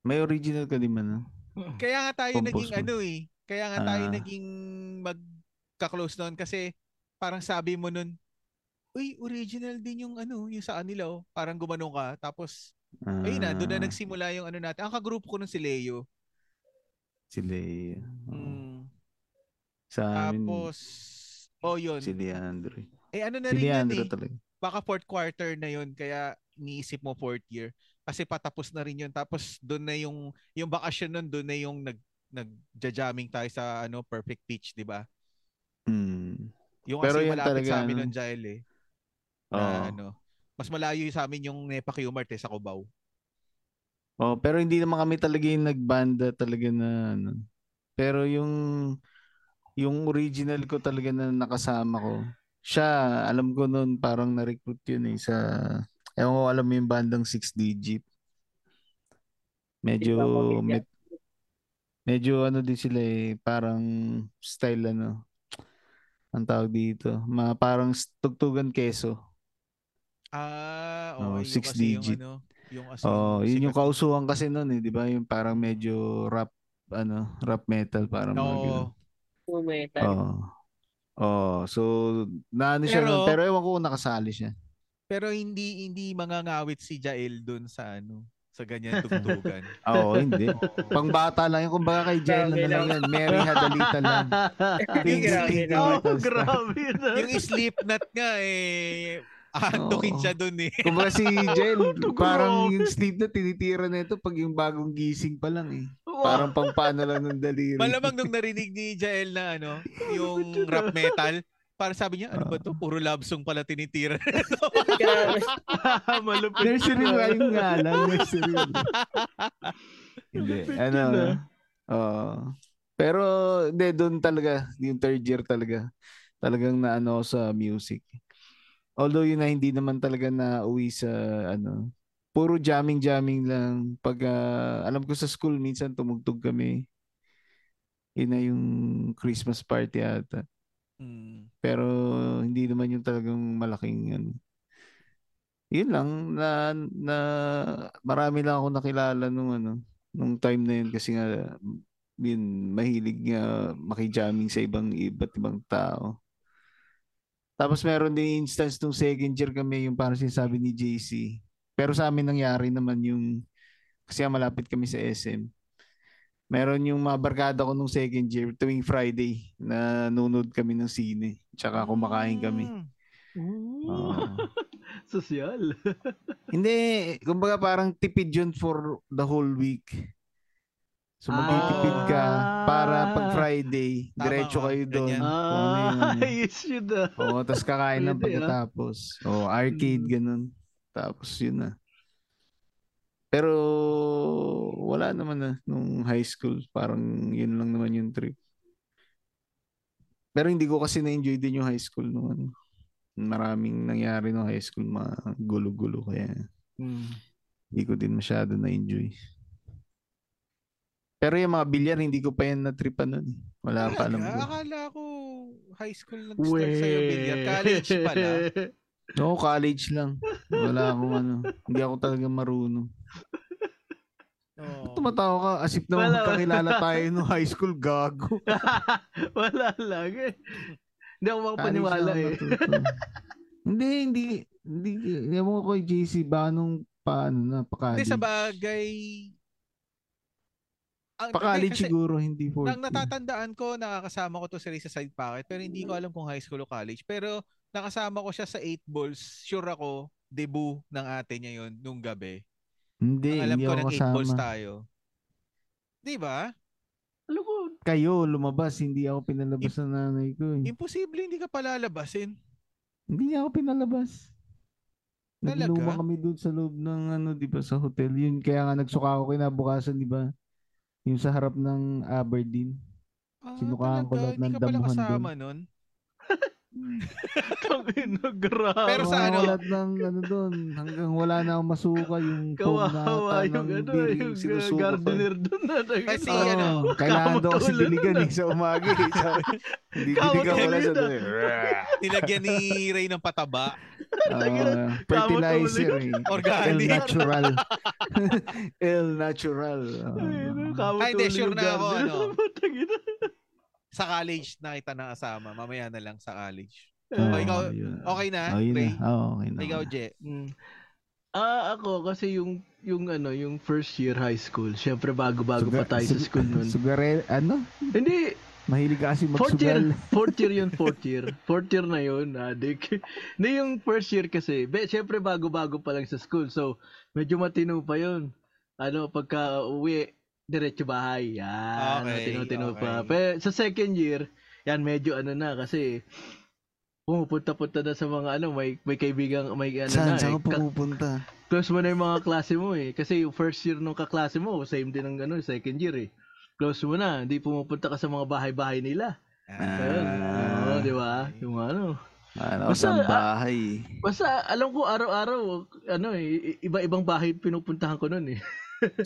[SPEAKER 3] May original ka di ba na?
[SPEAKER 1] Kaya nga tayo naging
[SPEAKER 3] Compose mo.
[SPEAKER 1] ano eh. Kaya nga tayo
[SPEAKER 3] Ah.
[SPEAKER 1] naging magka-close noon kasi parang sabi mo nun, uy, original din yung ano, yung sa kanila oh. Parang gumanong ka. Tapos,
[SPEAKER 3] Ah,
[SPEAKER 1] ayun na, doon na nagsimula yung ano natin. Ang kagrupo ko nun si Leo.
[SPEAKER 3] Sila eh. Oo.
[SPEAKER 1] Mm.
[SPEAKER 3] Sa amin,
[SPEAKER 1] Tapos, oh yun.
[SPEAKER 3] si Leandro. eh.
[SPEAKER 1] eh ano na
[SPEAKER 3] Si
[SPEAKER 1] rin yan
[SPEAKER 3] Leandro
[SPEAKER 1] eh.
[SPEAKER 3] talaga.
[SPEAKER 1] Baka fourth quarter na yun. Kaya niisip mo fourth year. Kasi patapos na rin yun. Tapos doon na yung, yung bakasyon nun, doon na yung nag, nag-jamming tayo sa ano, perfect pitch, di ba?
[SPEAKER 3] Mm.
[SPEAKER 1] Yung
[SPEAKER 3] Pero
[SPEAKER 1] kasi
[SPEAKER 3] yun
[SPEAKER 1] malapit
[SPEAKER 3] talaga,
[SPEAKER 1] sa amin
[SPEAKER 3] ano?
[SPEAKER 1] nun, Jael eh. Na,
[SPEAKER 3] Oo.
[SPEAKER 1] ano, mas malayo yung sa amin yung Nepa Qmart eh, sa Cubao.
[SPEAKER 3] Oh, pero hindi naman kami talaga yung nagbanda talaga na ano. Pero yung yung original ko talaga na nakasama ko. Siya, alam ko noon parang na-recruit yun eh sa Ewan ko, alam mo yung bandang 6 digit. Medyo
[SPEAKER 5] Hindi pa ako bigyan.
[SPEAKER 3] med- medyo ano din sila eh, parang style ano. Ang tawag dito, ma parang tugtugan keso.
[SPEAKER 1] Ah, oo.
[SPEAKER 3] Oo,
[SPEAKER 1] yung
[SPEAKER 3] six
[SPEAKER 1] kasi
[SPEAKER 3] digit.
[SPEAKER 1] Yung, ano, yung as
[SPEAKER 3] Oo,
[SPEAKER 1] in,
[SPEAKER 3] yun yung
[SPEAKER 1] sikat-
[SPEAKER 3] kausuhan kasi noon eh, 'di ba? Yung parang medyo rap ano, rap metal parang mga
[SPEAKER 1] Oo.
[SPEAKER 3] ganun.
[SPEAKER 5] Pumetal.
[SPEAKER 3] Oo. Oh, so naano siya
[SPEAKER 1] Pero-
[SPEAKER 3] nun, pero ewan ko kung nakasali siya.
[SPEAKER 1] Pero hindi hindi mangangawit si Jael doon sa ano, sa ganyan tugtugan.
[SPEAKER 3] Oo, hindi.
[SPEAKER 1] Oo.
[SPEAKER 3] Pangbata lang yun. Kumbaga kay Jella na
[SPEAKER 5] Grabe
[SPEAKER 3] lang
[SPEAKER 5] lang.
[SPEAKER 3] yun. Mary Hadalita lang. Ting,
[SPEAKER 5] Grabe
[SPEAKER 3] ting, ting,
[SPEAKER 5] lang.
[SPEAKER 2] Oh,
[SPEAKER 3] ting.
[SPEAKER 2] grabe na.
[SPEAKER 1] yung Slipknot nga eh, aantukin
[SPEAKER 3] Oo.
[SPEAKER 1] siya doon eh.
[SPEAKER 3] Kumbaga si Jel,
[SPEAKER 2] Grabe.
[SPEAKER 3] parang yung sleep na tinitira na ito pag yung bagong gising pa lang eh. Parang pampano lang ng daliri.
[SPEAKER 1] Malamang nung narinig ni Jael na ano, yung rap metal, parang sabi niya, ano ba to? Puro love song pala tinitira.
[SPEAKER 5] Grabe.
[SPEAKER 2] Malupit.
[SPEAKER 6] Nursery
[SPEAKER 2] na.
[SPEAKER 6] rhyme nga lang. Nursery rhyme.
[SPEAKER 3] Hindi.
[SPEAKER 2] Malupit
[SPEAKER 3] Ano?
[SPEAKER 2] yun, ah.
[SPEAKER 3] Oo. Pero, hindi, doon talaga. Yung third year talaga. Talagang naano ako sa music. Although yun na hindi naman talaga na uwi sa ano. Puro jamming-jamming lang. Pag ah, alam ko sa school, minsan tumugtog kami. Yun na yung Christmas party ata.
[SPEAKER 1] Hmm.
[SPEAKER 3] Pero hindi naman yung talagang malaking ano. Yun lang na, na marami lang ako nakilala nung ano nung time na yun kasi nga yun mahilig nga makijamming sa ibang iba't ibang tao. Tapos meron din instance nung second year kami yung parang sinasabi ni JC. Pero sa amin nangyari naman yung kasi nga malapit kami sa SM. Meron yung mga barkada ko nung second year tuwing Friday na nunod kami ng sine. Tsaka kumakain kami.
[SPEAKER 1] Hmm.
[SPEAKER 3] Oo.
[SPEAKER 2] Sosyal.
[SPEAKER 3] Hindi, kumbaga parang tipid yun for the whole week. So
[SPEAKER 2] Ah.
[SPEAKER 3] magtitipid ka para pag Friday,
[SPEAKER 1] Tama
[SPEAKER 3] diretso
[SPEAKER 1] ka,
[SPEAKER 3] kayo doon.
[SPEAKER 1] ganyan.
[SPEAKER 3] Kung ano yung
[SPEAKER 2] Ah,
[SPEAKER 3] ano.
[SPEAKER 2] ayos yun ah.
[SPEAKER 3] Oo, tapos kakain
[SPEAKER 2] Pwede,
[SPEAKER 3] ng
[SPEAKER 2] ah. Mm.
[SPEAKER 3] pagkatapos. Oo, arcade, ganun. Tapos yun na. Pero wala naman na nung high school. Parang yun lang naman yung trip. Pero hindi ko kasi na-enjoy din yung high school noon. Maraming nangyari no high school, mga gulo-gulo. Kaya
[SPEAKER 1] Mm.
[SPEAKER 3] hindi ko din masyado na-enjoy. Pero yung mga bilyar, hindi ko pa yan na-tripan nun. eh. Wala pa alam
[SPEAKER 1] Talaga?
[SPEAKER 3] ko.
[SPEAKER 1] Akala ko high school nag-start sa'yo, billiard. College pala.
[SPEAKER 3] No, college lang. Wala akong ano. Hindi ako talaga marunong.
[SPEAKER 1] Oo.
[SPEAKER 3] Tumatawa ka, asip naman
[SPEAKER 2] Wala, wala.
[SPEAKER 3] kakilala tayo no high school, gago.
[SPEAKER 2] Wala lang eh. Hindi ako makapaniwala
[SPEAKER 3] Tali siya
[SPEAKER 2] eh.
[SPEAKER 3] ang natuto. hindi, hindi, hindi, hindi mo ko JC, baka nung paano na, pa-college.
[SPEAKER 1] Hindi sa bagay... Ang,
[SPEAKER 3] Pa-college
[SPEAKER 1] kasi-
[SPEAKER 3] siguro, hindi for
[SPEAKER 1] Nang natatandaan ko, nakakasama ko to si Ray sa side pocket, pero hindi ko alam kung high school o college. Pero nakasama ko siya sa 8 balls. Sure ako, debut ng ate niya yon nung gabi.
[SPEAKER 3] Hindi,
[SPEAKER 1] Ang alam
[SPEAKER 3] hindi
[SPEAKER 1] ko,
[SPEAKER 3] ako
[SPEAKER 1] nag 8 balls
[SPEAKER 3] kasama.
[SPEAKER 1] tayo. Di ba?
[SPEAKER 2] Alam ko,
[SPEAKER 3] Kayo, lumabas, hindi ako pinalabas ng nanay ko. Eh.
[SPEAKER 1] Imposible hindi ka palalabasin.
[SPEAKER 3] Hindi niya ako pinalabas.
[SPEAKER 1] Talaga?
[SPEAKER 3] Nagluma kami doon sa loob ng ano, 'di ba, sa hotel. Yun kaya nga nagsuka ako kinabukasan, 'di ba? Yung sa harap ng Aberdeen.
[SPEAKER 1] Ah,
[SPEAKER 3] Sinukaan ko
[SPEAKER 1] talaga,
[SPEAKER 3] lahat ng
[SPEAKER 1] Hindi ka pala
[SPEAKER 3] damuhan
[SPEAKER 1] kasama nun.
[SPEAKER 2] kami na grabe.
[SPEAKER 1] Pero sa ano?
[SPEAKER 3] Mga Walat ng ano doon, hanggang wala na akong masuka yung foam na
[SPEAKER 2] Kawawa
[SPEAKER 3] ata
[SPEAKER 2] yung
[SPEAKER 3] ng
[SPEAKER 2] ano,
[SPEAKER 3] beer
[SPEAKER 2] yung uh,
[SPEAKER 3] sinusuka ko.
[SPEAKER 2] gardener doon na.
[SPEAKER 1] Kasi
[SPEAKER 3] Oo,
[SPEAKER 1] ano,
[SPEAKER 3] kailangan daw kasi
[SPEAKER 2] kamot-ulan
[SPEAKER 3] diligan
[SPEAKER 2] na.
[SPEAKER 3] eh, sa umaga eh. Sabi, Didiligan ko lang sa
[SPEAKER 2] Kamot-ulan
[SPEAKER 3] doon eh.
[SPEAKER 1] Nilagyan ni Ray ng pataba.
[SPEAKER 3] Ah, fertilizer eh. El
[SPEAKER 1] Organic.
[SPEAKER 3] natural. El natural. Ah.
[SPEAKER 1] Ay, hindi, sure na ako, ano.
[SPEAKER 2] Ano?
[SPEAKER 1] Sa college, nakita ng asama. Mamaya na lang sa college.
[SPEAKER 3] Oo,
[SPEAKER 1] Oh, ikaw,
[SPEAKER 3] yun.
[SPEAKER 1] okay na,
[SPEAKER 3] Oh, yun na.
[SPEAKER 1] Ray?
[SPEAKER 3] Oo, okay na.
[SPEAKER 1] Ikaw,
[SPEAKER 3] okay na.
[SPEAKER 1] Je.
[SPEAKER 2] Mm. Ah, ako kasi yung yung ano, yung first year high school. Syempre bago-bago
[SPEAKER 3] Suga-
[SPEAKER 2] pa tayo sa
[SPEAKER 3] sug-
[SPEAKER 2] school noon.
[SPEAKER 3] Sugarel, ano?
[SPEAKER 2] Hindi,
[SPEAKER 3] Mahilig ka kasi
[SPEAKER 2] fourth year,
[SPEAKER 3] magsugal.
[SPEAKER 2] fourth year yun, fourth year. Fourth year na yun, adik. Hindi yung first year kasi, be, syempre bago-bago pa lang sa school. So, medyo matino pa yun. Ano, pagka uwi, diretso bahay. Yan,
[SPEAKER 1] Okay,
[SPEAKER 2] matino-tino
[SPEAKER 1] okay.
[SPEAKER 2] pa. Pero sa second year, yan, medyo ano na kasi pumupunta-punta na sa mga ano, may, may kaibigan, may ano na.
[SPEAKER 3] Saan?
[SPEAKER 2] eh,
[SPEAKER 3] Saan ka pumupunta?
[SPEAKER 2] Close mo na yung mga klase mo eh. Kasi yung first year nung kaklase mo, same din ng ano, second year eh. Close mo na, hindi pumupunta ka sa mga bahay-bahay nila.
[SPEAKER 1] Ah.
[SPEAKER 2] Ayun. Oo, di ba? Yung mga ano.
[SPEAKER 3] Ano,
[SPEAKER 2] Basta,
[SPEAKER 3] sa
[SPEAKER 2] ah-
[SPEAKER 3] bahay.
[SPEAKER 2] Basta alam ko araw-araw, ano eh, i- iba-ibang bahay pinupuntahan ko nun eh.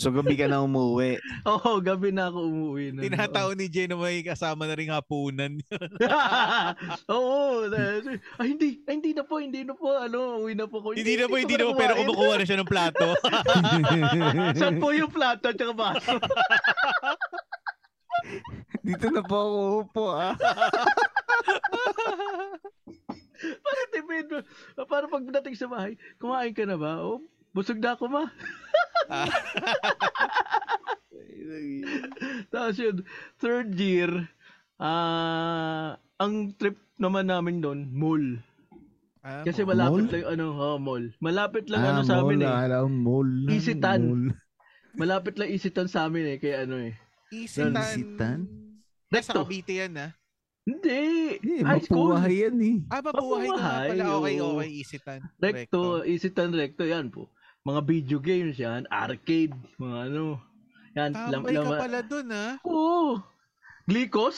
[SPEAKER 7] So gabi ka na umuwi.
[SPEAKER 2] Oo, gabi na ako umuwi nun.
[SPEAKER 1] Tinatao ni Je na may kasama na rin hapunan.
[SPEAKER 2] Oo. dahil- Ay, hindi, ay, hindi na po, hindi na po. Ano, uwi na po ko.
[SPEAKER 1] hindi na po, hindi na
[SPEAKER 2] ko
[SPEAKER 1] po, pero
[SPEAKER 2] kumain.
[SPEAKER 1] kumukuha na siya ng plato.
[SPEAKER 2] Saan po yung plato at saka baso?
[SPEAKER 3] Dito na po ako upo ah.
[SPEAKER 2] Bakit tipid mo? Para pag dating sa bahay, kumain ka na ba? O, busog na ako ma. Tapos yun, third year, ah ang trip naman namin doon, mall.
[SPEAKER 1] Ah,
[SPEAKER 2] Kasi
[SPEAKER 1] mo-
[SPEAKER 2] malapit
[SPEAKER 3] Mall?
[SPEAKER 2] lang, ano, oh, mall. Malapit lang,
[SPEAKER 3] Ah,
[SPEAKER 2] ano, sa amin
[SPEAKER 3] mall,
[SPEAKER 2] eh.
[SPEAKER 3] Akala ko mall.
[SPEAKER 2] Isitan.
[SPEAKER 3] Mall.
[SPEAKER 2] Malapit lang isitan sa amin eh, kaya ano eh.
[SPEAKER 1] isitan.
[SPEAKER 3] Isitan?
[SPEAKER 1] Nasa
[SPEAKER 2] Recto.
[SPEAKER 1] Cavite yan, ha?
[SPEAKER 2] Hindi!
[SPEAKER 3] Eh,
[SPEAKER 2] high school!
[SPEAKER 3] mapuwahay yan eh.
[SPEAKER 1] Ah, mabuhay na nga
[SPEAKER 2] Mabuhay,
[SPEAKER 1] pala. Okay,
[SPEAKER 2] oo.
[SPEAKER 1] okay, isitan.
[SPEAKER 2] Recto, isitan recto, yan po. Mga video games yan, arcade, mga ano. Yan, lam-
[SPEAKER 1] Tambay ka
[SPEAKER 2] lama-
[SPEAKER 1] pala dun, ah. ha?
[SPEAKER 2] Oo. Glicos?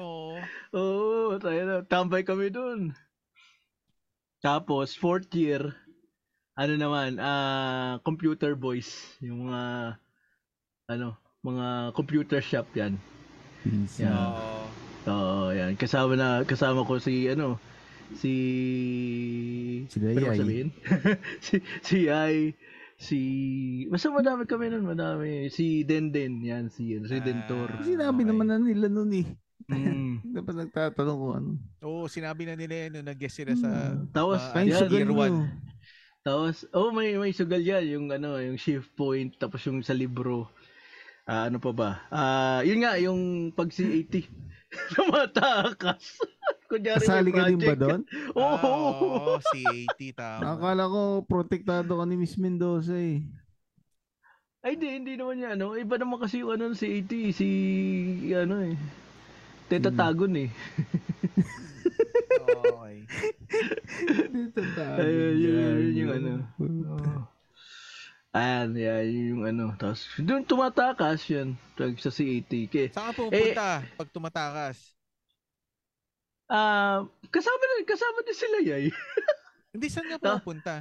[SPEAKER 1] Oo.
[SPEAKER 2] Oo, tayo na. Tambay kami dun. Tapos, fourth year, ano naman, ah, computer boys. Yung mga, ano, mga computer shop yan.
[SPEAKER 3] Pinsan.
[SPEAKER 2] Yeah.
[SPEAKER 1] Oo.
[SPEAKER 2] Oo, yan. Kasama na, kasama ko si, ano, si...
[SPEAKER 3] Sila
[SPEAKER 2] Pwede ba
[SPEAKER 3] Yay.
[SPEAKER 2] sabihin? si, si Yay, si... Basta madami kami nun, madami. Si Denden, yan, si Redentor.
[SPEAKER 1] Ah.
[SPEAKER 3] Sinabi
[SPEAKER 1] Okay.
[SPEAKER 3] naman na nila nun eh.
[SPEAKER 2] Mm.
[SPEAKER 3] Hindi pa nagtatanong ko ano.
[SPEAKER 1] Oo, sinabi na nila yan nung nag-guest sila sa...
[SPEAKER 2] Tapos,
[SPEAKER 1] Ah,
[SPEAKER 3] Ay,
[SPEAKER 1] Yan,
[SPEAKER 2] yan,
[SPEAKER 3] sugal
[SPEAKER 1] year
[SPEAKER 3] mo.
[SPEAKER 1] one.
[SPEAKER 2] Tapos, oh, may, may sugal yan. Yung ano, yung shift point, tapos yung sa libro. Ah, ano pa ba? Ah, yun nga, yung pag C80. Tumatakas. Kunyari may
[SPEAKER 3] Kasali ka din ba
[SPEAKER 2] project.
[SPEAKER 3] doon?
[SPEAKER 2] Oo.
[SPEAKER 1] Ah, Oo, CAT, tama.
[SPEAKER 3] Akala ko protektado ka ni Miss Mendoza eh.
[SPEAKER 2] Ay, hindi, hindi naman yan. Ano. Iba naman kasi yung ano, si 80, si, ano eh. Teta Tagon eh.
[SPEAKER 3] Hmm.
[SPEAKER 1] Okay.
[SPEAKER 3] Dito tayo.
[SPEAKER 2] Ayun, yun, yun, yun yung
[SPEAKER 3] Yan.
[SPEAKER 2] ano. Ayan, yan, yun yung ano. Tapos, doon tumatakas yan. Tag sa C80. Kaya,
[SPEAKER 1] Saan ka
[SPEAKER 2] Eh,
[SPEAKER 1] pupunta pag tumatakas?
[SPEAKER 2] ah, kasama na, kasama din sila yay.
[SPEAKER 1] Hindi, saan ka
[SPEAKER 2] Ah,
[SPEAKER 1] pupunta?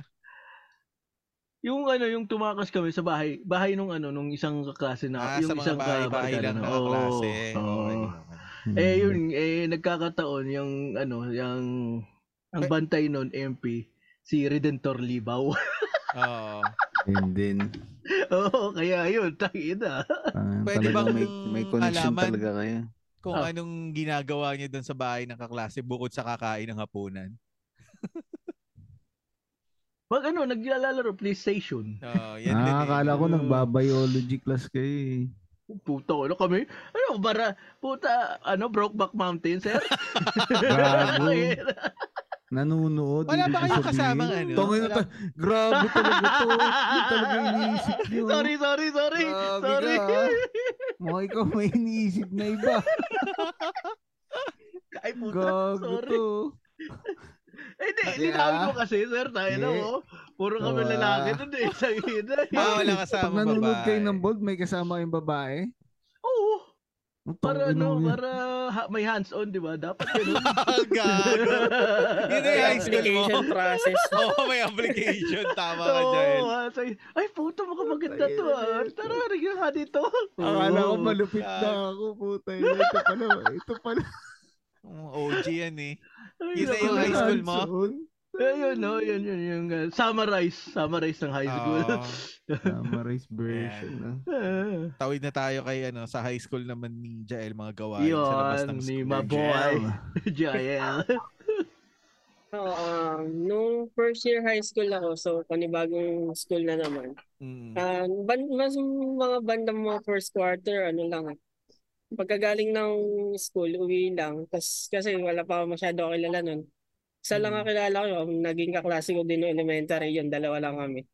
[SPEAKER 2] Yung ano, yung tumakas kami sa bahay, bahay nung ano, nung isang kaklase na,
[SPEAKER 1] Ah,
[SPEAKER 2] yung
[SPEAKER 1] sa mga
[SPEAKER 2] isang
[SPEAKER 1] bahay-bahay
[SPEAKER 2] kabarkada
[SPEAKER 1] lang
[SPEAKER 2] na.
[SPEAKER 1] na
[SPEAKER 2] Oo,
[SPEAKER 1] klase.
[SPEAKER 2] oo.
[SPEAKER 1] Okay.
[SPEAKER 6] Hmm.
[SPEAKER 2] Eh yun, eh nagkakataon yung ano, yung ang
[SPEAKER 1] Eh.
[SPEAKER 2] bantay nun MP si Redentor Libaw.
[SPEAKER 1] Oo.
[SPEAKER 3] And then,
[SPEAKER 2] Oo, kaya yun, tangina.
[SPEAKER 3] ah,
[SPEAKER 1] Pwede bang
[SPEAKER 3] talagang
[SPEAKER 6] Ah,
[SPEAKER 3] may, may connection
[SPEAKER 1] malaman?
[SPEAKER 3] talaga kayo.
[SPEAKER 1] kung
[SPEAKER 2] Oh.
[SPEAKER 1] anong ginagawa niya doon sa bahay ng kaklase bukod sa kakain ng hapunan.
[SPEAKER 2] Pag ano, naglalaro PlayStation.
[SPEAKER 1] Oh, yan din.
[SPEAKER 6] Ah,
[SPEAKER 1] eh.
[SPEAKER 6] akala ko nagbabiology class kayo eh.
[SPEAKER 2] Puta ko, ano kami? Ano, bara, puta, ano, Brokeback Mountain, sir?
[SPEAKER 6] Gago. Nanunood.
[SPEAKER 1] Wala
[SPEAKER 6] ibig
[SPEAKER 1] ba kayong
[SPEAKER 6] sabihin.
[SPEAKER 1] kasamang ano?
[SPEAKER 6] Tangina
[SPEAKER 1] Wala-
[SPEAKER 6] ta- grabe talaga to. Yun talaga iniisip niyo.
[SPEAKER 2] sorry, sorry, sorry.
[SPEAKER 6] Grabe
[SPEAKER 2] sorry.
[SPEAKER 6] ka, ha? Mukhang ikaw may iniisip na iba.
[SPEAKER 2] Ay, puta,
[SPEAKER 6] Gago
[SPEAKER 2] sorry.
[SPEAKER 6] to.
[SPEAKER 2] Eh, di,
[SPEAKER 6] Kasi,
[SPEAKER 2] sinabi
[SPEAKER 6] ah,
[SPEAKER 2] ko kasi, sir, tayo na,
[SPEAKER 6] hindi.
[SPEAKER 2] oh. Puro kami
[SPEAKER 6] Oo,
[SPEAKER 2] lalaki
[SPEAKER 6] ah.
[SPEAKER 2] doon, eh. Sa ina, eh.
[SPEAKER 1] Ah, wala
[SPEAKER 6] Pag
[SPEAKER 1] kasamang
[SPEAKER 6] nanonood
[SPEAKER 1] babae.
[SPEAKER 6] kayo ng bold, may kasama kayong babae.
[SPEAKER 2] Oo.
[SPEAKER 6] Ang
[SPEAKER 2] Para,
[SPEAKER 6] tangina
[SPEAKER 2] ano,
[SPEAKER 6] mo yan.
[SPEAKER 2] para ha- may hands-on, di ba? Dapat ganun.
[SPEAKER 1] Ah, gago. Yun na yung high school mo.
[SPEAKER 5] Application process.
[SPEAKER 1] Oo, may application. Tama ka,
[SPEAKER 2] Oo,
[SPEAKER 1] Jael.
[SPEAKER 2] ah, say, ay, puta, mukhang maganda to, ah. Tara, rigyan ka dito.
[SPEAKER 1] Ah,
[SPEAKER 6] Akala ko
[SPEAKER 2] Oo.
[SPEAKER 6] malupit na ako, puta. yun. Ito pala, ito pala.
[SPEAKER 1] Mm, OG yan eh.
[SPEAKER 2] Ay,
[SPEAKER 1] Yun na
[SPEAKER 2] nako.
[SPEAKER 1] yung high school mo?
[SPEAKER 6] Hands-on.
[SPEAKER 2] Ayun, no, yun, yun, yung uh, summarize, summarize ng high school.
[SPEAKER 1] Oo.
[SPEAKER 6] Summarize version. ah.
[SPEAKER 2] Ah,
[SPEAKER 1] Tawid na tayo kay ano, sa high school naman ni Jael mga gawain sa labas
[SPEAKER 2] yun,
[SPEAKER 1] ng
[SPEAKER 2] ni
[SPEAKER 1] school.
[SPEAKER 2] my boy, Jael.
[SPEAKER 5] Oo, um, nung first year high school ako, so panibagong school na naman.
[SPEAKER 1] Mm.
[SPEAKER 5] Ah, ban mas mga bandang mga first quarter, ano lang. eh. Pagkagaling ng school, uwi lang. Tas, kasi wala pa ako masyado ako kilala nun. Isa lang
[SPEAKER 1] Mm.
[SPEAKER 5] ang kilala ko, ang naging kaklase ko din no elementary, yun, dalawa lang kami.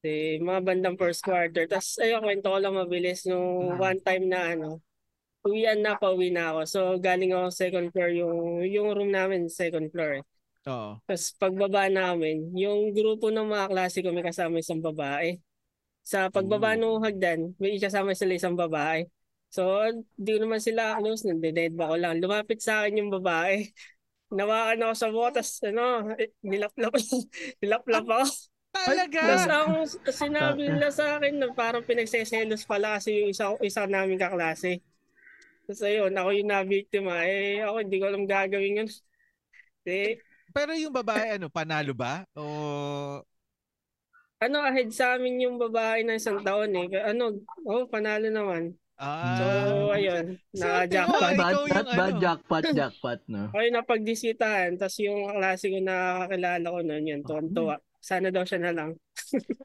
[SPEAKER 5] De, mga bandang first quarter. Tapos, ayun, kwento ko lang mabilis.
[SPEAKER 1] Mm.
[SPEAKER 5] Nung one time na, ano, uwian na, pauwi na ako. So, galing ako second floor, yung, yung room namin, second floor. eh.
[SPEAKER 1] Oo.
[SPEAKER 5] Tapos pagbaba namin, yung grupo ng mga klase ko may kasama isang babae. Sa pagbaba ng hagdan, may kasama sila isang babae. So, di ko naman sila close, nandidead ba ko lang. Lumapit sa akin yung babae. Nawakan ako sa botas, ano, eh, nilaplap, nilaplap ako.
[SPEAKER 1] Talaga?
[SPEAKER 5] Tapos ang sinabi nila sa akin na parang pinagseselos pala kasi yung isa, isa namin kaklase. Tapos ayun, ako yung nabiktima. Eh, ako hindi ko alam gagawin yun. Eh,
[SPEAKER 1] Pero yung babae, ano, panalo ba? O...
[SPEAKER 5] ano ahead sa amin yung babae ng isang taon eh. Kaya Ano, oh, panalo naman.
[SPEAKER 1] Ah,
[SPEAKER 5] So, ayun,
[SPEAKER 1] Swerte
[SPEAKER 5] naka-jackpot.
[SPEAKER 1] mo,
[SPEAKER 2] bad,
[SPEAKER 1] Oh, ikaw
[SPEAKER 2] bad,
[SPEAKER 1] yung
[SPEAKER 2] bad,
[SPEAKER 1] ano.
[SPEAKER 2] jackpot, jackpot, no?
[SPEAKER 5] Okay, napagdisitahan. Tapos yung klase ko na kakilala ko noon, yun, tuwan-tuwa. Sana daw siya na lang.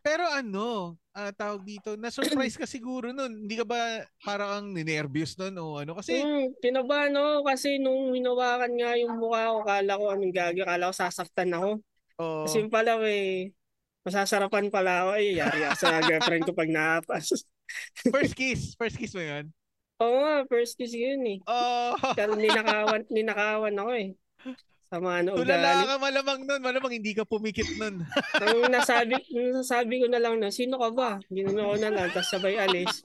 [SPEAKER 1] Pero ano, ah, tawag dito, na-surprise ka siguro nun. Hindi ka ba parang ninervyos nun o ano? Kasi,
[SPEAKER 5] Hmm, pinabahan ako kasi nung hinawakan nga yung mukha ko, kala ko anong gagawin, kala ko sasaktan ako.
[SPEAKER 1] oh,
[SPEAKER 5] Kasi yung pala, may masasarapan pala ako. Ay, yari ako sa girlfriend ko pag naapas.
[SPEAKER 1] first kiss, first kiss mo yun?
[SPEAKER 5] Oo nga, first kiss yun eh.
[SPEAKER 1] Oh,
[SPEAKER 5] Pero ninakawan, ninakawan ako eh.
[SPEAKER 2] Oh,
[SPEAKER 5] Sama na ugali.
[SPEAKER 1] tulala ka malamang nun. Malamang hindi ka pumikit nun.
[SPEAKER 5] Ang nasabi, ang nasabi ko na lang na, sino ka ba? Ginano ko na lang, tapos sabay alis.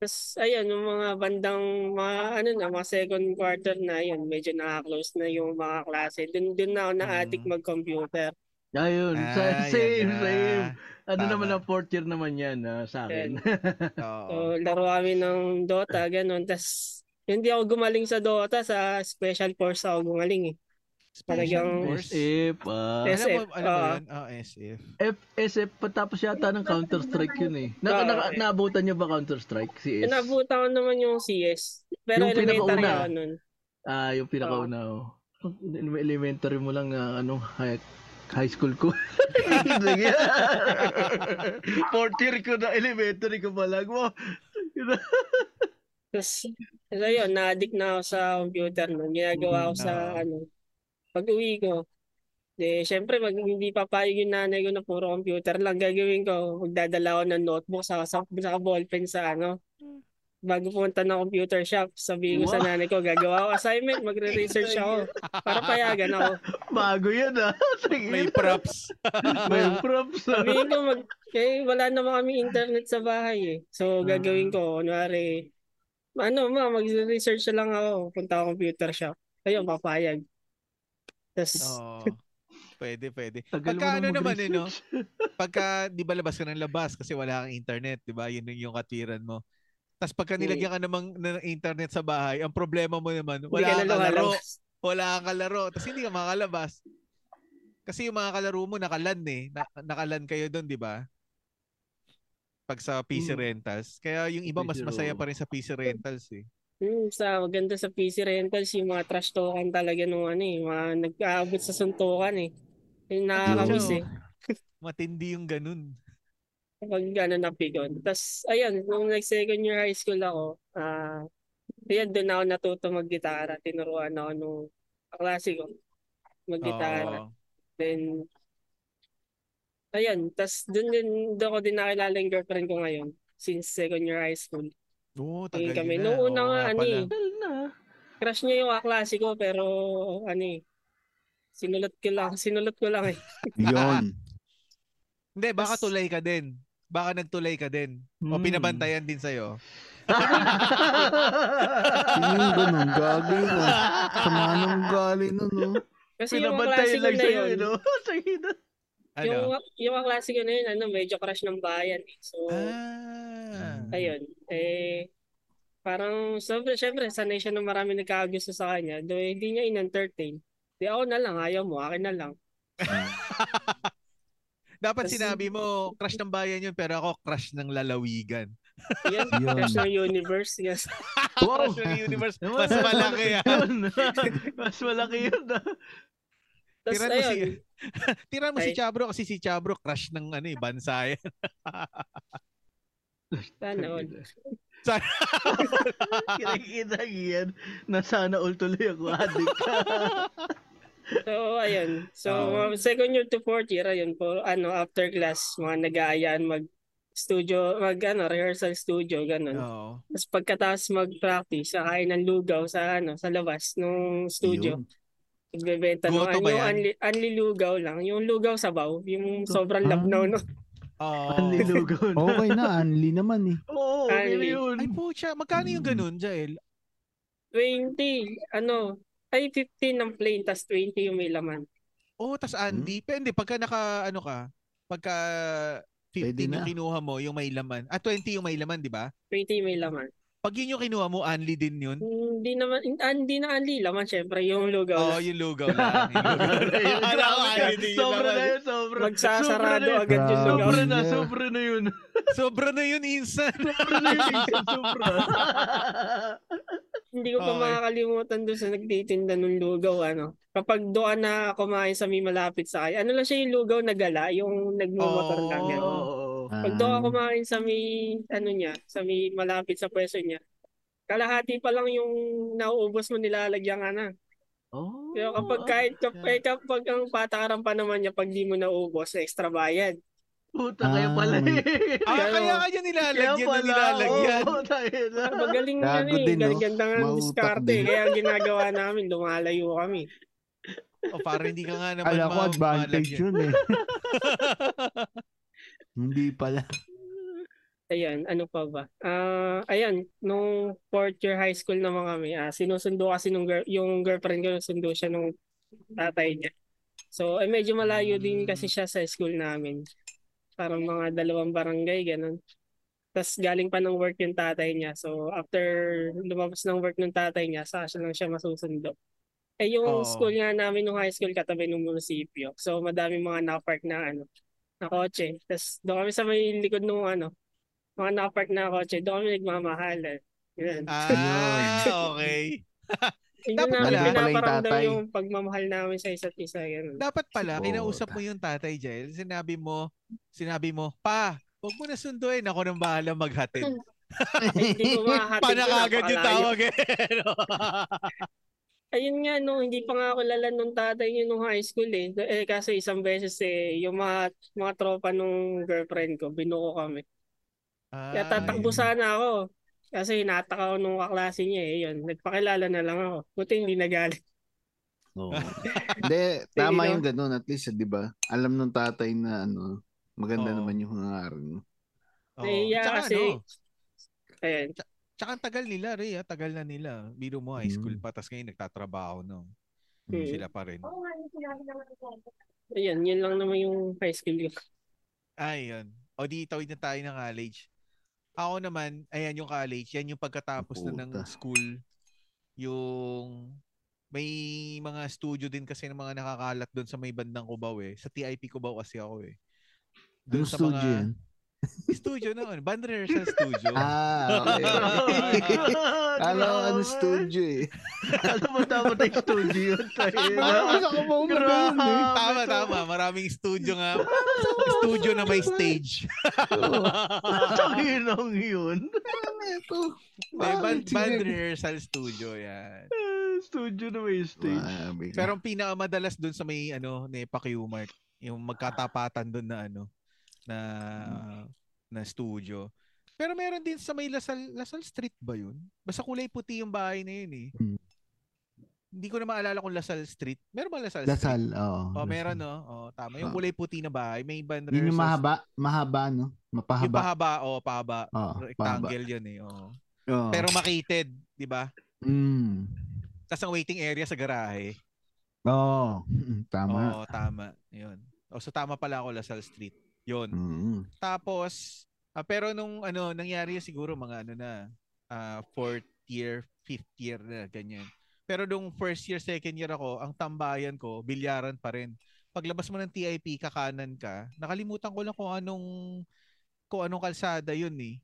[SPEAKER 5] Tapos, ayun, yung mga bandang, mga, ano na, mga second quarter na, yun, medyo nakaklose na yung mga klase. Dun, dun na ako na-addict
[SPEAKER 1] Mm.
[SPEAKER 5] mag-computer.
[SPEAKER 2] Ayun, sa,
[SPEAKER 1] Ah, yan
[SPEAKER 2] same,
[SPEAKER 1] na.
[SPEAKER 2] same. Ano
[SPEAKER 1] Tama.
[SPEAKER 2] naman ang fourth year naman yan ah, sa akin?
[SPEAKER 1] Oo.
[SPEAKER 5] So, laro kami ng Dota, ganun. Tapos, hindi ako gumaling sa Dota, sa special force ako gumaling eh.
[SPEAKER 1] Special
[SPEAKER 5] talagang-
[SPEAKER 1] force.
[SPEAKER 2] SF,
[SPEAKER 1] Alam
[SPEAKER 2] ah.
[SPEAKER 5] Yes.
[SPEAKER 1] mo,
[SPEAKER 5] SF,
[SPEAKER 1] alam mo
[SPEAKER 5] oo.
[SPEAKER 1] yun? Oh, SF.
[SPEAKER 2] F- SF, patapos yata ng Counter-Strike yun eh. Na,
[SPEAKER 5] Oo.
[SPEAKER 2] na, naabutan niyo ba Counter-Strike? CS?
[SPEAKER 5] Inabutan ko naman yung CS.
[SPEAKER 2] Yung
[SPEAKER 5] Pero elementary
[SPEAKER 2] pinakauna.
[SPEAKER 5] ako nun.
[SPEAKER 2] Ah, yung pinakauna oh. Elementary mo lang na ano, high, high school ko. Sige. Fourth year ko na elementary ko pala. Wow.
[SPEAKER 5] Tapos, so yun, na-addict na ako sa computer nun. Ginagawa ko sa,
[SPEAKER 1] Mm, oo.
[SPEAKER 5] ano, pag-uwi ko. Eh, syempre, pag hindi papayag yung nanay ko na puro computer lang, gagawin ko, magdadala ako ng notebook sa, sa, sa ballpen sa, ano, bago pumunta ng computer shop, sabihin ko sa
[SPEAKER 2] Wow.
[SPEAKER 5] nanay ko, gagawa ako assignment, magre-research ako para payagan ako.
[SPEAKER 2] Bago yan ah. Sige.
[SPEAKER 1] May props.
[SPEAKER 2] May props. ah.
[SPEAKER 5] Sabihin ko, mag, eh, wala naman kami internet sa bahay eh. So, gagawin ko, kunwari, ano ma, mag-research na lang ako, punta ako computer shop. Ayun, papayag. Tapos,
[SPEAKER 1] Oo. Pwede, pwede.
[SPEAKER 2] Tagal
[SPEAKER 1] Pagka
[SPEAKER 2] mo
[SPEAKER 1] ano
[SPEAKER 2] nang
[SPEAKER 1] naman eh, no?
[SPEAKER 2] mag-research.
[SPEAKER 1] Pagka, di ba labas ka ng labas kasi wala kang internet, di ba? Yun yung yung katwiran mo. Tapos pagka
[SPEAKER 5] Mm.
[SPEAKER 1] nilagyan ka namang ng internet sa bahay, ang problema mo naman,
[SPEAKER 5] hindi
[SPEAKER 1] wala
[SPEAKER 5] ka
[SPEAKER 1] kang
[SPEAKER 5] na
[SPEAKER 1] kalaro.
[SPEAKER 5] lumalabas.
[SPEAKER 1] Wala kang kalaro. Tapos hindi ka makakalabas. Kasi yung mga kalaro mo, nakalan eh. Na, nakalan kayo doon, di ba? Pag sa PC
[SPEAKER 2] Mm.
[SPEAKER 5] Mm.
[SPEAKER 1] rentals. Kaya yung iba, mas
[SPEAKER 2] PC,
[SPEAKER 1] masaya
[SPEAKER 2] oo.
[SPEAKER 1] pa rin sa PC rentals eh.
[SPEAKER 5] Hmm, sa maganda sa PC rentals, yung mga trash token talaga nung ano eh, mga nag-aabot sa suntukan eh. Yung nakakamiss
[SPEAKER 1] Yo.
[SPEAKER 5] eh.
[SPEAKER 1] Matindi yung ganun.
[SPEAKER 5] Kapag ano napigod. Tapos, ayun, nung nag-second year high school ako, ah, ayun, doon ako natuto mag-gitara. Tinuruan ako nung kaklase ko mag-gitara.
[SPEAKER 1] Oo.
[SPEAKER 5] Then, ayun, tas doon din, doon ko din nakilala yung girlfriend ko ngayon since second year high school.
[SPEAKER 1] Oo,
[SPEAKER 5] Ayun
[SPEAKER 1] tagal
[SPEAKER 5] kami.
[SPEAKER 1] na.
[SPEAKER 5] Noong una
[SPEAKER 1] Oo
[SPEAKER 5] nga, ano
[SPEAKER 1] pala.
[SPEAKER 5] eh,
[SPEAKER 2] Well na.
[SPEAKER 5] crush niya yung kaklase ko, pero ano eh, sinulat ko lang, sinulat ko lang eh.
[SPEAKER 3] Yun.
[SPEAKER 1] Hindi, baka
[SPEAKER 5] Tas-
[SPEAKER 1] tulay ka din. Baka nagtulay ka din. O
[SPEAKER 2] Mm.
[SPEAKER 1] pinabantayan din sa'yo.
[SPEAKER 6] Yun yung ganun, gago yun. oh. Sama ng ugali nun, no?
[SPEAKER 5] Kasi yung
[SPEAKER 2] Pinabantayan
[SPEAKER 5] kaklase ko
[SPEAKER 2] lang eh,
[SPEAKER 5] na
[SPEAKER 2] sa'yo,
[SPEAKER 5] yun,
[SPEAKER 2] you know? Sige na.
[SPEAKER 5] yung,
[SPEAKER 1] Ano?
[SPEAKER 5] yung kaklase ko na yun, ano, medyo crush ng bayan eh. So,
[SPEAKER 1] Ah.
[SPEAKER 5] ayun, eh, parang, sobrang, syempre, sanay siya na marami nagkakagusto sa kanya. Do, hindi niya in-entertain. Di ako na lang, ayaw mo, akin na lang.
[SPEAKER 1] Dapat
[SPEAKER 5] Kasi-
[SPEAKER 1] sinabi mo, crush ng bayan yun, pero ako crush ng lalawigan.
[SPEAKER 5] Yan,
[SPEAKER 6] Yun.
[SPEAKER 5] crush ng universe. Yes.
[SPEAKER 1] Ah, Crush ng universe. Mas malaki ah. yan.
[SPEAKER 2] yun. Mas malaki yun. ah.
[SPEAKER 5] Tapos,
[SPEAKER 1] Tiran mo si,
[SPEAKER 5] ayun,
[SPEAKER 1] tiran mo si
[SPEAKER 5] Ay.
[SPEAKER 1] Chabro kasi si Chabro crush ng ano eh, bansa yan.
[SPEAKER 5] sana all.
[SPEAKER 2] Kinikita yan. Nasana all tuloy ako, addict.
[SPEAKER 5] So, ayun. So,
[SPEAKER 1] Oo.
[SPEAKER 5] mga second year to fourth year, ayun po, ano, after class, mga nag-aayaan mag studio, mag ano, rehearsal studio, ganun.
[SPEAKER 1] Oo.
[SPEAKER 5] Tapos pagkatapos mag-practice, kakain ng lugaw sa ano, sa labas ng studio.
[SPEAKER 3] Yun.
[SPEAKER 5] Nagbebenta ng
[SPEAKER 1] Goto
[SPEAKER 5] ano,
[SPEAKER 1] ba
[SPEAKER 5] yung
[SPEAKER 1] yan?
[SPEAKER 5] anli, anlilugaw lang, yung lugaw sabaw, yung sobrang
[SPEAKER 6] Ah.
[SPEAKER 5] labnaw no.
[SPEAKER 1] Oo.
[SPEAKER 2] Panlilugaw na.
[SPEAKER 6] Okay na, Anli naman eh.
[SPEAKER 2] Oo, okay na
[SPEAKER 5] Anli.
[SPEAKER 2] yun.
[SPEAKER 1] Ay po siya, magkano yung ganun, Jael?
[SPEAKER 5] 20, ano, ay 15 ang plain, tas 20 yung may laman.
[SPEAKER 1] Oo, Oh, tas Andy. Pwede, pagka naka, ano ka, pagka
[SPEAKER 3] Pwede
[SPEAKER 1] 15 yung
[SPEAKER 3] na.
[SPEAKER 1] kinuha mo, yung may laman. Ah, 20 yung may laman, di ba?
[SPEAKER 5] 20 yung may laman.
[SPEAKER 1] Pag yun yung kinuha mo, Anli din yun.
[SPEAKER 5] Hindi naman, ah, hindi na anli laman, syempre, yung lugaw
[SPEAKER 1] Oo,
[SPEAKER 5] lang.
[SPEAKER 1] yung lugaw lang. Yung lugaw lang.
[SPEAKER 2] Ayun,
[SPEAKER 1] Ano,
[SPEAKER 2] grabe ka.
[SPEAKER 1] Anli din yun
[SPEAKER 2] Sobra na
[SPEAKER 1] naman.
[SPEAKER 2] yun, sobra. Sobra
[SPEAKER 5] Magsasarado
[SPEAKER 2] na yun.
[SPEAKER 5] agad yung lugaw.
[SPEAKER 2] Sobra na,
[SPEAKER 6] Yeah.
[SPEAKER 2] sobra na yun.
[SPEAKER 1] Sobra na yun, insan.
[SPEAKER 2] Sobra na yun, Jason, sobra.
[SPEAKER 5] Hindi ko pa
[SPEAKER 1] Okay.
[SPEAKER 5] makakalimutan doon sa nagtitinda ng lugaw, ano. Kapag doon na kumain sa may malapit sa kaya, ano lang siya yung lugaw na gala, yung nagmumotor lang,
[SPEAKER 1] Oo.
[SPEAKER 5] gano'n.
[SPEAKER 1] Oh.
[SPEAKER 2] Oo.
[SPEAKER 5] Pag doon
[SPEAKER 6] Ah.
[SPEAKER 5] ako kumain sa may, ano niya, sa may malapit sa pwesto niya, kalahati pa lang yung nauubos mo nilalagyan ka na.
[SPEAKER 2] Oh,
[SPEAKER 5] Pero kapag kahit kapag, kapag ang patakaran pa naman niya, pag di mo naubos, extra bayad.
[SPEAKER 2] Puta kaya pala
[SPEAKER 6] Ah, may-
[SPEAKER 2] eh.
[SPEAKER 1] Ah,
[SPEAKER 5] Pero-
[SPEAKER 1] kaya kanya nilalagyan na nilalagyan.
[SPEAKER 2] oo, tayo na.
[SPEAKER 5] Magaling
[SPEAKER 6] Gago
[SPEAKER 5] nga eh,
[SPEAKER 6] din, no?
[SPEAKER 5] ganda nga ng
[SPEAKER 6] Mautak
[SPEAKER 5] diskarte.
[SPEAKER 6] din.
[SPEAKER 5] Kaya ang ginagawa namin, lumalayo kami.
[SPEAKER 1] O para Oh, hindi ka nga naman
[SPEAKER 6] Kala ko
[SPEAKER 1] ma-
[SPEAKER 6] advantage
[SPEAKER 1] malagyan.
[SPEAKER 6] yun eh. Hindi pala.
[SPEAKER 5] Ayan, ano pa ba? Ah, ayan, nung fourth year high school naman kami, ah, sinusundo kasi nung girl, yung girlfriend ko, sundo siya nung tatay niya. So, eh, medyo malayo din kasi siya sa school namin. Parang mga dalawang barangay, ganun. Tapos galing pa ng work yung tatay niya. So, after lumabas ng work ng tatay niya, sa siya lang siya masusundo. Eh, yung
[SPEAKER 1] Oo.
[SPEAKER 5] school nga namin nung high school katabi ng munisipyo. So, madami mga napark na ano, na kotse. Tapos doon kami sa may likod nung ano, mga nakapark na kotse, doon kami nagmamahalan. Yan.
[SPEAKER 1] Ah, okay.
[SPEAKER 5] Yun
[SPEAKER 1] dapat
[SPEAKER 5] na
[SPEAKER 1] wala pala yung
[SPEAKER 5] pinaparamdam
[SPEAKER 6] tatay.
[SPEAKER 5] yung pagmamahal namin sa isa't isa. Ganun.
[SPEAKER 1] Dapat pala,
[SPEAKER 3] Oo,
[SPEAKER 1] kinausap mo yung tatay, Jael. Sinabi mo, sinabi mo, pa, huwag mo na sunduin. Ako nang bahala maghatid.
[SPEAKER 5] Hindi ko mahahatid
[SPEAKER 1] Pana
[SPEAKER 5] yun,
[SPEAKER 1] kagad yung
[SPEAKER 5] napakalayo.
[SPEAKER 1] tawag eh. no?
[SPEAKER 5] Ayun nga, no, hindi pa nga ako lalan nung tatay niyo nung high school eh. eh kasi isang beses eh, yung mga, mga tropa nung girlfriend ko, binuko kami. Kaya tatakbo
[SPEAKER 1] Ay.
[SPEAKER 5] sana ako. Kasi hinatak ako nung kaklase niya eh. Yun, nagpakilala na lang ako. Buti hindi nagalit.
[SPEAKER 3] Oo. Hindi, tama
[SPEAKER 5] Hindi, no?
[SPEAKER 3] yung ganun. At least, di ba? Alam nung tatay na ano, maganda
[SPEAKER 1] Oo.
[SPEAKER 3] naman yung hangarin mo.
[SPEAKER 1] Oo.
[SPEAKER 5] Nahiya
[SPEAKER 1] Tsaka
[SPEAKER 5] eh. kasi.
[SPEAKER 1] ano,
[SPEAKER 5] Ayan.
[SPEAKER 1] tsaka ang tagal nila, Ray. ah, Tagal na nila. Biro mo high school
[SPEAKER 3] Mm.
[SPEAKER 1] pa, tas ngayon nagtatrabaho, no?
[SPEAKER 5] Mm.
[SPEAKER 1] Hmm, Sila pa rin.
[SPEAKER 5] Ayan, yun lang naman yung high school ko.
[SPEAKER 1] Ay, yun. O di, tawid na tayo ng college. Ako naman, ayan yung college. Yan yung pagkatapos na ng
[SPEAKER 3] Puta.
[SPEAKER 1] school. Yung may mga studio din kasi ng mga nakakalat doon sa may bandang Cubao eh. Sa TIP Cubao kasi ako eh.
[SPEAKER 6] Anong
[SPEAKER 1] Doon sa
[SPEAKER 6] studio
[SPEAKER 1] mga
[SPEAKER 6] yan?
[SPEAKER 1] Studio noon. Band rehearsal studio.
[SPEAKER 3] Ah, okay. Alam ko ano studio eh.
[SPEAKER 2] Alam mo, dapat ay studio eh, yun.
[SPEAKER 6] Parang
[SPEAKER 2] Tayo
[SPEAKER 6] isa ko ba umagalan eh?
[SPEAKER 1] tama, tama. Maraming studio nga. Studio na may stage.
[SPEAKER 2] Tahinong yun.
[SPEAKER 3] Ito.
[SPEAKER 1] May band, band rehearsal studio yan.
[SPEAKER 2] Ah, Studio na may stage.
[SPEAKER 1] Pero ang pinakamadalas dun sa may ano, Nepa Qmart, yung magkatapatan dun na ano, na na studio. Pero meron din sa may Lasal, Lasal Street ba yun? Basta kulay puti yung bahay na yun eh.
[SPEAKER 6] Hmm.
[SPEAKER 1] Hindi ko na maalala kung Lasal Street. Meron ba Lasal, Street?
[SPEAKER 6] Lasal, oo.
[SPEAKER 1] Oh,
[SPEAKER 6] Lasal.
[SPEAKER 1] meron no. Oh, tama. Yung
[SPEAKER 6] Oo.
[SPEAKER 1] kulay puti na bahay, may band
[SPEAKER 6] Yun yung
[SPEAKER 1] rehearsal
[SPEAKER 6] mahaba, mahaba no?
[SPEAKER 1] Yung
[SPEAKER 6] Mapahaba.
[SPEAKER 1] pahaba, oh, pahaba.
[SPEAKER 6] Oo, pahaba. Ah.
[SPEAKER 1] Rectangle yun eh. oo.
[SPEAKER 6] Oo.
[SPEAKER 1] Pero makitid, di ba?
[SPEAKER 6] Mm.
[SPEAKER 1] Tapos ang waiting area sa garahe.
[SPEAKER 6] Oo. Mm, Tama.
[SPEAKER 1] Oo, tama. Yun. O, so tama pala ako, Lasal Street. Yun.
[SPEAKER 6] Mm.
[SPEAKER 1] Tapos, ah, pero nung ano, nangyari yun siguro mga ano na, ah, fourth year, fifth year na, ganyan. Pero nung first year, second year ako, ang tambayan ko, bilyaran pa rin. Paglabas mo ng TIP, kakanan ka, nakalimutan ko lang kung anong, kung anong kalsada yun eh.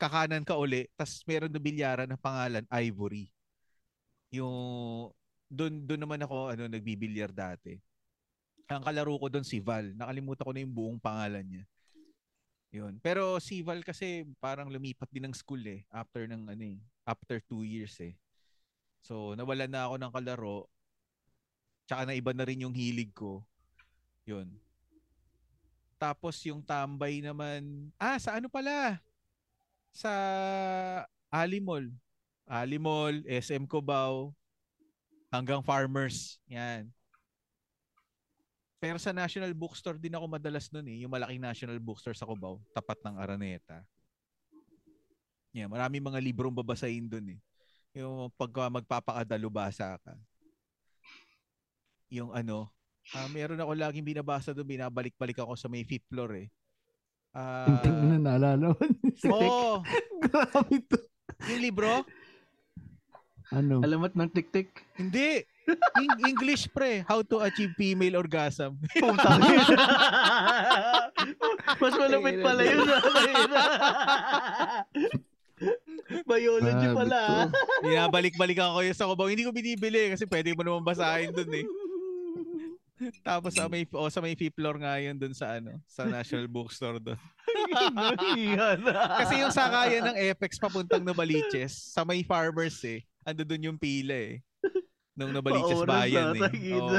[SPEAKER 1] Kakanan ka uli, tas meron na bilyaran na pangalan, Ivory. Yung, doon doon naman ako ano nagbibilyar dati. Ang kalaro ko doon si Val. Nakalimutan ko na yung buong pangalan niya. Yun. Pero si Val kasi parang lumipat din ng school eh after ng ano eh, after two years eh. So nawala na ako ng kalaro. Tsaka na iba na rin yung hilig ko. Yun. Tapos yung tambay naman, ah sa ano pala? Sa Alimol. Alimol, SM Cubao, hanggang farmers. Yan. Pero sa National Bookstore din ako madalas nun eh. Yung malaking National Bookstore sa Cubao, tapat ng Araneta. Yeah, maraming mga librong babasahin dun eh. Yung pagka magpapakadalubasa ka. Yung ano, ah, meron ako laging binabasa dun, binabalik-balik ako sa may fifth floor eh. Ah,
[SPEAKER 6] Tingnan mo na naalala ko.
[SPEAKER 1] oo,
[SPEAKER 6] Grabe to.
[SPEAKER 1] yung libro?
[SPEAKER 6] Ano?
[SPEAKER 2] Alamat ng tik-tik.
[SPEAKER 1] Hindi. Eng- English pre, How to Achieve Female Orgasm.
[SPEAKER 2] Putang ina. Mas malupit pala yun. ah. Biology
[SPEAKER 6] Grabe
[SPEAKER 2] pala.
[SPEAKER 6] to.
[SPEAKER 1] Binabalik-balik ako yun sa Cubao. Hindi ko binibili kasi pwede mo naman basahin dun eh. Tapos sa may o sa may fifth floor nga yun dun sa ano, sa National Bookstore doon.
[SPEAKER 2] Inuhihan.
[SPEAKER 1] Kasi yung sakayan ng FX papuntang Nabaliches, sa may farmers eh, ando dun yung pila eh. Nung Nabaliches
[SPEAKER 2] Paoras
[SPEAKER 1] bayan
[SPEAKER 2] na,
[SPEAKER 1] eh.
[SPEAKER 2] tangina.
[SPEAKER 1] Oo.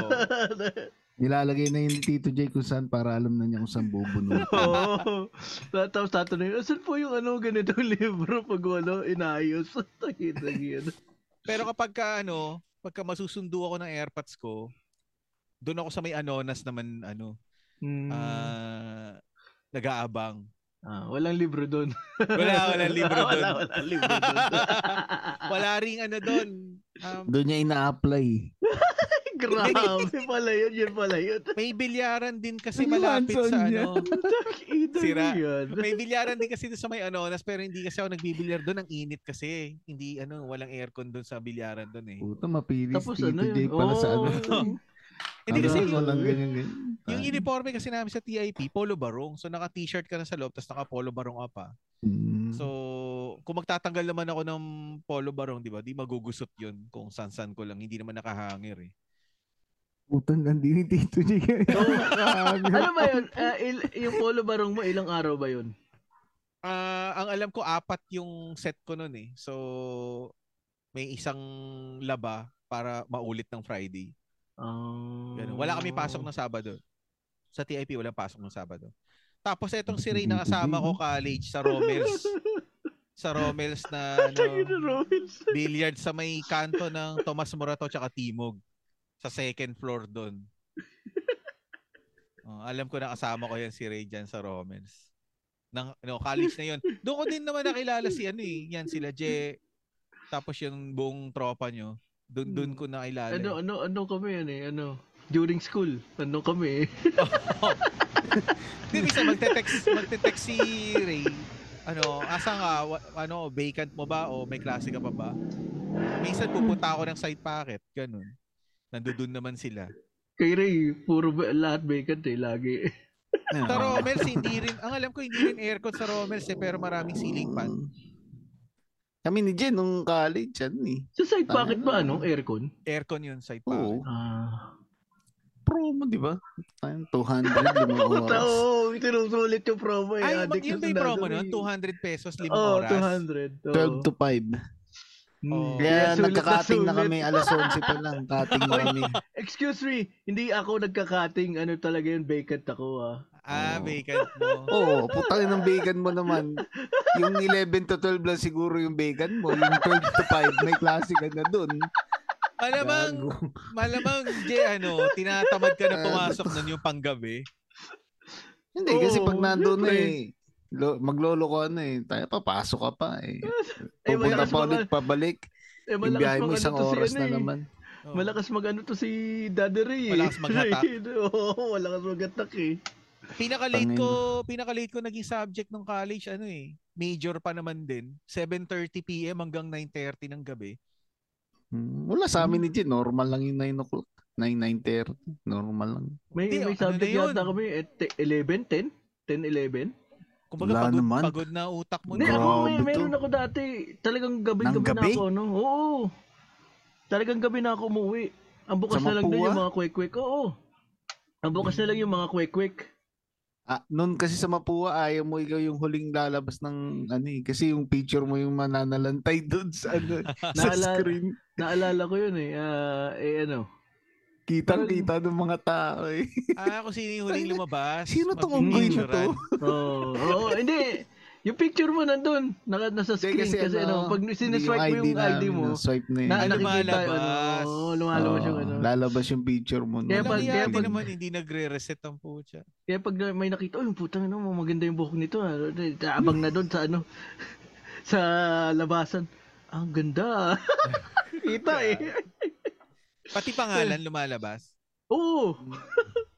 [SPEAKER 6] Nilalagay na yun ni Tito J kung saan para alam na niya kung saan bubunutin.
[SPEAKER 2] Oo. Tapos tatanungin, asan po yung ano, ganitong libro pag wala, inayos. Tangina, yun.
[SPEAKER 1] Pero kapag ka, ano, pagka masusundo ako ng airpods ko, doon ako sa may Anonas naman ano, ah, nag-aabang.
[SPEAKER 2] Hmm. Ah, walang libro doon.
[SPEAKER 1] Wala, walang libro
[SPEAKER 2] Wala,
[SPEAKER 1] doon.
[SPEAKER 2] walang libro doon.
[SPEAKER 1] Wala ring ano doon. Um,
[SPEAKER 6] Doon niya ina-apply.
[SPEAKER 2] Grabe pala yun, yun pala yun.
[SPEAKER 1] may bilyaran din kasi
[SPEAKER 6] Ano yung
[SPEAKER 1] malapit sa
[SPEAKER 6] Anson niya?
[SPEAKER 1] ano.
[SPEAKER 2] Tangina
[SPEAKER 1] Sira.
[SPEAKER 2] yun.
[SPEAKER 1] May bilyaran din kasi doon sa may Anonas pero hindi kasi ako nagbibilyar doon. Ang init kasi. Hindi ano, walang aircon doon sa bilyaran doon eh.
[SPEAKER 6] Puta, mapili
[SPEAKER 2] Tapos
[SPEAKER 6] si Tito
[SPEAKER 2] ano yun? Oh.
[SPEAKER 6] J pala sa ano.
[SPEAKER 2] Oo.
[SPEAKER 1] Hindi kasi
[SPEAKER 6] Hanggang
[SPEAKER 1] yung,
[SPEAKER 6] Ano walang Ah. ganyan ganyan.
[SPEAKER 1] yung uniforme kasi namin sa TIP, polo barong. So naka-t-shirt ka na sa loob tapos naka-polo barong ka pa.
[SPEAKER 6] Mm.
[SPEAKER 1] So kung magtatanggal naman ako ng polo barong, di ba? Di magugusot yun kung san-san ko lang. Hindi naman nakahangir eh.
[SPEAKER 6] Putang gandi ni Tito J.
[SPEAKER 2] Ano ba yun? Ah, il- yung polo barong mo, ilang araw ba yun?
[SPEAKER 1] Ah, ang alam ko, apat yung set ko nun eh. So may isang laba para maulit ng Friday.
[SPEAKER 2] Ah.
[SPEAKER 1] Ganun. Wala kami pasok ng Sabado. Sa TIP, walang pasok ng Sabado. Tapos etong si Ray na kasama ko college sa Romels. Sa Romels na
[SPEAKER 2] Tangina,
[SPEAKER 1] ano,
[SPEAKER 2] Robins.
[SPEAKER 1] billiard sa may kanto ng Tomas Morato tsaka Timog. Sa second floor doon. Oh, alam ko na kasama ko yan si Ray dyan sa Romels. Nang, no, college na yun. Doon ko din naman nakilala si ano eh. Yan sila Je. Tapos yung buong tropa nyo. Doon, doon ko nakilala. eh.
[SPEAKER 2] Ano, ano, ano kami yan eh, ano? During school, ano kami eh.
[SPEAKER 1] Hindi, minsan magte-text, magte-text si Ray. Ano, asa nga, wa- ano, vacant mo ba o may klase ka pa ba? Minsan pupunta ako ng side pocket, ganun. Nandudun naman sila.
[SPEAKER 2] Kay Ray, puro ba, lahat vacant eh, lagi.
[SPEAKER 1] Sa Romels, hindi rin, ang alam ko, hindi rin aircon sa Romels eh, pero maraming ceiling fan.
[SPEAKER 3] Kami ni Jen nung college, ano eh.
[SPEAKER 2] Sa side
[SPEAKER 3] Tama
[SPEAKER 2] pocket ba,
[SPEAKER 3] na.
[SPEAKER 2] ano? Aircon?
[SPEAKER 1] Aircon yun, side pa.
[SPEAKER 3] Oo.
[SPEAKER 2] Ah.
[SPEAKER 3] Promo, di ba? Time 200, limang
[SPEAKER 2] Puta,
[SPEAKER 3] oras.
[SPEAKER 2] oo. Sinusulit yung promo eh.
[SPEAKER 1] Ay, mag
[SPEAKER 2] Addict
[SPEAKER 1] yun ba yung
[SPEAKER 2] na sinasabi.
[SPEAKER 1] promo
[SPEAKER 3] eh.
[SPEAKER 1] nun? 200 pesos, limang
[SPEAKER 2] Oo,
[SPEAKER 1] oras. Mm.
[SPEAKER 2] 200. oo.
[SPEAKER 3] 12 to 5.
[SPEAKER 1] Oo.
[SPEAKER 2] Hmm.
[SPEAKER 3] Kaya
[SPEAKER 2] oh. sulit
[SPEAKER 3] nagkakating na
[SPEAKER 2] sulit.
[SPEAKER 3] kami. Alas 11 pa lang. Kating na kami.
[SPEAKER 2] Excuse me, hindi ako nagkakating. Ano talaga yun, vacant ako ah.
[SPEAKER 1] Ah,
[SPEAKER 3] Oo.
[SPEAKER 1] vacant mo.
[SPEAKER 3] Oo, oh, putang ng bacon mo naman. Yung 11 to 12 lang siguro yung bacon mo. Yung 12 to 5, may klase ka na dun.
[SPEAKER 1] Malamang,
[SPEAKER 3] Gago.
[SPEAKER 1] malamang, J, ano, tinatamad ka na pumasok nun yung panggabi.
[SPEAKER 3] Hindi, kasi pag
[SPEAKER 2] Oo,
[SPEAKER 3] nandun na
[SPEAKER 2] syempre.
[SPEAKER 3] eh, lo, maglolo ko ano eh, tayo papasok ka pa eh.
[SPEAKER 2] Eh,
[SPEAKER 3] Pupunta
[SPEAKER 2] malakas
[SPEAKER 3] pa
[SPEAKER 2] pang-
[SPEAKER 3] ulit pabalik.
[SPEAKER 2] Eh,
[SPEAKER 3] Yung biyahe mo
[SPEAKER 2] mag-
[SPEAKER 3] isang
[SPEAKER 2] ano to si
[SPEAKER 3] oras
[SPEAKER 2] ano
[SPEAKER 3] na
[SPEAKER 2] eh.
[SPEAKER 3] naman.
[SPEAKER 1] Oo.
[SPEAKER 2] Malakas mag ano to si Daddy Ray. eh.
[SPEAKER 1] Malakas maghatak.
[SPEAKER 2] Ray, Oo, malakas maghatak eh.
[SPEAKER 1] Pinaka-late
[SPEAKER 3] Tangin.
[SPEAKER 1] ko, pinaka-late ko naging subject nung college, ano eh, major pa naman din. 7.30 p.m. hanggang 9.30 ng gabi.
[SPEAKER 3] Hmm, Wala sa amin ni Jin, normal lang yung 9 o'clock. 9, 9.30, normal lang.
[SPEAKER 2] May,
[SPEAKER 1] Hindi, ano
[SPEAKER 2] may
[SPEAKER 1] na
[SPEAKER 2] subject
[SPEAKER 1] yun?
[SPEAKER 2] yata kami. Eh, te- 11, 10? 10, 11?
[SPEAKER 1] Kumbaga,
[SPEAKER 3] Wala
[SPEAKER 1] pagod,
[SPEAKER 3] naman.
[SPEAKER 1] pagod na utak mo
[SPEAKER 2] Hindi,
[SPEAKER 1] na.
[SPEAKER 2] ako may,
[SPEAKER 3] Grabe to.
[SPEAKER 2] meron ako dati. Talagang gabi-gabi
[SPEAKER 3] Nang gabi?
[SPEAKER 2] na ako. No? Oo. Talagang gabi na ako umuwi. Ang bukas
[SPEAKER 3] Sa
[SPEAKER 2] na lang din
[SPEAKER 3] Mapua?
[SPEAKER 2] yung mga kwek-kwek. Oo. Ang bukas na lang yung mga kwek-kwek.
[SPEAKER 3] Ah, noon kasi sa Mapua, ayaw mo ikaw yung huling lalabas ng ano eh. Kasi yung picture mo yung mananalantay doon sa, ano, sa
[SPEAKER 2] Naalala-
[SPEAKER 3] screen.
[SPEAKER 2] Naalala ko yun eh. Ah, eh ano.
[SPEAKER 3] Kitang-kita ng mga tao eh.
[SPEAKER 1] Ah, kung sino yung huling lumabas.
[SPEAKER 3] Sino tong
[SPEAKER 1] magpipicturean.
[SPEAKER 3] unggoy na to?
[SPEAKER 2] Oo. Oo, hindi. Yung picture mo nandun. Naka, nasa
[SPEAKER 3] Hindi,
[SPEAKER 2] screen. Kasi, ano, pag siniswipe mo yung ID mo,
[SPEAKER 3] na, swipe na yun.
[SPEAKER 2] na,
[SPEAKER 1] Ay,
[SPEAKER 2] nakikita yun.
[SPEAKER 1] lumalabas.
[SPEAKER 2] Oo, lumalabas
[SPEAKER 3] Oo,
[SPEAKER 2] yung ano.
[SPEAKER 3] Lalabas yung picture mo.
[SPEAKER 2] Kaya
[SPEAKER 3] Kaya
[SPEAKER 1] Kaya
[SPEAKER 2] pag-
[SPEAKER 1] pag,
[SPEAKER 2] kaya pag-
[SPEAKER 1] naman, hindi nagre-reset ang pucha.
[SPEAKER 2] Kaya pag may nakita, oh, yung putang ano, maganda yung buhok nito. ah." Abang na doon sa ano, sa labasan. Ang ganda. Kita eh.
[SPEAKER 1] Pati pangalan lumalabas.
[SPEAKER 2] Oo.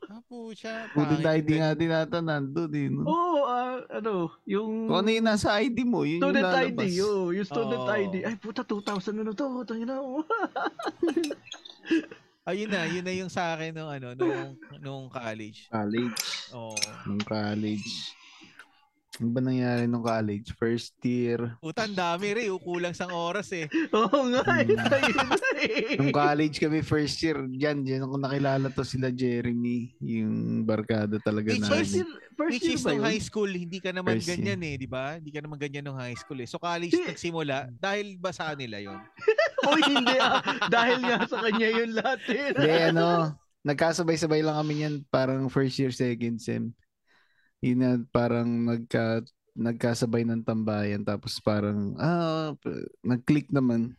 [SPEAKER 1] Ah, pucha.
[SPEAKER 3] Puto
[SPEAKER 1] pangit
[SPEAKER 3] ID
[SPEAKER 1] din.
[SPEAKER 3] natin nata nandun eh. No?
[SPEAKER 2] Oo, ah, ano, yung
[SPEAKER 3] Kung ano yung nasa ID mo, yun yung
[SPEAKER 2] student ID.
[SPEAKER 3] lalabas.
[SPEAKER 2] Oh, yung student
[SPEAKER 1] Oo.
[SPEAKER 2] ID. Ay, puta, 2,000 na na to. Putang ina. oh.
[SPEAKER 1] Ayun na, yun na yung sa akin nung, ano, nung, nung college.
[SPEAKER 3] College.
[SPEAKER 1] Oo.
[SPEAKER 3] Nung college. Ano ba nangyari nung college? First year.
[SPEAKER 1] Puta, ang dami rin. Ukulang sang oras eh.
[SPEAKER 2] Oo nga.
[SPEAKER 3] Hmm.
[SPEAKER 2] yun na yun eh.
[SPEAKER 3] Nung college kami first year, yan, yan ako nakilala to sila Jeremy, yung barkada talaga
[SPEAKER 1] Which
[SPEAKER 2] First
[SPEAKER 3] namin.
[SPEAKER 2] year, first
[SPEAKER 1] Which
[SPEAKER 2] year
[SPEAKER 1] is
[SPEAKER 2] ba
[SPEAKER 1] nung
[SPEAKER 2] yun?
[SPEAKER 1] high school, hindi ka naman
[SPEAKER 3] First year.
[SPEAKER 1] ganyan eh, di ba? Hindi ka naman ganyan nung high school eh. So college
[SPEAKER 2] Hindi.
[SPEAKER 1] nagsimula dahil basa nila yon.
[SPEAKER 2] o hindi ah. Dahil nga sa kanya yun lahat eh.
[SPEAKER 3] Hindi, ano, nagkasabay-sabay lang kami yan, parang first year, second sem. Yun na, parang nagka, nagkasabay ng tambayan, tapos parang, ah, p- nag-click naman.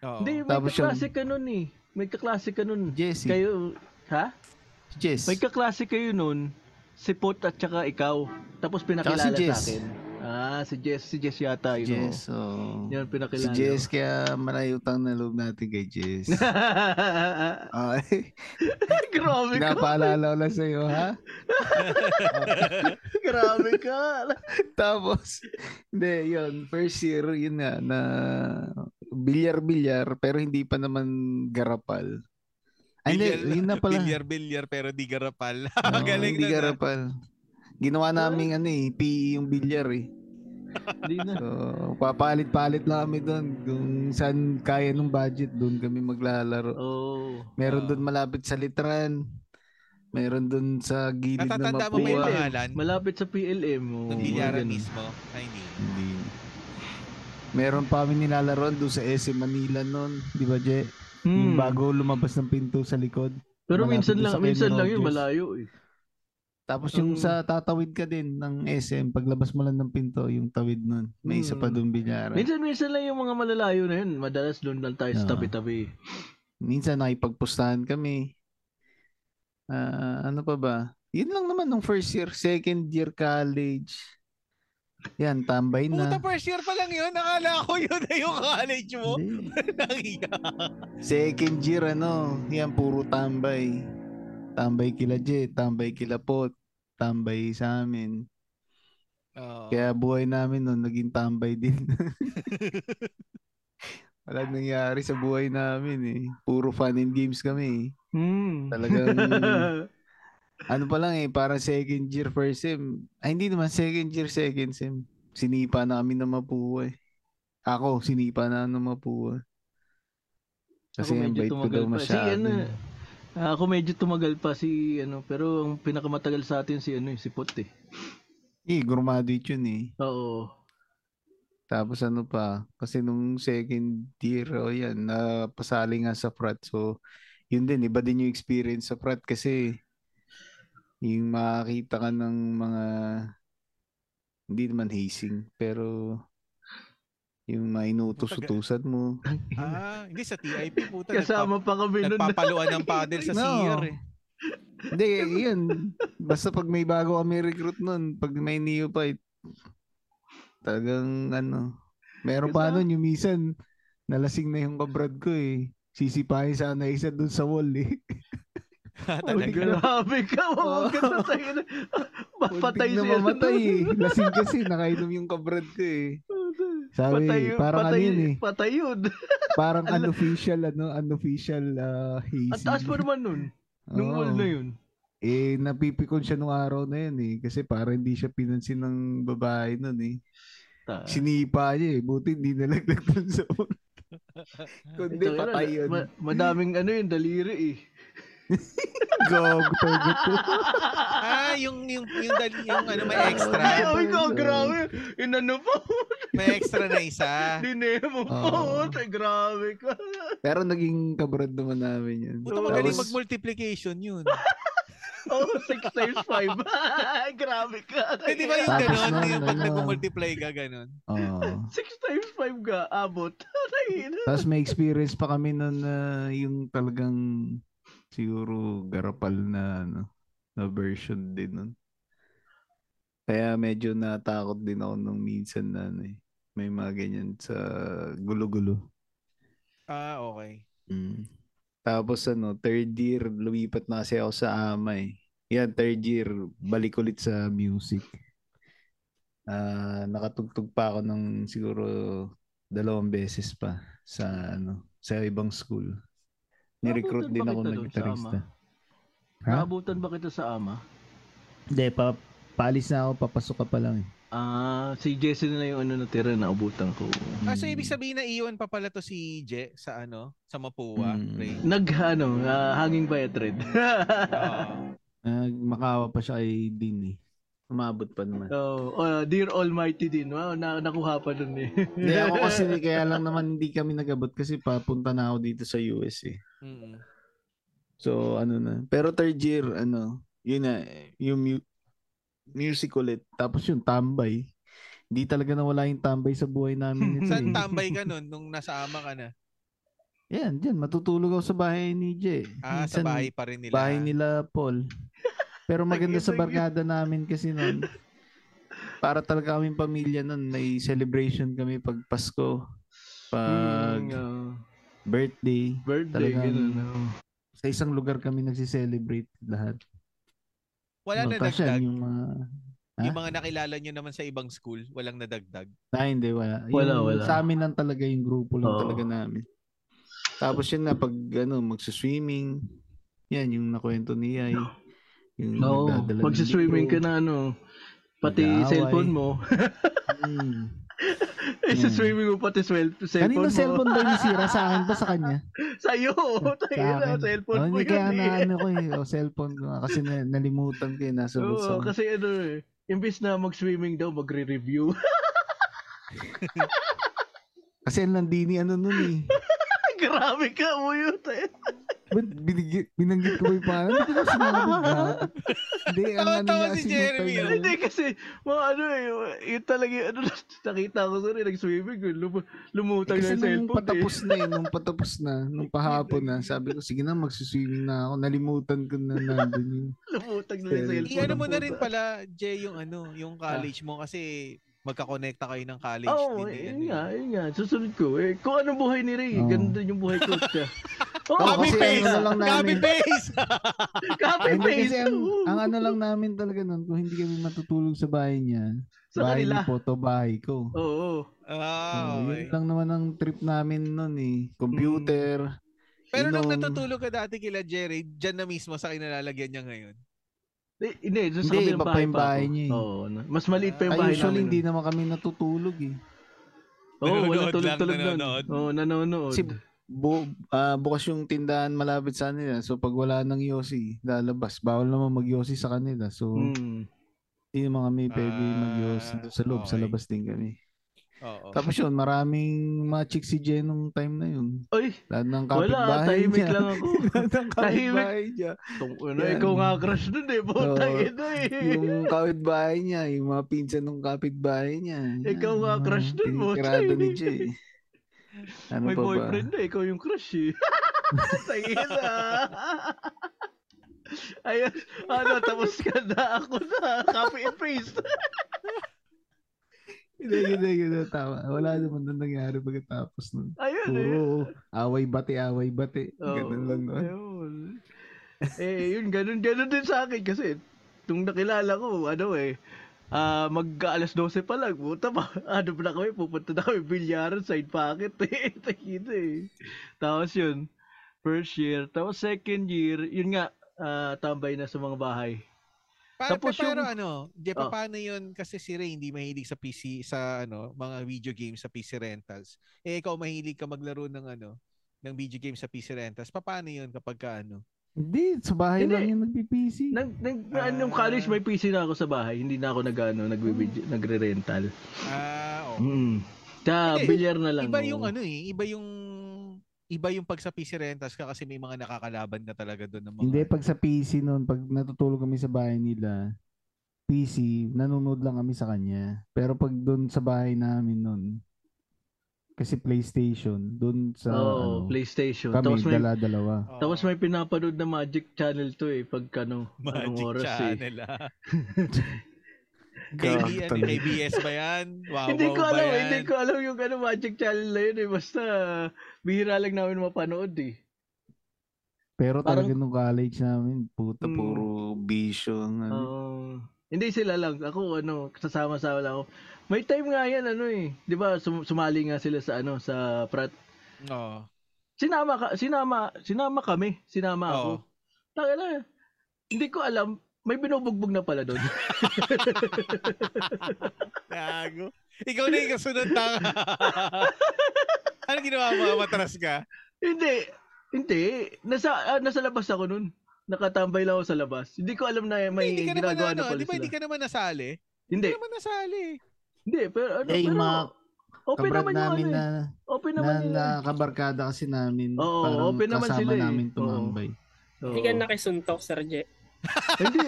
[SPEAKER 1] Oo.
[SPEAKER 2] Hindi, may
[SPEAKER 3] Tapos yun-
[SPEAKER 2] kaklase ka nun eh. May kaklase ka nun.
[SPEAKER 3] Jesse,
[SPEAKER 2] Kayo, ha?
[SPEAKER 3] Jess.
[SPEAKER 2] May kaklase kayo nun, si Pot at saka ikaw. Tapos pinakilala
[SPEAKER 3] Tsaka si Jess.
[SPEAKER 2] sa akin. Ah, si Jess. Si Jess yata yun.
[SPEAKER 3] Jess,
[SPEAKER 2] Jess.
[SPEAKER 3] oh.
[SPEAKER 2] Yan,
[SPEAKER 3] Si
[SPEAKER 2] pinakilala.
[SPEAKER 3] Jess, kaya malayo tang na loob natin kay Jess. Ay,
[SPEAKER 2] grabe ka.
[SPEAKER 3] napaalala ko lang sa'yo, ha?
[SPEAKER 2] grabe ka.
[SPEAKER 3] Tapos, hindi, yun, first year, yun nga, na bilyar-bilyar, pero hindi pa naman garapal. Ay, hindi,
[SPEAKER 1] Bilyar-
[SPEAKER 3] yun na pala.
[SPEAKER 1] Bilyar, bilyar, pero di garapal.
[SPEAKER 3] Oo,
[SPEAKER 1] Galing ah.
[SPEAKER 3] hindi
[SPEAKER 1] na. na.
[SPEAKER 3] garapal. Ginawa namin ano eh, PE yung bilyar eh.
[SPEAKER 2] Hindi na.
[SPEAKER 3] So, papalit-palit lang kami doon. Kung saan kaya ng budget, doon kami maglalaro.
[SPEAKER 2] Oh.
[SPEAKER 3] Meron
[SPEAKER 1] Oo.
[SPEAKER 3] doon malapit sa litran. Meron doon sa gilid ng
[SPEAKER 1] Natatanda mo ba yung
[SPEAKER 3] mapuwa.
[SPEAKER 2] mga-
[SPEAKER 1] pangalan?
[SPEAKER 2] Malapit sa PLM. Oh,
[SPEAKER 1] Nung bilyaran
[SPEAKER 2] ganun.
[SPEAKER 1] mismo? Ay, hindi.
[SPEAKER 3] Hindi. Meron pa kami nilalaro doon sa SM Manila noon. Di ba, Je? Yung
[SPEAKER 2] Hmm.
[SPEAKER 3] bago lumabas ng pinto sa likod.
[SPEAKER 2] Pero
[SPEAKER 3] malapit
[SPEAKER 2] minsan
[SPEAKER 3] sa
[SPEAKER 2] lang,
[SPEAKER 3] Kenny
[SPEAKER 2] minsan lang yun,
[SPEAKER 3] Rogers.
[SPEAKER 2] malayo eh.
[SPEAKER 3] Tapos yung
[SPEAKER 2] Mm.
[SPEAKER 3] sa tatawid ka din ng SM, paglabas mo lang ng pinto, yung tawid nun. May isa
[SPEAKER 2] Mm.
[SPEAKER 3] pa doon bilyara.
[SPEAKER 2] Minsan, minsan lang yung mga malalayo na yun. Madalas doon lang tayo sa
[SPEAKER 3] Ah.
[SPEAKER 2] tabi-tabi.
[SPEAKER 3] minsan nakipagpustahan kami. Ah, ano pa ba? Yun lang naman nung first year, second year college. Yan, tambay
[SPEAKER 1] Puta,
[SPEAKER 3] na.
[SPEAKER 1] first year pa lang yun. Nakala ko yun na yung college mo.
[SPEAKER 3] Hindi.
[SPEAKER 1] Nangiya.
[SPEAKER 3] Second year ano, yan puro tambay. Tambay kila Jet, tambay kila Pot, tambay sa amin.
[SPEAKER 1] Oo.
[SPEAKER 3] Kaya buhay namin noon naging tambay din. Wala nangyari sa buhay namin eh. Puro fun and games kami eh.
[SPEAKER 2] Hmm.
[SPEAKER 3] Talagang ano pa lang eh, parang second year first sem. Ay, hindi naman, second year second sem. Sinipa na kami ng mapuwa eh. Ako, sinipa na ng mapuwa.
[SPEAKER 2] Ako
[SPEAKER 3] Kasi ang
[SPEAKER 2] medyo
[SPEAKER 3] bait ko daw
[SPEAKER 2] tumagal pa. Si
[SPEAKER 3] masyado. eh.
[SPEAKER 2] ano, Ah, Ako medyo tumagal pa si ano, pero ang pinakamatagal sa atin si ano, eh, si Pot eh.
[SPEAKER 3] Eh, graduate yun eh.
[SPEAKER 2] Oo.
[SPEAKER 3] Tapos ano pa, kasi nung second year, oh yan, napasali nga sa frat. So, yun din, iba din yung experience sa frat kasi yung makakita ka ng mga, hindi naman hazing, pero yung mga inuutos-utusan mo.
[SPEAKER 1] Ah, hindi sa TIP puta. Kasama
[SPEAKER 2] Kasama pa kami nun.
[SPEAKER 1] Nagpapaluan ng paddle sa
[SPEAKER 3] No.
[SPEAKER 1] CR eh.
[SPEAKER 3] Hindi, yun. Basta pag may bago kami recruit nun, pag may neophyte, talagang ano, meron pa
[SPEAKER 2] Ganda.
[SPEAKER 3] nun yung minsan, nalasing na yung kabrad ko eh. Sisipahin sana isa dun sa wall eh.
[SPEAKER 1] Talaga.
[SPEAKER 2] Grabe ka, wag ka na tayo. na- Patay ano.
[SPEAKER 3] Muntik na
[SPEAKER 2] siya.
[SPEAKER 3] mamatay eh. Lasing kasi, nakainom yung kabrad ko eh. Sabi,
[SPEAKER 2] Patay yun.
[SPEAKER 3] parang
[SPEAKER 2] patay,
[SPEAKER 3] ano yun eh.
[SPEAKER 2] Patay yun.
[SPEAKER 3] Parang unofficial, ano, unofficial uh, hazing.
[SPEAKER 2] At taas pa naman nun. Nung
[SPEAKER 3] Oo.
[SPEAKER 2] wall na yun.
[SPEAKER 3] Eh, napipikon siya nung araw na yun eh. Kasi parang hindi siya pinansin ng babae nun eh.
[SPEAKER 2] Ta-
[SPEAKER 3] Sinipa niya eh. Buti hindi nalaglag dun sa ulo. Kundi
[SPEAKER 2] Ito,
[SPEAKER 3] patay yun.
[SPEAKER 2] ma- madaming ano yun, daliri eh.
[SPEAKER 3] Gog, togo to.
[SPEAKER 1] Ah, yung yung yung dali yung ano may
[SPEAKER 2] Ay,
[SPEAKER 1] extra,
[SPEAKER 2] ay, ko,
[SPEAKER 3] Ayun.
[SPEAKER 2] grabe. Inano po,
[SPEAKER 1] may extra na isa.
[SPEAKER 2] dinemo
[SPEAKER 3] Oo.
[SPEAKER 2] po. Ay, Grabe ka.
[SPEAKER 3] Pero naging kabrad naman namin yun.
[SPEAKER 1] Puta magaling
[SPEAKER 3] Tapos-
[SPEAKER 1] mag-multiplication yun.
[SPEAKER 2] Oh, 6 times 5. Ay, grabe ka.
[SPEAKER 1] Eh, di ba yung
[SPEAKER 3] Tapos
[SPEAKER 1] ganon?
[SPEAKER 3] nun,
[SPEAKER 1] Yung pag
[SPEAKER 3] ano.
[SPEAKER 1] nag-multiply ka, ganon.
[SPEAKER 3] Oo.
[SPEAKER 2] 6 times 5 ka, abot. Ay, ina.
[SPEAKER 3] Tapos may experience pa kami noon na yung talagang siguro garapal na ano, na version din nun. Kaya medyo natakot din ako nung minsan na ano, eh. may mga ganyan sa gulo-gulo.
[SPEAKER 1] Ah, okay.
[SPEAKER 3] Mm. Tapos ano, third year, lumipat na kasi ako sa ama eh. Yan, third year, balik ulit sa music. Ah, nakatugtog pa ako ng siguro dalawang beses pa sa ano, sa ibang school. Ni-recruit
[SPEAKER 2] Naabutan
[SPEAKER 3] din
[SPEAKER 2] ba
[SPEAKER 3] ako
[SPEAKER 2] kita
[SPEAKER 3] ng
[SPEAKER 2] doon sa
[SPEAKER 3] gitarista. Ha?
[SPEAKER 2] Naabutan ba kita sa ama?
[SPEAKER 3] Hindi, pa, paalis na ako, papasok ka pa lang eh.
[SPEAKER 2] Ah, si Jesse na lang yung ano natira na abutan ko.
[SPEAKER 1] Ah, so ibig
[SPEAKER 3] Hmm.
[SPEAKER 1] sabihin na iyon pa pala to si Je sa ano, sa Mapua,
[SPEAKER 3] Mm.
[SPEAKER 1] Ray.
[SPEAKER 2] Nag ano, ah, hanging by a thread.
[SPEAKER 1] Ah.
[SPEAKER 3] makawa pa siya kay Dean eh. Umabot pa naman.
[SPEAKER 2] so, oh, dear almighty din. Wow, na nakuha pa dun eh.
[SPEAKER 3] Hindi ako kasi kaya lang naman hindi kami nagabot kasi papunta na ako dito sa US eh.
[SPEAKER 1] Mm.
[SPEAKER 3] So ano na. Pero third year, ano, yun na, yung mu- music ulit. Tapos yung tambay. Hindi talaga nawala yung tambay sa buhay namin. nito
[SPEAKER 1] Saan
[SPEAKER 3] eh.
[SPEAKER 1] tambay ka nun nung nasa ama ka na?
[SPEAKER 3] Yan, dyan. Matutulog ako sa bahay ni Jay.
[SPEAKER 1] Ah, sa
[SPEAKER 3] Minsan,
[SPEAKER 1] bahay pa rin nila.
[SPEAKER 3] Hmm. Bahay nila, Paul. Pero maganda
[SPEAKER 2] Tagyo,
[SPEAKER 3] sa
[SPEAKER 2] tagyo.
[SPEAKER 3] barkada namin kasi noon. Para talaga kaming pamilya noon. May celebration kami pag Pasko. Pag
[SPEAKER 2] Mm, ah,
[SPEAKER 3] birthday.
[SPEAKER 2] birthday,
[SPEAKER 3] Talagang-
[SPEAKER 2] ganun. ah.
[SPEAKER 3] Sa isang lugar kami nagsiselebrate lahat.
[SPEAKER 1] Wala na
[SPEAKER 3] Magkasyan
[SPEAKER 1] dagdag.
[SPEAKER 3] yung mga... Ha?
[SPEAKER 1] Yung mga nakilala nyo naman sa ibang school, walang nadagdag.
[SPEAKER 3] Ah, hindi, wala.
[SPEAKER 2] Wala,
[SPEAKER 3] Yung
[SPEAKER 2] wala.
[SPEAKER 3] Sa amin lang talaga yung grupo lang
[SPEAKER 2] Oo.
[SPEAKER 3] talaga namin. Tapos yun na, pag ano, magsuswimming, yan, yung nakwento ni Yay. Yung
[SPEAKER 2] Oo,
[SPEAKER 3] nagdadala ng
[SPEAKER 2] magsiswimming ka
[SPEAKER 3] libro.
[SPEAKER 2] na ano, pati
[SPEAKER 3] Nag-aaway.
[SPEAKER 2] cellphone mo.
[SPEAKER 3] Hmm.
[SPEAKER 2] Isa-swimming mo pati swel-
[SPEAKER 3] Kanino
[SPEAKER 2] cellphone mo.
[SPEAKER 3] cellphone ba yung nasira? Sa akin ba? Sa kanya?
[SPEAKER 2] Sa'yo,
[SPEAKER 3] Sa
[SPEAKER 2] tayo na,
[SPEAKER 3] akin.
[SPEAKER 2] cellphone mo
[SPEAKER 3] Oh, hindi,
[SPEAKER 2] yun
[SPEAKER 3] kaya na
[SPEAKER 2] eh.
[SPEAKER 3] ano ko eh. O, cellphone ko. nga. Kasi na- nalimutan ko eh. Nasa bulsa
[SPEAKER 2] Oo,
[SPEAKER 3] ko.
[SPEAKER 2] kasi ano eh, imbis na mag-swimming daw, magre-review.
[SPEAKER 3] Kasi ang landini ano nun eh.
[SPEAKER 2] Grabe ka mo yun. te.
[SPEAKER 3] Ba't binigit, binanggit ko ba yung pangalan? Hindi ko sinabi ba? Hindi, ang ano
[SPEAKER 1] Tawa-tawa
[SPEAKER 3] niya
[SPEAKER 1] si
[SPEAKER 3] kasi
[SPEAKER 1] Jeremy,
[SPEAKER 3] nung time na
[SPEAKER 2] Hindi kasi, mga ano eh, yun talaga, yung ano, nakita ko sa rin, nag-swimming, yun, lum-
[SPEAKER 3] Eh,
[SPEAKER 2] lumutang
[SPEAKER 3] kasi
[SPEAKER 2] na yung
[SPEAKER 3] nung
[SPEAKER 2] cellphone
[SPEAKER 3] patapos na eh, nung patapos na, nung pahapon na, sabi ko, sige na, magsiswimming na ako. Nalimutan ko na nandun yun.
[SPEAKER 2] eh. Lumutang na yung
[SPEAKER 3] Cellphone.
[SPEAKER 2] cellphone.
[SPEAKER 1] I ano mo na
[SPEAKER 2] puta.
[SPEAKER 1] rin pala, Jay, yung ano, yung
[SPEAKER 3] Ah.
[SPEAKER 1] college mo kasi magkakonekta kayo ng college.
[SPEAKER 2] Oo, oh,
[SPEAKER 1] din,
[SPEAKER 2] yun
[SPEAKER 1] ano
[SPEAKER 2] nga, yun nga. Susunod ko. Eh, kung anong buhay ni Ray,
[SPEAKER 3] Oo.
[SPEAKER 2] ganun din yung buhay ko siya. Oo,
[SPEAKER 3] Oo,
[SPEAKER 1] Copy
[SPEAKER 3] kasi
[SPEAKER 1] paste!
[SPEAKER 3] ano lang namin.
[SPEAKER 1] Copy paste!
[SPEAKER 2] Copy
[SPEAKER 3] Hindi kasi
[SPEAKER 2] paste.
[SPEAKER 3] ang, ang ano lang namin talaga nun, kung hindi kami matutulog sa bahay niya,
[SPEAKER 2] Sa
[SPEAKER 3] bahay
[SPEAKER 2] kanila.
[SPEAKER 3] ni Poto, bahay ko.
[SPEAKER 2] Oo.
[SPEAKER 1] Ah,
[SPEAKER 3] So,
[SPEAKER 1] okay.
[SPEAKER 3] Mm, Yun lang naman ang trip namin nun eh. Computer.
[SPEAKER 2] Hmm.
[SPEAKER 1] Pero nung
[SPEAKER 3] inom.
[SPEAKER 1] natutulog ka dati kila Jerry, dyan na mismo sa kinalalagyan niya ngayon.
[SPEAKER 2] Eh, Hindi, doon sa
[SPEAKER 3] Hindi,
[SPEAKER 2] kabilang
[SPEAKER 3] iba pa
[SPEAKER 2] bahay
[SPEAKER 3] yung
[SPEAKER 2] pa
[SPEAKER 3] bahay
[SPEAKER 2] ako.
[SPEAKER 3] niya eh.
[SPEAKER 2] Oo, ano. mas maliit pa yung
[SPEAKER 3] Ay,
[SPEAKER 2] bahay
[SPEAKER 3] usually
[SPEAKER 2] namin.
[SPEAKER 3] hindi naman kami natutulog eh.
[SPEAKER 2] Oo, oh, wala
[SPEAKER 1] Nanonood lang,
[SPEAKER 2] tulog-tulog doon.
[SPEAKER 1] nanonood.
[SPEAKER 2] Oo, oh, nanonood.
[SPEAKER 3] Kasi bu- ah, bukas yung tindahan malapit sa kanila. So pag wala ng Yossi, lalabas. Bawal naman mag sa kanila. So
[SPEAKER 2] Hmm.
[SPEAKER 3] hindi naman kami pwede
[SPEAKER 1] Ah,
[SPEAKER 3] mag doon sa loob. Sa
[SPEAKER 1] okay.
[SPEAKER 3] labas din kami.
[SPEAKER 1] Oo.
[SPEAKER 3] Tapos yun, maraming mga chicks si Jen nung time na yun.
[SPEAKER 2] Ay,
[SPEAKER 3] Lahat ng
[SPEAKER 2] wala,
[SPEAKER 3] kapitbahay
[SPEAKER 2] tahimik
[SPEAKER 3] niya.
[SPEAKER 2] lang ako.
[SPEAKER 3] Lahat ng kapitbahay niya.
[SPEAKER 2] Tung, ano,
[SPEAKER 3] Yan.
[SPEAKER 2] ikaw nga crush doon eh, puta
[SPEAKER 3] Oo.
[SPEAKER 2] ito eh.
[SPEAKER 3] Yung kapitbahay niya, yung mga pinsan ng kapitbahay niya.
[SPEAKER 2] Ikaw nga
[SPEAKER 3] mga
[SPEAKER 2] crush dun, boss.
[SPEAKER 3] tinitirado ni Jay. Ano
[SPEAKER 2] May
[SPEAKER 3] pa ba?
[SPEAKER 2] boyfriend na, ikaw yung crush eh. Tangin na. Ayun, ano, tapos ka na ako na. Copy and paste.
[SPEAKER 3] Hindi, hindi, hindi. Tama. Wala naman nang nangyari pagkatapos nun.
[SPEAKER 2] Ayun eh.
[SPEAKER 3] Puro away bati, away bati. Ganun lang nun.
[SPEAKER 2] Ayun. Eh, yun, ganun, ganun din sa akin kasi nung nakilala ko, ano eh, ah mag-alas 12 pa lang, puta pa, ano pa na kami, pupunta na kami, bilyaran, side pocket, eh, takita eh. Tapos yun, first year, tapos second year, yun nga, ah, tambay na sa mga bahay.
[SPEAKER 1] Para,
[SPEAKER 2] Tapos
[SPEAKER 1] pero
[SPEAKER 2] yung-
[SPEAKER 1] ano, di pa
[SPEAKER 2] Oh.
[SPEAKER 1] paano yun kasi si Ray hindi mahilig sa PC sa ano, mga video games sa PC rentals. Eh ikaw mahilig ka maglaro ng ano, ng video games sa PC rentals. Paano yun kapag ka ano?
[SPEAKER 3] Hindi, sa bahay
[SPEAKER 2] Hindi.
[SPEAKER 3] lang yung nagpipisi.
[SPEAKER 2] Nag, nag,
[SPEAKER 1] Ah.
[SPEAKER 2] nung college, may PC na ako sa bahay, hindi na ako nag, ano, nagbi- nagre-rental.
[SPEAKER 1] Ah, oo.
[SPEAKER 2] Mm. Sa
[SPEAKER 1] Hindi,
[SPEAKER 2] bilyar na lang.
[SPEAKER 1] Iba yung
[SPEAKER 2] oo.
[SPEAKER 1] ano eh, iba yung iba yung pag sa PC rentals ka kasi may mga nakakalaban na talaga doon ng mga
[SPEAKER 3] Hindi, pag sa PC noon, pag natutulog kami sa bahay nila, PC, nanonood lang kami sa kanya. Pero pag doon sa bahay namin noon, kasi PlayStation, doon sa
[SPEAKER 2] Oo,
[SPEAKER 3] ano,
[SPEAKER 2] PlayStation.
[SPEAKER 3] kami,
[SPEAKER 2] Tapos may
[SPEAKER 3] dala-dalawa.
[SPEAKER 1] Oo.
[SPEAKER 2] Tapos may pinapanood na Magic Channel to eh, pag ano, anong
[SPEAKER 1] Magic
[SPEAKER 2] oras eh.
[SPEAKER 1] Channel ah. KB, ano,
[SPEAKER 3] Gago.
[SPEAKER 1] KBS ba yan? Wow,
[SPEAKER 2] hindi ko
[SPEAKER 1] wow ba
[SPEAKER 2] alam,
[SPEAKER 1] yan?
[SPEAKER 2] hindi ko alam yung ano, Magic Channel na yun eh. Basta, bihira lang namin mapanood eh.
[SPEAKER 3] Pero
[SPEAKER 2] Parang-
[SPEAKER 3] talaga nung college namin, puta,
[SPEAKER 2] Mm.
[SPEAKER 3] puro bisyo. ang Ano.
[SPEAKER 2] Oo. Um, hindi sila lang. Ako, ano, kasama-sama lang ako. May time nga yan, ano eh. Di ba, sum- sumali nga sila sa ano, sa prat.
[SPEAKER 1] Oo.
[SPEAKER 2] Sinama, ka, sinama, sinama kami. Sinama ako.
[SPEAKER 1] Oo.
[SPEAKER 2] Taka na. Hindi ko alam, may binubugbog na pala doon.
[SPEAKER 1] Gago. Ikaw na yung kasunod na. ano ginawa mo? Matras ka?
[SPEAKER 2] Hindi. Hindi. Nasa, ah, nasa labas ako nun. Nakatambay lang ako sa labas. Hindi ko alam na may
[SPEAKER 1] hindi ka naman
[SPEAKER 2] ginagawa
[SPEAKER 1] ano,
[SPEAKER 2] na pala
[SPEAKER 1] di ba
[SPEAKER 2] sila.
[SPEAKER 1] hindi ka naman nasali?
[SPEAKER 2] Hindi.
[SPEAKER 1] Hindi ka naman nasali.
[SPEAKER 2] Hindi. Pero ano,
[SPEAKER 3] Eh, yung
[SPEAKER 2] pero
[SPEAKER 3] mga
[SPEAKER 2] open
[SPEAKER 3] kabrad
[SPEAKER 2] naman yung
[SPEAKER 3] namin
[SPEAKER 2] ano.
[SPEAKER 3] na,
[SPEAKER 2] eh. Open
[SPEAKER 3] na,
[SPEAKER 2] naman yun.
[SPEAKER 3] na kabarkada kasi namin,
[SPEAKER 2] Oo,
[SPEAKER 3] parang
[SPEAKER 2] open naman
[SPEAKER 3] kasama
[SPEAKER 2] sila eh.
[SPEAKER 3] namin
[SPEAKER 2] Oo.
[SPEAKER 3] tumambay.
[SPEAKER 2] Oo.
[SPEAKER 5] Hindi ka nakisuntok, Sir Je.
[SPEAKER 2] hindi.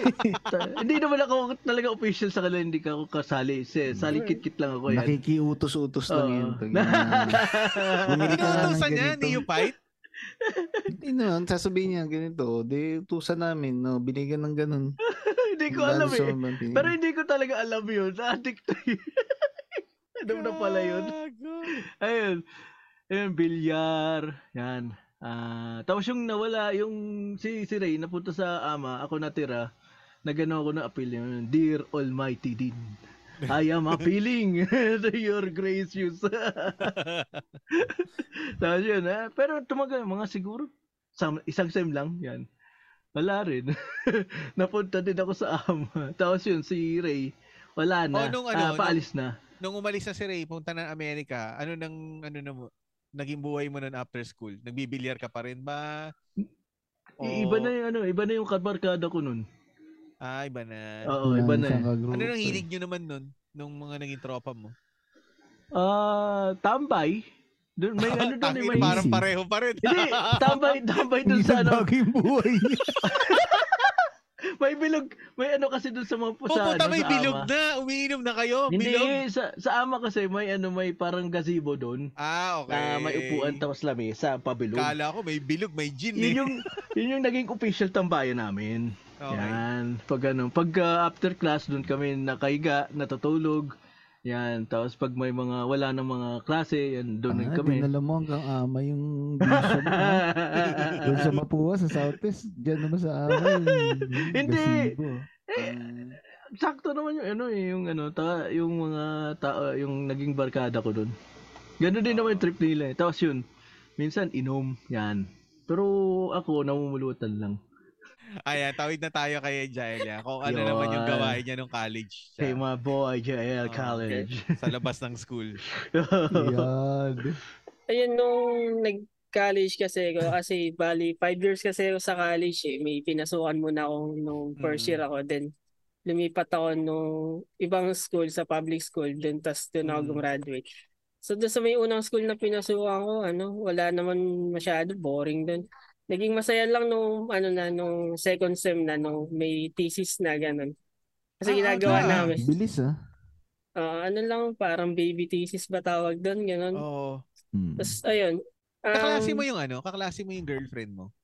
[SPEAKER 2] Ta- hindi naman ako talaga official sa kanila. Hindi ka ako kasali. Se, sali kit-kit lang ako eh. yan.
[SPEAKER 3] Nakikiutos-utos lang
[SPEAKER 2] Oo.
[SPEAKER 3] yun. Tangina. Bumili ka nga
[SPEAKER 1] Inuutosan
[SPEAKER 3] ng
[SPEAKER 1] niya,
[SPEAKER 3] ganito.
[SPEAKER 1] ni you fight?
[SPEAKER 3] Hindi naman, sasabihin niya ganito, di utusan namin, no, binigyan ng ganun.
[SPEAKER 2] hindi ko alam
[SPEAKER 3] Lalo sa
[SPEAKER 2] eh.
[SPEAKER 3] mga pinigyan.
[SPEAKER 2] Pero hindi ko talaga alam yun. Addict to yun. Alam na pala yun.
[SPEAKER 1] Gago.
[SPEAKER 2] Ayun. Ayun, bilyar. Yan. Ah, tapos yung nawala, yung si, si Ray, napunta sa ama, ako natira, nagano ako ng appeal yun. Dear Almighty Din, I am appealing to your gracious. tapos yun, ah, pero tumagal, mga siguro, sam- isang sem lang, yan. Wala rin. Napunta din ako sa ama. Tapos yun, si Ray, wala
[SPEAKER 1] Oh,
[SPEAKER 2] na.
[SPEAKER 1] nung
[SPEAKER 2] Ah,
[SPEAKER 1] ano, nung-
[SPEAKER 2] paalis na.
[SPEAKER 1] Nung umalis na si Ray, punta na Amerika, ano nang, ano na mo, naging buhay mo nun after school? Nagbibilyar ka pa rin ba? O-
[SPEAKER 2] I- Iba na yung ano, iba na yung kabarkada ko nun.
[SPEAKER 1] Ah, iba na.
[SPEAKER 2] Oo, iba na. eh.
[SPEAKER 1] ano nang hilig nyo naman nun? Nung mga naging tropa mo?
[SPEAKER 2] Ah, tambay. Dun, may ano doon,
[SPEAKER 1] Tangin,
[SPEAKER 2] may...
[SPEAKER 1] parang
[SPEAKER 3] Easy.
[SPEAKER 1] pareho pa rin.
[SPEAKER 2] Hindi, tambay, tambay doon sa ano.
[SPEAKER 3] yung buhay niya.
[SPEAKER 2] May bilog, may ano kasi doon sa mga sa
[SPEAKER 1] Pupunta
[SPEAKER 2] ano,
[SPEAKER 1] Oh, may
[SPEAKER 2] sa
[SPEAKER 1] bilog
[SPEAKER 2] ama.
[SPEAKER 1] na. Umiinom na kayo.
[SPEAKER 2] Hindi,
[SPEAKER 1] Bilog.
[SPEAKER 2] sa, sa ama kasi may ano, may parang gazebo doon.
[SPEAKER 1] Ah, okay.
[SPEAKER 2] Na may upuan tapos lamesa, pabilog.
[SPEAKER 1] Kala ko may bilog, may gin eh.
[SPEAKER 2] Yun yung, yun yung naging official tambayan namin.
[SPEAKER 1] Okay.
[SPEAKER 2] Yan. Pag ano, pag ah, after class doon kami nakaiga, natutulog. Yan, tapos pag may mga wala ng mga klase, yan doon rin
[SPEAKER 3] Ah,
[SPEAKER 2] kami.
[SPEAKER 3] dinala mo hanggang ama yung bisyo mo. ha? Doon sa Mapua, sa Southeast, dyan naman sa ama yung
[SPEAKER 2] Hindi.
[SPEAKER 3] gazebo.
[SPEAKER 2] Sakto naman yung ano eh, yung ano, ta, yung mga tao, yung naging barkada ko doon. Ganun din naman yung trip nila eh. Tapos yun, minsan inom, yan. Pero ako, namumulutan lang.
[SPEAKER 1] Ayan, tawid na tayo kay Jaelia. Kung ano
[SPEAKER 2] Yun.
[SPEAKER 1] naman yung gawain niya nung college
[SPEAKER 2] Hey,
[SPEAKER 1] siya,
[SPEAKER 2] my boy, JL
[SPEAKER 1] Oh,
[SPEAKER 2] College.
[SPEAKER 1] sa labas ng school.
[SPEAKER 6] Yan.
[SPEAKER 5] Ayun, nung nag-college kasi ako, kasi bali, five years kasi ako sa college eh. May pinasukan muna ako nung first
[SPEAKER 1] Mm.
[SPEAKER 5] year ako. Then, lumipat ako nung ibang school sa public school. Then, tas doon ako
[SPEAKER 1] Mm.
[SPEAKER 5] gumraduate. So, doon sa may unang school na pinasukan ko, ano, wala naman masyado, boring doon. Naging masaya lang nung, ano na, nung second sem na, nung may thesis na, ganun.
[SPEAKER 1] Ah,
[SPEAKER 5] Kasi ginagawa
[SPEAKER 1] aga.
[SPEAKER 5] namin.
[SPEAKER 6] Bilis ah.
[SPEAKER 5] ah, ano lang, parang baby thesis ba tawag doon, ganun.
[SPEAKER 1] Oo.
[SPEAKER 6] Hmm.
[SPEAKER 5] Tapos, ayun. Um,
[SPEAKER 1] Kaklase mo yung ano? Kaklase mo yung girlfriend mo?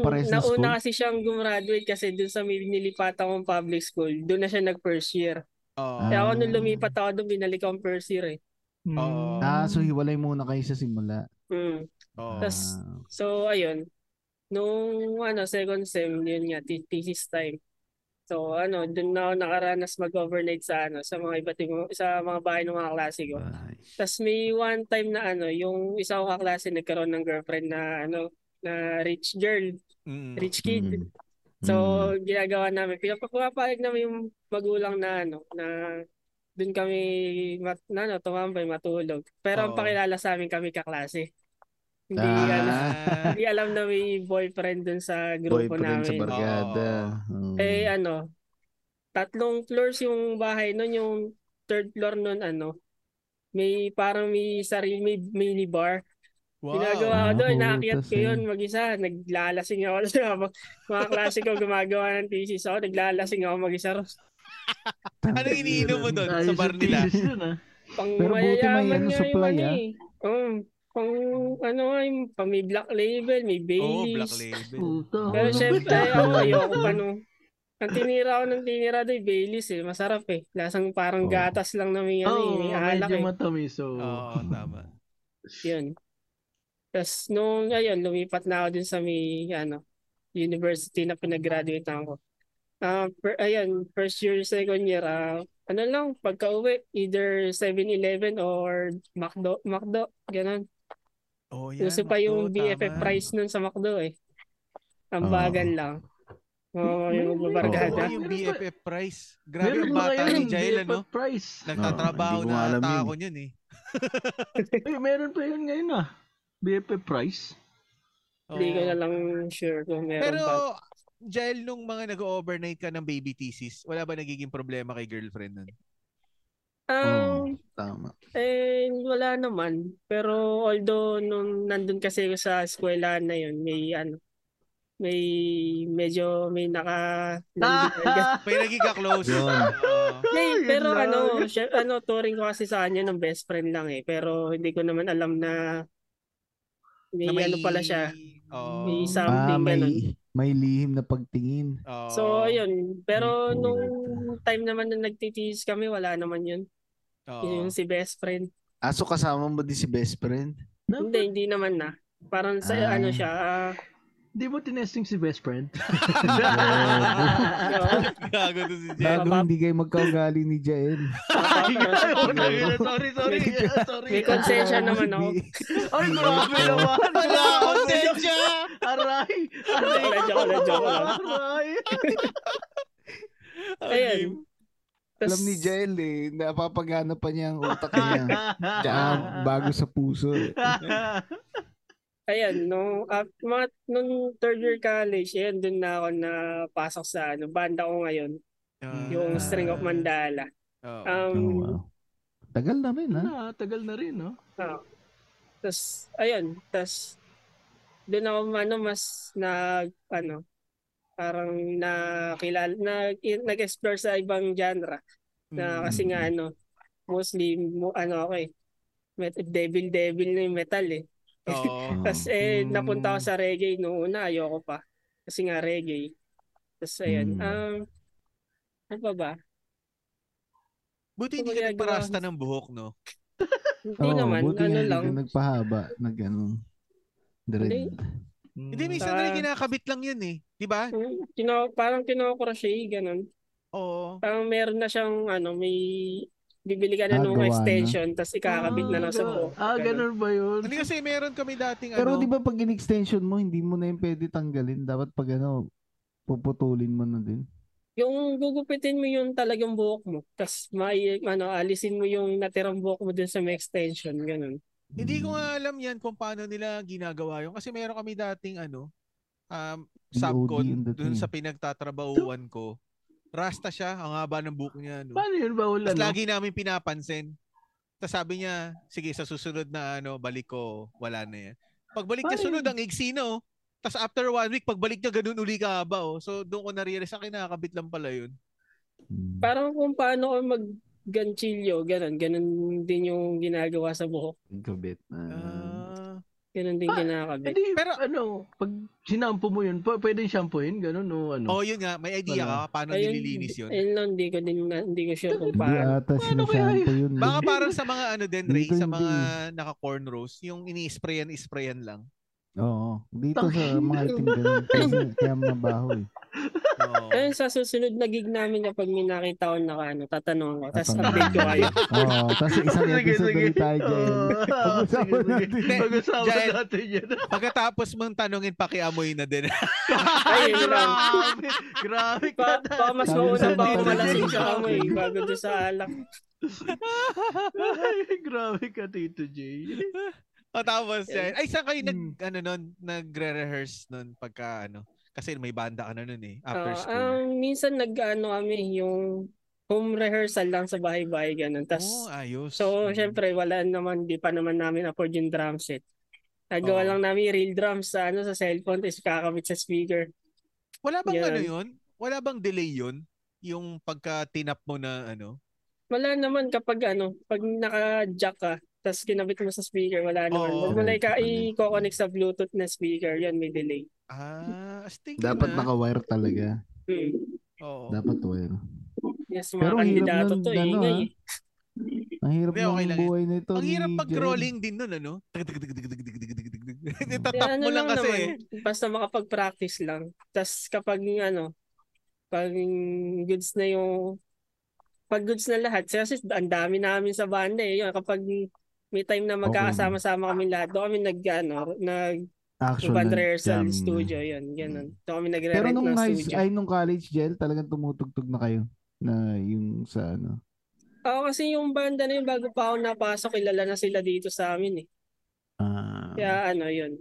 [SPEAKER 6] Oh, parehas na school?
[SPEAKER 5] nauna kasi siyang gumraduate kasi dun sa may nilipat akong public school. Doon na siya nag-first year.
[SPEAKER 1] Oo.
[SPEAKER 5] Kaya ako nung
[SPEAKER 6] Ah.
[SPEAKER 5] lumipat ako doon, binalik akong first year eh.
[SPEAKER 1] Oo.
[SPEAKER 6] Ah, so hiwalay muna kayo sa simula.
[SPEAKER 5] Mm.
[SPEAKER 1] Oo.
[SPEAKER 5] Tas-
[SPEAKER 6] Ah,
[SPEAKER 5] So, ayun. Nung ano, second sem, yun nga, th- thesis time. So, ano, doon na ako nakaranas mag-overnight sa ano, sa mga iba't ibang, sa mga bahay ng mga klase ko.
[SPEAKER 3] Ah,
[SPEAKER 6] bahay.
[SPEAKER 5] Tapos may one time na ano, yung isa kong kaklase nagkaroon ng girlfriend na ano, na rich girl,
[SPEAKER 1] Mm.
[SPEAKER 5] rich kid.
[SPEAKER 6] Mm.
[SPEAKER 3] hmm.
[SPEAKER 5] So,
[SPEAKER 6] Mm.
[SPEAKER 5] ginagawa namin, pinapapayag namin yung magulang na ano, na doon kami mat, na, ano, tumambay, matulog. Pero ang
[SPEAKER 1] Oo.
[SPEAKER 5] pakilala sa amin kami kaklase. Hindi,
[SPEAKER 6] Ah.
[SPEAKER 5] ano,
[SPEAKER 1] Ah.
[SPEAKER 5] hindi alam na may boyfriend dun sa grupo
[SPEAKER 6] Boyfriend sa
[SPEAKER 5] namin.
[SPEAKER 6] barkada.
[SPEAKER 3] Hmm.
[SPEAKER 6] Oh.
[SPEAKER 5] Eh ano, tatlong floors yung bahay nun, yung third floor nun ano, may parang may sarili, may mini bar.
[SPEAKER 1] wow.
[SPEAKER 5] Ginagawa ko doon,
[SPEAKER 6] Ah,
[SPEAKER 5] naakyat
[SPEAKER 6] putas
[SPEAKER 5] ko
[SPEAKER 6] eh.
[SPEAKER 5] yun mag-isa, naglalasing ako doon habang mga klase ko gumagawa ng thesis ako, naglalasing ako mag-isa ro.
[SPEAKER 1] Ano iniinom mo doon sa
[SPEAKER 2] Ayos
[SPEAKER 1] bar
[SPEAKER 2] yung
[SPEAKER 1] nila?
[SPEAKER 2] thesis yun, ah.
[SPEAKER 5] Pang
[SPEAKER 6] Pero buti may
[SPEAKER 5] mayayaman
[SPEAKER 6] ano,
[SPEAKER 5] nga yung
[SPEAKER 6] supply,
[SPEAKER 5] ano
[SPEAKER 6] ah.
[SPEAKER 5] eh. Um, pang ano nga yung, pang may black label, may
[SPEAKER 1] Oo,
[SPEAKER 5] Baileys.
[SPEAKER 1] black label.
[SPEAKER 2] Puta.
[SPEAKER 5] Pero
[SPEAKER 2] ano ba to?
[SPEAKER 5] syempre, oh, ay, ako ayoko pa nung. Ang tinira ko ng tinira doon, Baileys eh. Masarap eh. Lasang parang
[SPEAKER 6] Oo.
[SPEAKER 5] gatas lang na may, ano, eh, may
[SPEAKER 2] Oo,
[SPEAKER 5] alak
[SPEAKER 2] medyo
[SPEAKER 5] eh.
[SPEAKER 2] matamis. oh. So,
[SPEAKER 1] Oo, tama.
[SPEAKER 5] Yun. Tapos nung, ayun, lumipat na ako dun sa may, ano, university na pinag-graduate ako. Ah, per, ayun, first year, second year, ah, ano lang, pagka-uwi, either 7-Eleven or McDo, McDo, ganun.
[SPEAKER 1] Oh, yan.
[SPEAKER 5] Uso pa yung
[SPEAKER 1] Oo,
[SPEAKER 5] BFF
[SPEAKER 1] tama. Ah.
[SPEAKER 5] price nun sa McDo eh. Ang
[SPEAKER 6] Oo.
[SPEAKER 5] bagal lang. Oo, yung
[SPEAKER 1] Oo,
[SPEAKER 5] magbabarkada.
[SPEAKER 1] yung
[SPEAKER 2] Meron ba-
[SPEAKER 1] BFF price. Grabe
[SPEAKER 2] meron
[SPEAKER 1] ang
[SPEAKER 2] ba kayo
[SPEAKER 1] bata
[SPEAKER 2] ng
[SPEAKER 1] ni Jael,
[SPEAKER 2] BFF
[SPEAKER 1] ano?
[SPEAKER 2] price?
[SPEAKER 1] Nagtatrabaho
[SPEAKER 6] Oo, hindi ko
[SPEAKER 1] na
[SPEAKER 6] alam yun
[SPEAKER 1] ata
[SPEAKER 6] eh.
[SPEAKER 1] ako yun eh.
[SPEAKER 2] Ay, meron pa yun ngayon, ah. BFF price?
[SPEAKER 5] Hindi ko
[SPEAKER 1] Oo.
[SPEAKER 5] na lang sure kung meron
[SPEAKER 1] Pero,
[SPEAKER 5] ba.
[SPEAKER 1] Jael, nung mga nag-overnight ka ng baby thesis, wala ba nagiging problema kay girlfriend nun?
[SPEAKER 3] Oh,
[SPEAKER 6] Oo,
[SPEAKER 5] Um,
[SPEAKER 6] tama.
[SPEAKER 5] eh, wala naman. Pero although nung nandun kasi ako sa eskwela na yun, may ano, may medyo may naka nandun-
[SPEAKER 2] Ah,
[SPEAKER 1] May naging ka-close.
[SPEAKER 6] Yun.
[SPEAKER 1] Oo.
[SPEAKER 2] Yun
[SPEAKER 5] May- pero
[SPEAKER 2] lang.
[SPEAKER 5] ano, syem- ano touring ko kasi sa kanya ng best friend lang eh. Pero hindi ko naman alam na may,
[SPEAKER 1] Na may-
[SPEAKER 5] ano pala siya.
[SPEAKER 1] Oo.
[SPEAKER 2] Oh.
[SPEAKER 5] May isang-
[SPEAKER 6] Ah,
[SPEAKER 5] Something
[SPEAKER 6] may, Oh. may lihim na pagtingin.
[SPEAKER 1] Oo.
[SPEAKER 5] So ayun, pero
[SPEAKER 6] Ay,
[SPEAKER 5] nung
[SPEAKER 6] puta.
[SPEAKER 5] time naman na nagtitis kami, wala naman yun.
[SPEAKER 6] Oh.
[SPEAKER 1] Oo.
[SPEAKER 5] Yun Yung si best friend.
[SPEAKER 6] Ah, so kasama mo din si best friend?
[SPEAKER 5] Hindi, hindi naman na. Parang sa
[SPEAKER 6] Ah.
[SPEAKER 5] ano siya, ah,
[SPEAKER 2] Di mo tinesting si best friend?
[SPEAKER 5] oo.
[SPEAKER 1] Gago to si Jael.
[SPEAKER 6] Bago hindi kayo magkaugali ni Jael.
[SPEAKER 2] Ay, gago, tangina. sorry, sorry. sorry.
[SPEAKER 5] May konsensya naman oh. ako.
[SPEAKER 2] Ay, grabe naman.
[SPEAKER 1] Wala ako, Senja!
[SPEAKER 2] Aray. Aray.
[SPEAKER 5] Wala, joke lang, joke lang.
[SPEAKER 2] Aray.
[SPEAKER 5] Ayun. Tas-
[SPEAKER 6] Alam ni Jael eh, napapagana pa niya ang utak niya.
[SPEAKER 5] Ah.
[SPEAKER 6] Tsaka bago sa puso. eh.
[SPEAKER 5] Ayan, no, at mga, nung third year college, ayan, dun na ako napasok sa ano, banda ko ngayon, yung
[SPEAKER 1] Ah.
[SPEAKER 5] String of Mandala.
[SPEAKER 1] Oo.
[SPEAKER 6] Oh,
[SPEAKER 5] Um,
[SPEAKER 6] wow. Tagal na rin,
[SPEAKER 5] Ah.
[SPEAKER 6] ha?
[SPEAKER 2] Na, tagal na rin, no?
[SPEAKER 5] tas, ayun, tas, dun ako, ano, mas na, ano, parang nakilala, na, nag-explore sa ibang genre.
[SPEAKER 1] Mm.
[SPEAKER 6] Mm.
[SPEAKER 5] Na, kasi nga, ano, mostly, mo, ano ako eh, met- devil devil na yung metal eh.
[SPEAKER 1] Oo.
[SPEAKER 5] Tapos eh,
[SPEAKER 1] Mm.
[SPEAKER 5] napunta ako sa reggae noong una, ayoko pa. Kasi nga reggae. Tapos ayun.
[SPEAKER 6] Mm.
[SPEAKER 5] Um, ano pa ba?
[SPEAKER 1] Buti hindi
[SPEAKER 5] Kumbaga,
[SPEAKER 1] ka nagparasta ng buhok, no?
[SPEAKER 5] Hindi
[SPEAKER 6] Oo,
[SPEAKER 5] naman,
[SPEAKER 6] buti
[SPEAKER 5] ano
[SPEAKER 6] nga
[SPEAKER 5] lang.
[SPEAKER 6] Hindi ka nagpahaba. Nag, ano, dread.
[SPEAKER 5] Hindi.
[SPEAKER 1] Hindi, minsan
[SPEAKER 5] Ah.
[SPEAKER 1] na rin kinakabit lang yun eh. Di ba?
[SPEAKER 5] Hmm, Kino, parang kinocrochet, ganun.
[SPEAKER 1] Oo.
[SPEAKER 5] Parang meron na siyang, ano, may bibili ka
[SPEAKER 6] Ah,
[SPEAKER 5] na nung
[SPEAKER 6] gawa na.
[SPEAKER 5] extension, tapos ikakabit na lang sa
[SPEAKER 2] Ah,
[SPEAKER 5] buhok.
[SPEAKER 2] Ah, ganun ba yun?
[SPEAKER 1] Hindi kasi meron kami dating
[SPEAKER 6] Pero
[SPEAKER 1] ano.
[SPEAKER 6] di ba pag in-extension mo, hindi mo na yung pwede tanggalin. Dapat pag ano, puputulin mo na din.
[SPEAKER 5] Yung gugupitin mo yung talagang buhok mo. Tapos may, ano, alisin mo yung natirang buhok mo dun sa may extension. Ganun.
[SPEAKER 1] Hindi ko nga alam yan kung paano nila ginagawa yun. Kasi meron kami dating ano, um,
[SPEAKER 6] Yung OD
[SPEAKER 1] subcon
[SPEAKER 6] yung dating.
[SPEAKER 1] dun
[SPEAKER 5] eh.
[SPEAKER 1] sa pinagtatrabahuan ko. Rasta siya, ang haba ng buhok niya. No?
[SPEAKER 2] Paano yun bawal
[SPEAKER 1] Tapos
[SPEAKER 2] ano?
[SPEAKER 1] lagi namin pinapansin. Tapos sabi niya, sige sa susunod na ano, balik ko, wala na yan. Pagbalik niya
[SPEAKER 2] Ay.
[SPEAKER 1] sunod, ang igsino. Tapos after one week, pagbalik niya, ganun uli ka ba? Oh. So doon ko na-realize, akin nakakabit lang pala yun.
[SPEAKER 6] Hmm.
[SPEAKER 5] Parang kung paano ka mag ganchilyo, ganun. Ganun din yung ginagawa sa buhok.
[SPEAKER 3] Kabit na.
[SPEAKER 5] Hmm.
[SPEAKER 1] Ah.
[SPEAKER 5] Ganun din
[SPEAKER 2] Ah,
[SPEAKER 5] ginakabit.
[SPEAKER 2] Hindi, pero,
[SPEAKER 1] Pero-
[SPEAKER 2] ano, pag sinampo mo yun, pa- pwedeng shampooin, ganun o ano.
[SPEAKER 1] oh, yun nga, may idea ka paano nililinis yun.
[SPEAKER 5] Ayun lang, hindi ko, din, hindi ko sure kung
[SPEAKER 6] Hindi
[SPEAKER 5] paano.
[SPEAKER 6] ata
[SPEAKER 2] Paano kaya
[SPEAKER 6] sinashanto yun. eh.
[SPEAKER 1] ano Baka parang sa mga ano din, Ray,
[SPEAKER 6] Dito,
[SPEAKER 1] sa
[SPEAKER 6] dito.
[SPEAKER 1] mga naka-cornrows, yung ini-sprayan, sprayan lang.
[SPEAKER 6] Oo. Dito sa
[SPEAKER 2] Tangina.
[SPEAKER 6] mga itim ganun. Kasi kaya mabaho eh.
[SPEAKER 1] Oo.
[SPEAKER 5] Ayun, sa susunod na gig namin kapag may nakita ko na ano, tatanong ko. Tapos
[SPEAKER 6] Tatanungin
[SPEAKER 5] update ko
[SPEAKER 6] mo.
[SPEAKER 5] kayo.
[SPEAKER 6] Oo. Tapos isang episode ulit tayo dyan.
[SPEAKER 2] Oo, Oh, sige,
[SPEAKER 6] Pag-usapan
[SPEAKER 2] sige.
[SPEAKER 6] natin.
[SPEAKER 2] Pag-usapan
[SPEAKER 1] Giant-
[SPEAKER 2] natin yan.
[SPEAKER 1] Pagkatapos mong tanungin, pakiamoy na din.
[SPEAKER 5] Ay, yun lang.
[SPEAKER 2] grabe. Grabe ka
[SPEAKER 5] Baka,
[SPEAKER 2] na.
[SPEAKER 5] baka mas
[SPEAKER 6] Sabi
[SPEAKER 5] mauna
[SPEAKER 6] sa
[SPEAKER 5] pa ako
[SPEAKER 6] tatay,
[SPEAKER 5] malasing
[SPEAKER 6] "Sige,
[SPEAKER 5] sa amoy
[SPEAKER 6] sige."
[SPEAKER 5] bago doon sa alak.
[SPEAKER 2] Ay, grabe ka, Tito J.
[SPEAKER 1] o tapos yan. Ay, saan kayo nag,
[SPEAKER 2] Mm.
[SPEAKER 1] ano nun, nagre-rehearse nun pagka ano? Kasi may banda ka na nun eh, after
[SPEAKER 5] Ah,
[SPEAKER 1] school.
[SPEAKER 5] ang minsan nag-ano kami, yung home rehearsal lang sa bahay-bahay, ganun.
[SPEAKER 1] Oo,
[SPEAKER 5] Tapos,
[SPEAKER 1] ayos.
[SPEAKER 5] so,
[SPEAKER 1] Mm.
[SPEAKER 5] syempre, wala naman, di pa naman namin afford yung drum set. Nagawa
[SPEAKER 1] Oo.
[SPEAKER 5] lang namin real drums sa, ano, sa cellphone, tapos kakabit sa speaker.
[SPEAKER 1] Wala bang
[SPEAKER 5] yan.
[SPEAKER 1] ano yun? Wala bang delay yun? Yung pagka tinap mo na ano?
[SPEAKER 5] Wala naman kapag, ano, pag naka-jack ka, tapos kinabit mo sa speaker, wala naman.
[SPEAKER 1] Oo.
[SPEAKER 5] Huwag mo na
[SPEAKER 6] Right,
[SPEAKER 5] ika-
[SPEAKER 6] right.
[SPEAKER 5] i-coconnect sa Bluetooth na speaker, yan, may delay.
[SPEAKER 1] Ah, astig
[SPEAKER 6] Dapat
[SPEAKER 1] yun, ah.
[SPEAKER 6] naka-wire talaga.
[SPEAKER 5] Hmm.
[SPEAKER 1] Oo.
[SPEAKER 6] Dapat wire.
[SPEAKER 5] Yes, mga
[SPEAKER 6] Pero ang hirap
[SPEAKER 5] kandidato
[SPEAKER 6] nun,
[SPEAKER 5] to,
[SPEAKER 6] ano,
[SPEAKER 5] ingay
[SPEAKER 6] ah.
[SPEAKER 5] eh.
[SPEAKER 6] Ang hirap
[SPEAKER 1] Hindi, okay
[SPEAKER 6] ng
[SPEAKER 1] lang
[SPEAKER 6] buhay nito.
[SPEAKER 1] Ang
[SPEAKER 6] ni
[SPEAKER 1] hirap
[SPEAKER 6] Jared.
[SPEAKER 1] pag-rolling din nun, ano? Tigdagdagdagdagdagdagdagdag. Itatap
[SPEAKER 5] Ano
[SPEAKER 1] mo lang
[SPEAKER 5] lang
[SPEAKER 1] kasi.
[SPEAKER 5] naman, basta makapag-practice lang. Tapos kapag ano, pag goods na yung pag goods na lahat, kasi ang dami namin sa banda eh. Yun, kapag may time na magkakasama-sama kami lahat, doon kami nag, ano, nag
[SPEAKER 6] Actual
[SPEAKER 5] band
[SPEAKER 6] na
[SPEAKER 5] rehearsal
[SPEAKER 6] jam.
[SPEAKER 5] studio, yun, ganun. Doon kami
[SPEAKER 6] Pero
[SPEAKER 5] nagre-rent
[SPEAKER 6] nung
[SPEAKER 5] ng
[SPEAKER 6] high,
[SPEAKER 5] studio.
[SPEAKER 6] ay nung college, Jel, talagang tumutugtog na kayo na yung sa ano.
[SPEAKER 5] Oo, kasi yung banda na yun, bago pa ako napasok, kilala na sila dito sa amin eh.
[SPEAKER 6] Ah,
[SPEAKER 5] Kaya ano yun.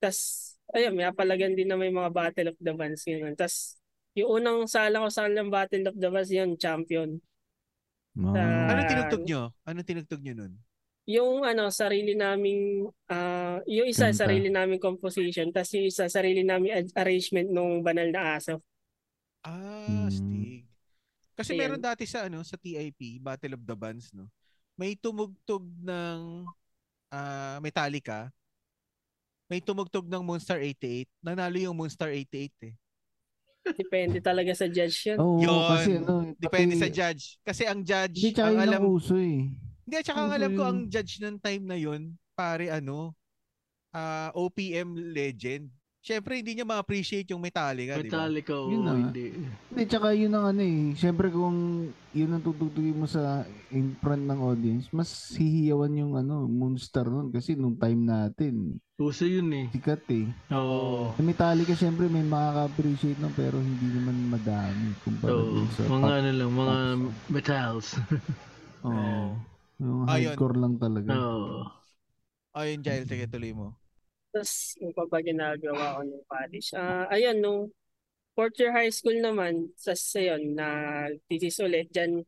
[SPEAKER 5] Tapos, ayun, may apalagan din na may mga Battle of the Bands. Ganun. Tapos, yung unang sala ko sa kanilang Battle of the Bands, yun, champion.
[SPEAKER 6] ah.
[SPEAKER 1] Anong
[SPEAKER 5] Ah,
[SPEAKER 1] tinugtog nyo? Anong tinugtog nyo nun?
[SPEAKER 5] Yung ano, sarili naming, ah, yung isa,
[SPEAKER 6] Kanta.
[SPEAKER 5] sarili naming composition. Tapos yung isa, sarili naming ad- arrangement nung banal na aso.
[SPEAKER 1] Ah,
[SPEAKER 6] Mm.
[SPEAKER 1] Stig. Kasi
[SPEAKER 5] Ayan.
[SPEAKER 1] meron dati sa ano sa TIP, Battle of the Bands, no. May tumugtog ng ah, Metallica. May tumugtog ng Monster 88. Nanalo yung Monster 88 eh.
[SPEAKER 5] Depende talaga sa judge yun.
[SPEAKER 6] Oo,
[SPEAKER 1] Yun.
[SPEAKER 6] kasi ano, eh,
[SPEAKER 1] Depende
[SPEAKER 6] pati-
[SPEAKER 1] sa judge. Kasi ang judge,
[SPEAKER 6] Hindi, tsaka
[SPEAKER 1] ang
[SPEAKER 6] yun Mm-hmm.
[SPEAKER 1] alam,
[SPEAKER 6] ang uso eh.
[SPEAKER 1] hindi tsaka ang
[SPEAKER 6] uso
[SPEAKER 1] alam ko
[SPEAKER 6] yun.
[SPEAKER 1] ang judge ng time na yun, pare ano, ah, OPM legend. Siyempre, hindi niya ma-appreciate yung Metallica, di ba?
[SPEAKER 2] Metallica o
[SPEAKER 6] Yun na.
[SPEAKER 2] hindi.
[SPEAKER 6] Hindi, tsaka yun ang ano eh. Siyempre kung yun ang tutugtugin mo sa in front ng audience, mas hihiyawan yung ano, Moonstar nun. Kasi nung time natin,
[SPEAKER 2] Uso yun eh.
[SPEAKER 6] sikat eh.
[SPEAKER 2] Oo.
[SPEAKER 6] Sa Metallica, siyempre may makaka-appreciate nun, pero hindi naman madami. Kumpara
[SPEAKER 2] Oo.
[SPEAKER 6] dun sa
[SPEAKER 2] Mga
[SPEAKER 6] pop.
[SPEAKER 2] ano lang, mga
[SPEAKER 6] pop.
[SPEAKER 2] metals.
[SPEAKER 6] Oo. Yung
[SPEAKER 1] Ayun.
[SPEAKER 6] hardcore lang talaga.
[SPEAKER 2] Oo.
[SPEAKER 1] Ayun, Jael, sige, tuloy mo.
[SPEAKER 5] Tapos, yung pa ba ginagawa ko nung college? Ah, ayun, nung fourth year high school naman, tapos ayun, na thesis ulit dyan.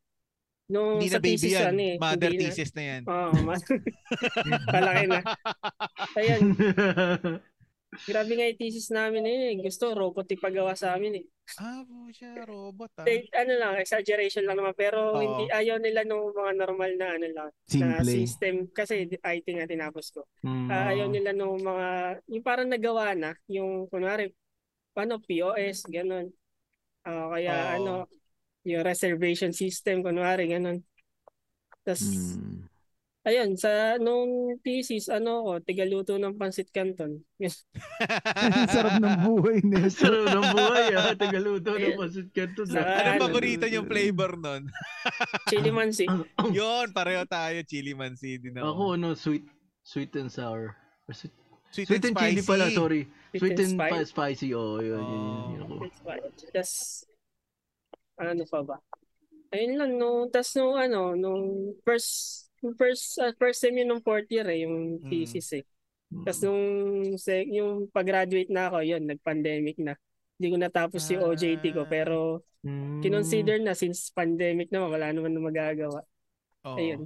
[SPEAKER 5] Nung
[SPEAKER 1] Hindi
[SPEAKER 5] sa
[SPEAKER 1] na baby
[SPEAKER 5] thesis,
[SPEAKER 1] yan.
[SPEAKER 5] ano eh,
[SPEAKER 1] Mother
[SPEAKER 5] hindi na.
[SPEAKER 1] thesis na yan.
[SPEAKER 5] Oo, mas palaki na. Ayun, grabe nga yung thesis namin na yun eh. Gusto, robot yung paggawa sa amin eh.
[SPEAKER 1] Ah, po siya, robot ah.
[SPEAKER 5] Eh, ano lang, exaggeration lang naman. Pero
[SPEAKER 1] Oo.
[SPEAKER 5] hindi, ayaw nila nung mga normal na ano lang, na
[SPEAKER 6] Simple.
[SPEAKER 5] system. Kasi IT nga tinapos ko.
[SPEAKER 2] Mm,
[SPEAKER 5] Ah, ayaw
[SPEAKER 2] oo.
[SPEAKER 5] nila nung mga, yung parang nagawa na, yung kunwari, ano, POS, ganun. Ah, kaya
[SPEAKER 1] Oo.
[SPEAKER 5] ano, yung reservation system, kunwari, ganun. Tapos,
[SPEAKER 6] Mm.
[SPEAKER 5] ayun, sa nung thesis, ano ko, tigaluto ng pansit canton.
[SPEAKER 6] Ang sarap ng buhay nito.
[SPEAKER 2] Sarap ng buhay ah. Tagaluto ng ah. pasit ka to.
[SPEAKER 5] Saka
[SPEAKER 1] Anong
[SPEAKER 5] ano,
[SPEAKER 1] paborito niyong flavor nun?
[SPEAKER 5] Chili mansi.
[SPEAKER 2] Ah,
[SPEAKER 1] Yun, pareho tayo, chili man din ako.
[SPEAKER 2] Ako ano, sweet. Sweet and sour. Or sweet-
[SPEAKER 1] Sweet,
[SPEAKER 2] Sweet and chili pala, sorry. Sweet and
[SPEAKER 5] spicy.
[SPEAKER 2] pa- spicy, oh, yun, yun, yun, yun ako.
[SPEAKER 5] Sweet and spicy. Tas, ano pa ba? Ayun lang, no. Tapos, no, ano, nung first, nung first, ah, first sem yun nung fourth year, eh, yung
[SPEAKER 1] Mm.
[SPEAKER 5] thesis, eh. Tapos nung sec- yung pag-graduate na ako, yun, nag-pandemic na. Hindi ko natapos yung
[SPEAKER 1] Ah.
[SPEAKER 5] OJT ko, pero
[SPEAKER 2] Mm.
[SPEAKER 5] kinonsider na since pandemic naman, wala naman na magagawa.
[SPEAKER 1] Oo.
[SPEAKER 5] Ayun.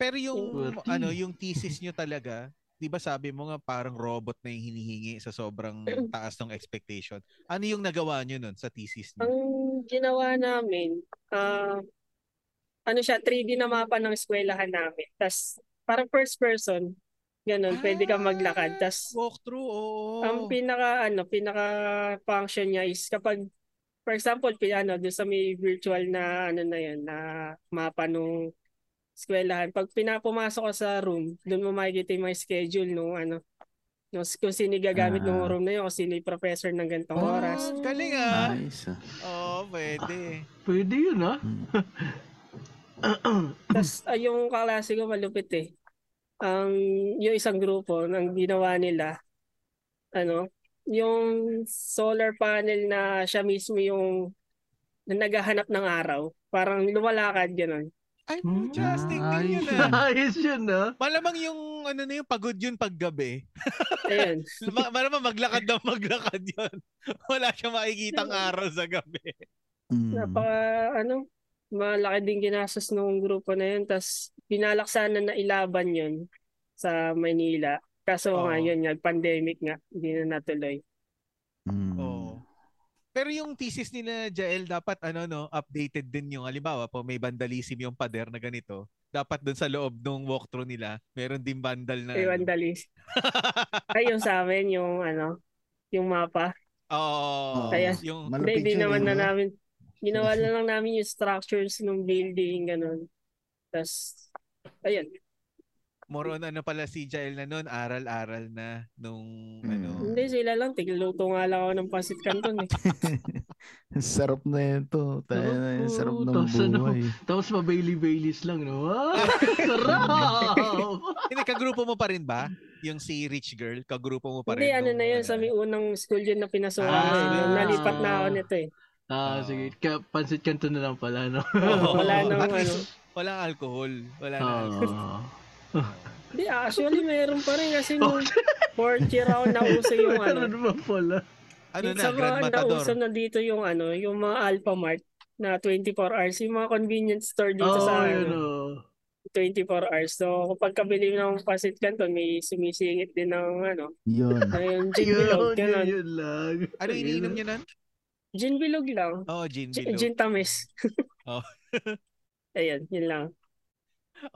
[SPEAKER 1] Pero yung
[SPEAKER 2] Swerte.
[SPEAKER 1] ano, yung thesis nyo talaga, 'di ba sabi mo nga parang robot na yung hinihingi sa sobrang taas ng expectation. Ano yung nagawa nyo nun sa thesis
[SPEAKER 5] Ang
[SPEAKER 1] nyo?
[SPEAKER 5] ginawa namin, ah ano siya, 3D na mapa ng eskwelahan namin. Tapos parang first person, ganun, pwede kang maglakad. Tapos
[SPEAKER 1] walkthrough, oo.
[SPEAKER 5] Ang pinaka ano, pinaka function niya is kapag for example, pi- ano, doon sa may virtual na ano na 'yon na mapa nung eskwelahan. Pag pinapumasok ka sa room, doon mo makikita yung mga schedule nung ano nung, s- kung sino yung gagamit ng
[SPEAKER 3] Ah.
[SPEAKER 5] room na yun, kung sino yung professor ng gantong
[SPEAKER 1] Ah,
[SPEAKER 5] oras.
[SPEAKER 1] Galing ah.
[SPEAKER 3] Nice. ah.
[SPEAKER 1] Oo, pwede.
[SPEAKER 2] Pwede yun, ah. ha?
[SPEAKER 3] Mm.
[SPEAKER 5] Tapos ay, yung kaklase ko malupit eh. Ang yung isang grupo ang ginawa nila ano, yung solar panel na siya mismo yung na naghahanap ng araw. Parang lumalakad ganun.
[SPEAKER 1] Ay,
[SPEAKER 2] Hmm?
[SPEAKER 1] fantastic din yun
[SPEAKER 3] Ayos.
[SPEAKER 1] ah.
[SPEAKER 2] Ayos yun, ha?
[SPEAKER 1] Malamang yung ano na yung pagod yun paggabi.
[SPEAKER 5] Ayun.
[SPEAKER 1] Ma- Malamang maglakad na maglakad yun. Wala siya makikitang araw sa gabi.
[SPEAKER 3] Mm.
[SPEAKER 5] Napaka ano, malaki din ginastos nung grupo na yun. Tapos pinalaksan na ilaban yun sa Manila. Kaso
[SPEAKER 1] Oo.
[SPEAKER 5] nga yun nga, pandemic nga, hindi na natuloy.
[SPEAKER 3] Mm.
[SPEAKER 1] Oo. Pero yung thesis nila, Jael, dapat ano no, updated din yung halimbawa po may vandalism yung pader na ganito. Dapat dun sa loob ng walkthrough nila, meron din vandal na.
[SPEAKER 5] Ayun,
[SPEAKER 1] ano.
[SPEAKER 5] dali. Ay, yung sa amin, yung ano, yung mapa.
[SPEAKER 1] Oo.
[SPEAKER 5] Kaya-
[SPEAKER 1] yung
[SPEAKER 6] Mal-
[SPEAKER 5] Hindi,
[SPEAKER 6] Malapit
[SPEAKER 5] hindi
[SPEAKER 6] yun,
[SPEAKER 5] naman
[SPEAKER 6] eh, no?
[SPEAKER 5] na
[SPEAKER 6] Ano?
[SPEAKER 5] namin. Ginawa na lang namin yung structures ng building, ganun. Tapos, ayun.
[SPEAKER 1] more on ano pala si Jael na noon, aral-aral na nung
[SPEAKER 3] Mm.
[SPEAKER 1] ano.
[SPEAKER 5] Hindi, sila lang. Tigluto nga lang ako ng pasit canton eh.
[SPEAKER 3] Ang sarap na yan to. Tayo na yan.
[SPEAKER 2] Oo,
[SPEAKER 3] Sarap ng
[SPEAKER 2] tapos ano,
[SPEAKER 3] buhay.
[SPEAKER 2] Tapos pa Bailey-Baileys lang, no? Ah, sarap!
[SPEAKER 1] Hindi, kagrupo mo pa rin ba? Yung si Rich Girl, kagrupo mo pa
[SPEAKER 5] Hindi,
[SPEAKER 1] rin.
[SPEAKER 5] ano
[SPEAKER 1] nung,
[SPEAKER 5] na yun. Sa may unang school yun na pinasukan
[SPEAKER 1] Ah,
[SPEAKER 5] ko eh. Nung
[SPEAKER 1] school.
[SPEAKER 5] nalipat na ako
[SPEAKER 2] Ah.
[SPEAKER 5] nito eh.
[SPEAKER 2] ah,
[SPEAKER 1] Oo.
[SPEAKER 2] sige. Kaya pansit kanto na lang pala, no?
[SPEAKER 1] Oo,
[SPEAKER 5] wala nang
[SPEAKER 1] At least,
[SPEAKER 5] ano.
[SPEAKER 1] walang alcohol. Wala na alcohol.
[SPEAKER 2] Ah.
[SPEAKER 5] Hindi, actually meron pa rin kasi nung
[SPEAKER 1] Oh.
[SPEAKER 5] fourth year ako nauso yung
[SPEAKER 2] Meron
[SPEAKER 5] ano.
[SPEAKER 2] ba pala?
[SPEAKER 1] Ano na,
[SPEAKER 5] sa
[SPEAKER 1] Grand
[SPEAKER 5] mga
[SPEAKER 1] Matador.
[SPEAKER 5] nauso na dito yung ano, yung mga Alpha Mart na 24 hours. Yung mga convenience store dito
[SPEAKER 2] Oo,
[SPEAKER 5] sa
[SPEAKER 2] yun,
[SPEAKER 5] ano,
[SPEAKER 2] oh.
[SPEAKER 5] 24 hours. So, kapag kabili mo ng pasit canton, may sumisingit din ng ano,
[SPEAKER 3] Yun.
[SPEAKER 5] ng gin
[SPEAKER 2] Yun, yun,
[SPEAKER 5] bilog. Ganun.
[SPEAKER 2] yun lang.
[SPEAKER 1] Ano iniinom niya nun?
[SPEAKER 5] Gin bilog lang.
[SPEAKER 1] Oh, gin
[SPEAKER 5] Gin,
[SPEAKER 1] bilog.
[SPEAKER 5] gin tamis.
[SPEAKER 1] Oh.
[SPEAKER 5] Ayun, yun lang.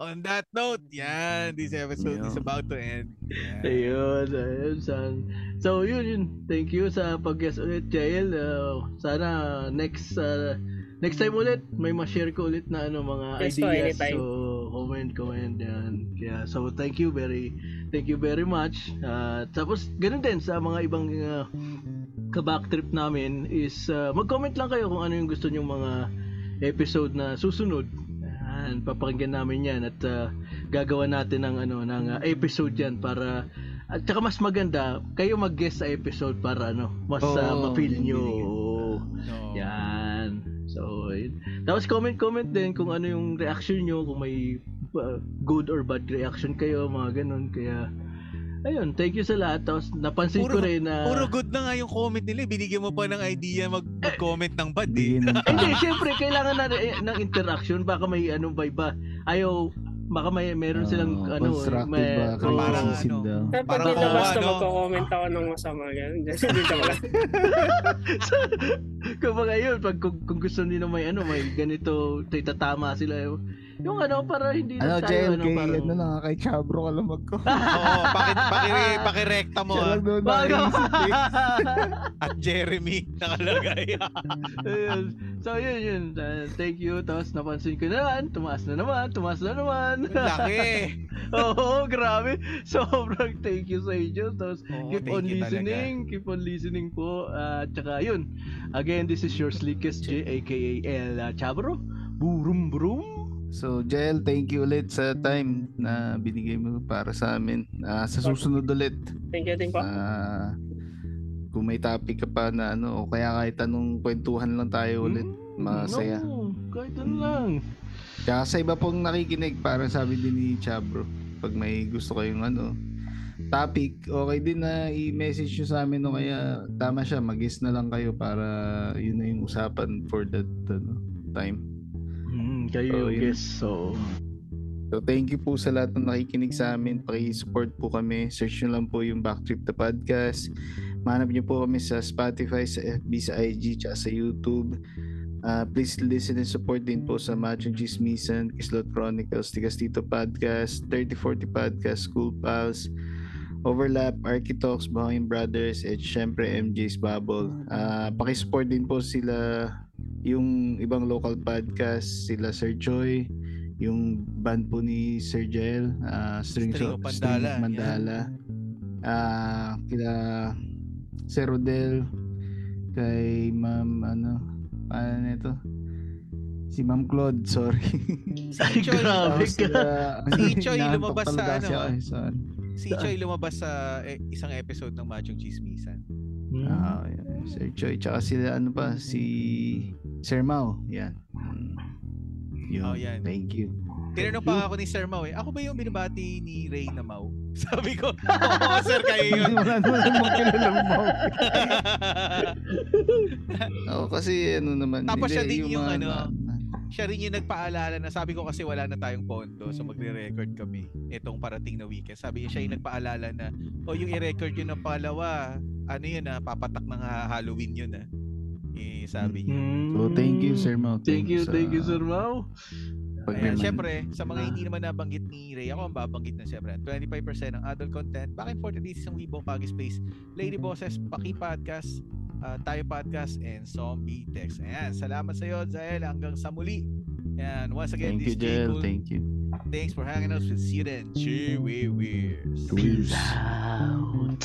[SPEAKER 1] On that note, yan, this
[SPEAKER 2] Mm,
[SPEAKER 1] episode is
[SPEAKER 3] Yeah.
[SPEAKER 1] about to end. Yan.
[SPEAKER 2] Ayun, ayun, san. So, yun, yun. Thank you sa pag-guest ulit, Jael. Uh, sana next uh, next time ulit, may ma-share ko ulit na ano, mga
[SPEAKER 5] Yes po,
[SPEAKER 2] ideas.
[SPEAKER 5] anytime.
[SPEAKER 2] So, comment, comment, yan. Kaya, so, thank you very, thank you very much. Uh, tapos, ganun din sa mga ibang uh, ka-back trip namin is uh, mag-comment lang kayo kung ano yung gusto nyong mga episode na susunod. And papakinggan namin yan at uh, gagawa natin ng ano ng uh, episode yan para at saka mas maganda kayo mag-guest sa episode para ano mas
[SPEAKER 6] Oo,
[SPEAKER 2] uh, ma-feel
[SPEAKER 6] yun,
[SPEAKER 2] nyo.
[SPEAKER 6] yun, yun.
[SPEAKER 2] Oo.
[SPEAKER 1] No.
[SPEAKER 2] Yan. So, yun. Tapos comment-comment din kung ano yung reaction nyo, kung may uh, good or bad reaction kayo, mga ganun. Kaya, ayun, thank you sa lahat. Tapos, napansin
[SPEAKER 1] Puro-
[SPEAKER 2] ko rin na...
[SPEAKER 1] Puro good na nga yung comment nila. eh. Binigyan mo pa ng idea mag- mag-comment ng bad eh.
[SPEAKER 3] Bigyan ng
[SPEAKER 2] Eh, Hindi, syempre, kailangan na eh, ng interaction. Baka may ano ba iba. Ayaw, baka may meron silang
[SPEAKER 3] Ah,
[SPEAKER 2] ano,
[SPEAKER 3] constructive
[SPEAKER 2] may,
[SPEAKER 3] ba?
[SPEAKER 2] oo.
[SPEAKER 1] Parang
[SPEAKER 3] criticism
[SPEAKER 1] ano,
[SPEAKER 3] daw.
[SPEAKER 5] Pero pag
[SPEAKER 1] Parang
[SPEAKER 5] nilabas
[SPEAKER 1] kawawa,
[SPEAKER 5] na
[SPEAKER 1] no?
[SPEAKER 5] magko-comment ako ng masama. Ganun. Dito ko lang.
[SPEAKER 2] Kumbaga yun, pag kung, kung gusto nila may ano, may ganito, tatama sila. Yung, yung ano, para hindi
[SPEAKER 6] Ano,
[SPEAKER 2] lang
[SPEAKER 3] E
[SPEAKER 2] tayo,
[SPEAKER 6] Jael,
[SPEAKER 2] ano,
[SPEAKER 6] kay,
[SPEAKER 2] parang...
[SPEAKER 6] ano lang, ah, kay Chabro ka lang magko.
[SPEAKER 1] Oo, paki, paki, pakirekta mo
[SPEAKER 6] Siya
[SPEAKER 1] ah.
[SPEAKER 6] lang doon
[SPEAKER 2] Bago!
[SPEAKER 6] nakaisip eh.
[SPEAKER 1] At Jeremy nakalagay.
[SPEAKER 2] Ayun. So, yun, yun. Uh, thank you. Tapos, napansin ko na yan. Tumaas na naman. Tumaas na naman.
[SPEAKER 1] Laki.
[SPEAKER 2] Oo, grabe. Sobrang thank you sa inyo. Tapos,
[SPEAKER 1] Oo, Oh,
[SPEAKER 2] keep
[SPEAKER 1] thank
[SPEAKER 2] on
[SPEAKER 1] you talaga.
[SPEAKER 2] listening. Keep on listening po. At tsaka, yun. Again, this is your sleekest J, aka El Chabro. Burum burum.
[SPEAKER 3] So, Jael, thank you ulit sa time na binigay mo para sa amin. Ah, sa susunod ulit,
[SPEAKER 5] Thank you din po.
[SPEAKER 3] ah, kung may topic ka pa na ano, o kaya kahit anong kwentuhan lang tayo ulit.
[SPEAKER 2] Mm,
[SPEAKER 3] Masaya.
[SPEAKER 2] No, kahit ano lang.
[SPEAKER 3] Kaya sa iba pong nakikinig, parang sabi din ni Chabro, pag may gusto kayong ano, topic, okay din na i-message nyo sa amin o kaya tama siya, mag na lang kayo para yun na yung usapan for that ano, time.
[SPEAKER 2] Mm, kayo
[SPEAKER 3] So, Oh, yun.
[SPEAKER 2] guess. So,
[SPEAKER 3] So thank you po sa lahat ng nakikinig sa amin. Paki-support po kami. Search nyo lang po yung Backtrip the Podcast. Manap nyo po kami sa Spotify, sa FB, sa IG, tsaka sa YouTube. Ah, please listen and support din po sa Machong Chismisan, Kislot Chronicles, Tigas Tito Podcast, 3040 Podcast, School Pals, Overlap, Architalks, Bahangin Brothers, at syempre MJ's Bubble. Ah, pakisupport din po sila yung ibang local podcast, sila Sir Joy, yung band po ni Sir Jael, ah, String,
[SPEAKER 1] String
[SPEAKER 3] of
[SPEAKER 1] of
[SPEAKER 3] Mandala,
[SPEAKER 1] Pandala,
[SPEAKER 3] String of Mandala. Ah, kila Sir Rodel, kay Ma'am ano, ano nito? Si Ma'am Claude, sorry.
[SPEAKER 2] ay,
[SPEAKER 1] Choy.
[SPEAKER 2] grabe
[SPEAKER 3] Tapos
[SPEAKER 2] ka.
[SPEAKER 3] sila-
[SPEAKER 1] Si Choy
[SPEAKER 3] Inaantok
[SPEAKER 1] lumabas sa
[SPEAKER 3] talaga
[SPEAKER 1] ano,
[SPEAKER 3] siya,
[SPEAKER 1] ah.
[SPEAKER 3] eh, sorry.
[SPEAKER 1] Si Choy lumabas sa eh, isang episode ng Machong Chismisan.
[SPEAKER 2] Mm.
[SPEAKER 3] Ah, yeah. Sir Choy. Tsaka sila ano pa, si Sir Mao. Yan. Mm. Yun.
[SPEAKER 1] Oh, yan.
[SPEAKER 3] Thank you.
[SPEAKER 1] Tinanong pa nga ako ni Sir Mau eh, ako ba yung binabati ni Ray na Mau? Sabi ko, oo sir kayo yun.
[SPEAKER 3] Wala naman ang makilalang Mao. Oo, kasi ano naman.
[SPEAKER 1] Tapos siya din yung
[SPEAKER 3] mga-
[SPEAKER 1] ano, Siya rin yung nagpaalala na sabi ko kasi wala na tayong pondo so magre-record kami itong parating na weekend. Sabi niya siya yung nagpaalala na o yung i-record yun ng palawa, ano yun ah, papatak ng ah, Halloween yun ah. Eh, sabi niya.
[SPEAKER 2] Mm.
[SPEAKER 3] So, thank you, Sir Mao.
[SPEAKER 2] Thank you,
[SPEAKER 3] sa
[SPEAKER 2] thank you, Sir Mau.
[SPEAKER 1] Ayan,
[SPEAKER 3] pag-remind.
[SPEAKER 1] syempre, sa mga
[SPEAKER 3] Ah.
[SPEAKER 1] hindi naman nabanggit ni Ray, ako ang babanggit na syempre. 25% ng adult content, back and forth releases ng Weibo Pagi Space, Lady Bosses, Paki Podcast, ah, Tayo Podcast, and Zombie Text. Ayan, salamat sa iyo, Zael. Hanggang sa muli. And once again,
[SPEAKER 3] Thank you,
[SPEAKER 1] this is Jay
[SPEAKER 3] Jael.
[SPEAKER 1] Cool.
[SPEAKER 3] Thank you.
[SPEAKER 1] Thanks for hanging out with Sir and Chewy Wears.
[SPEAKER 3] Peace.
[SPEAKER 2] Out.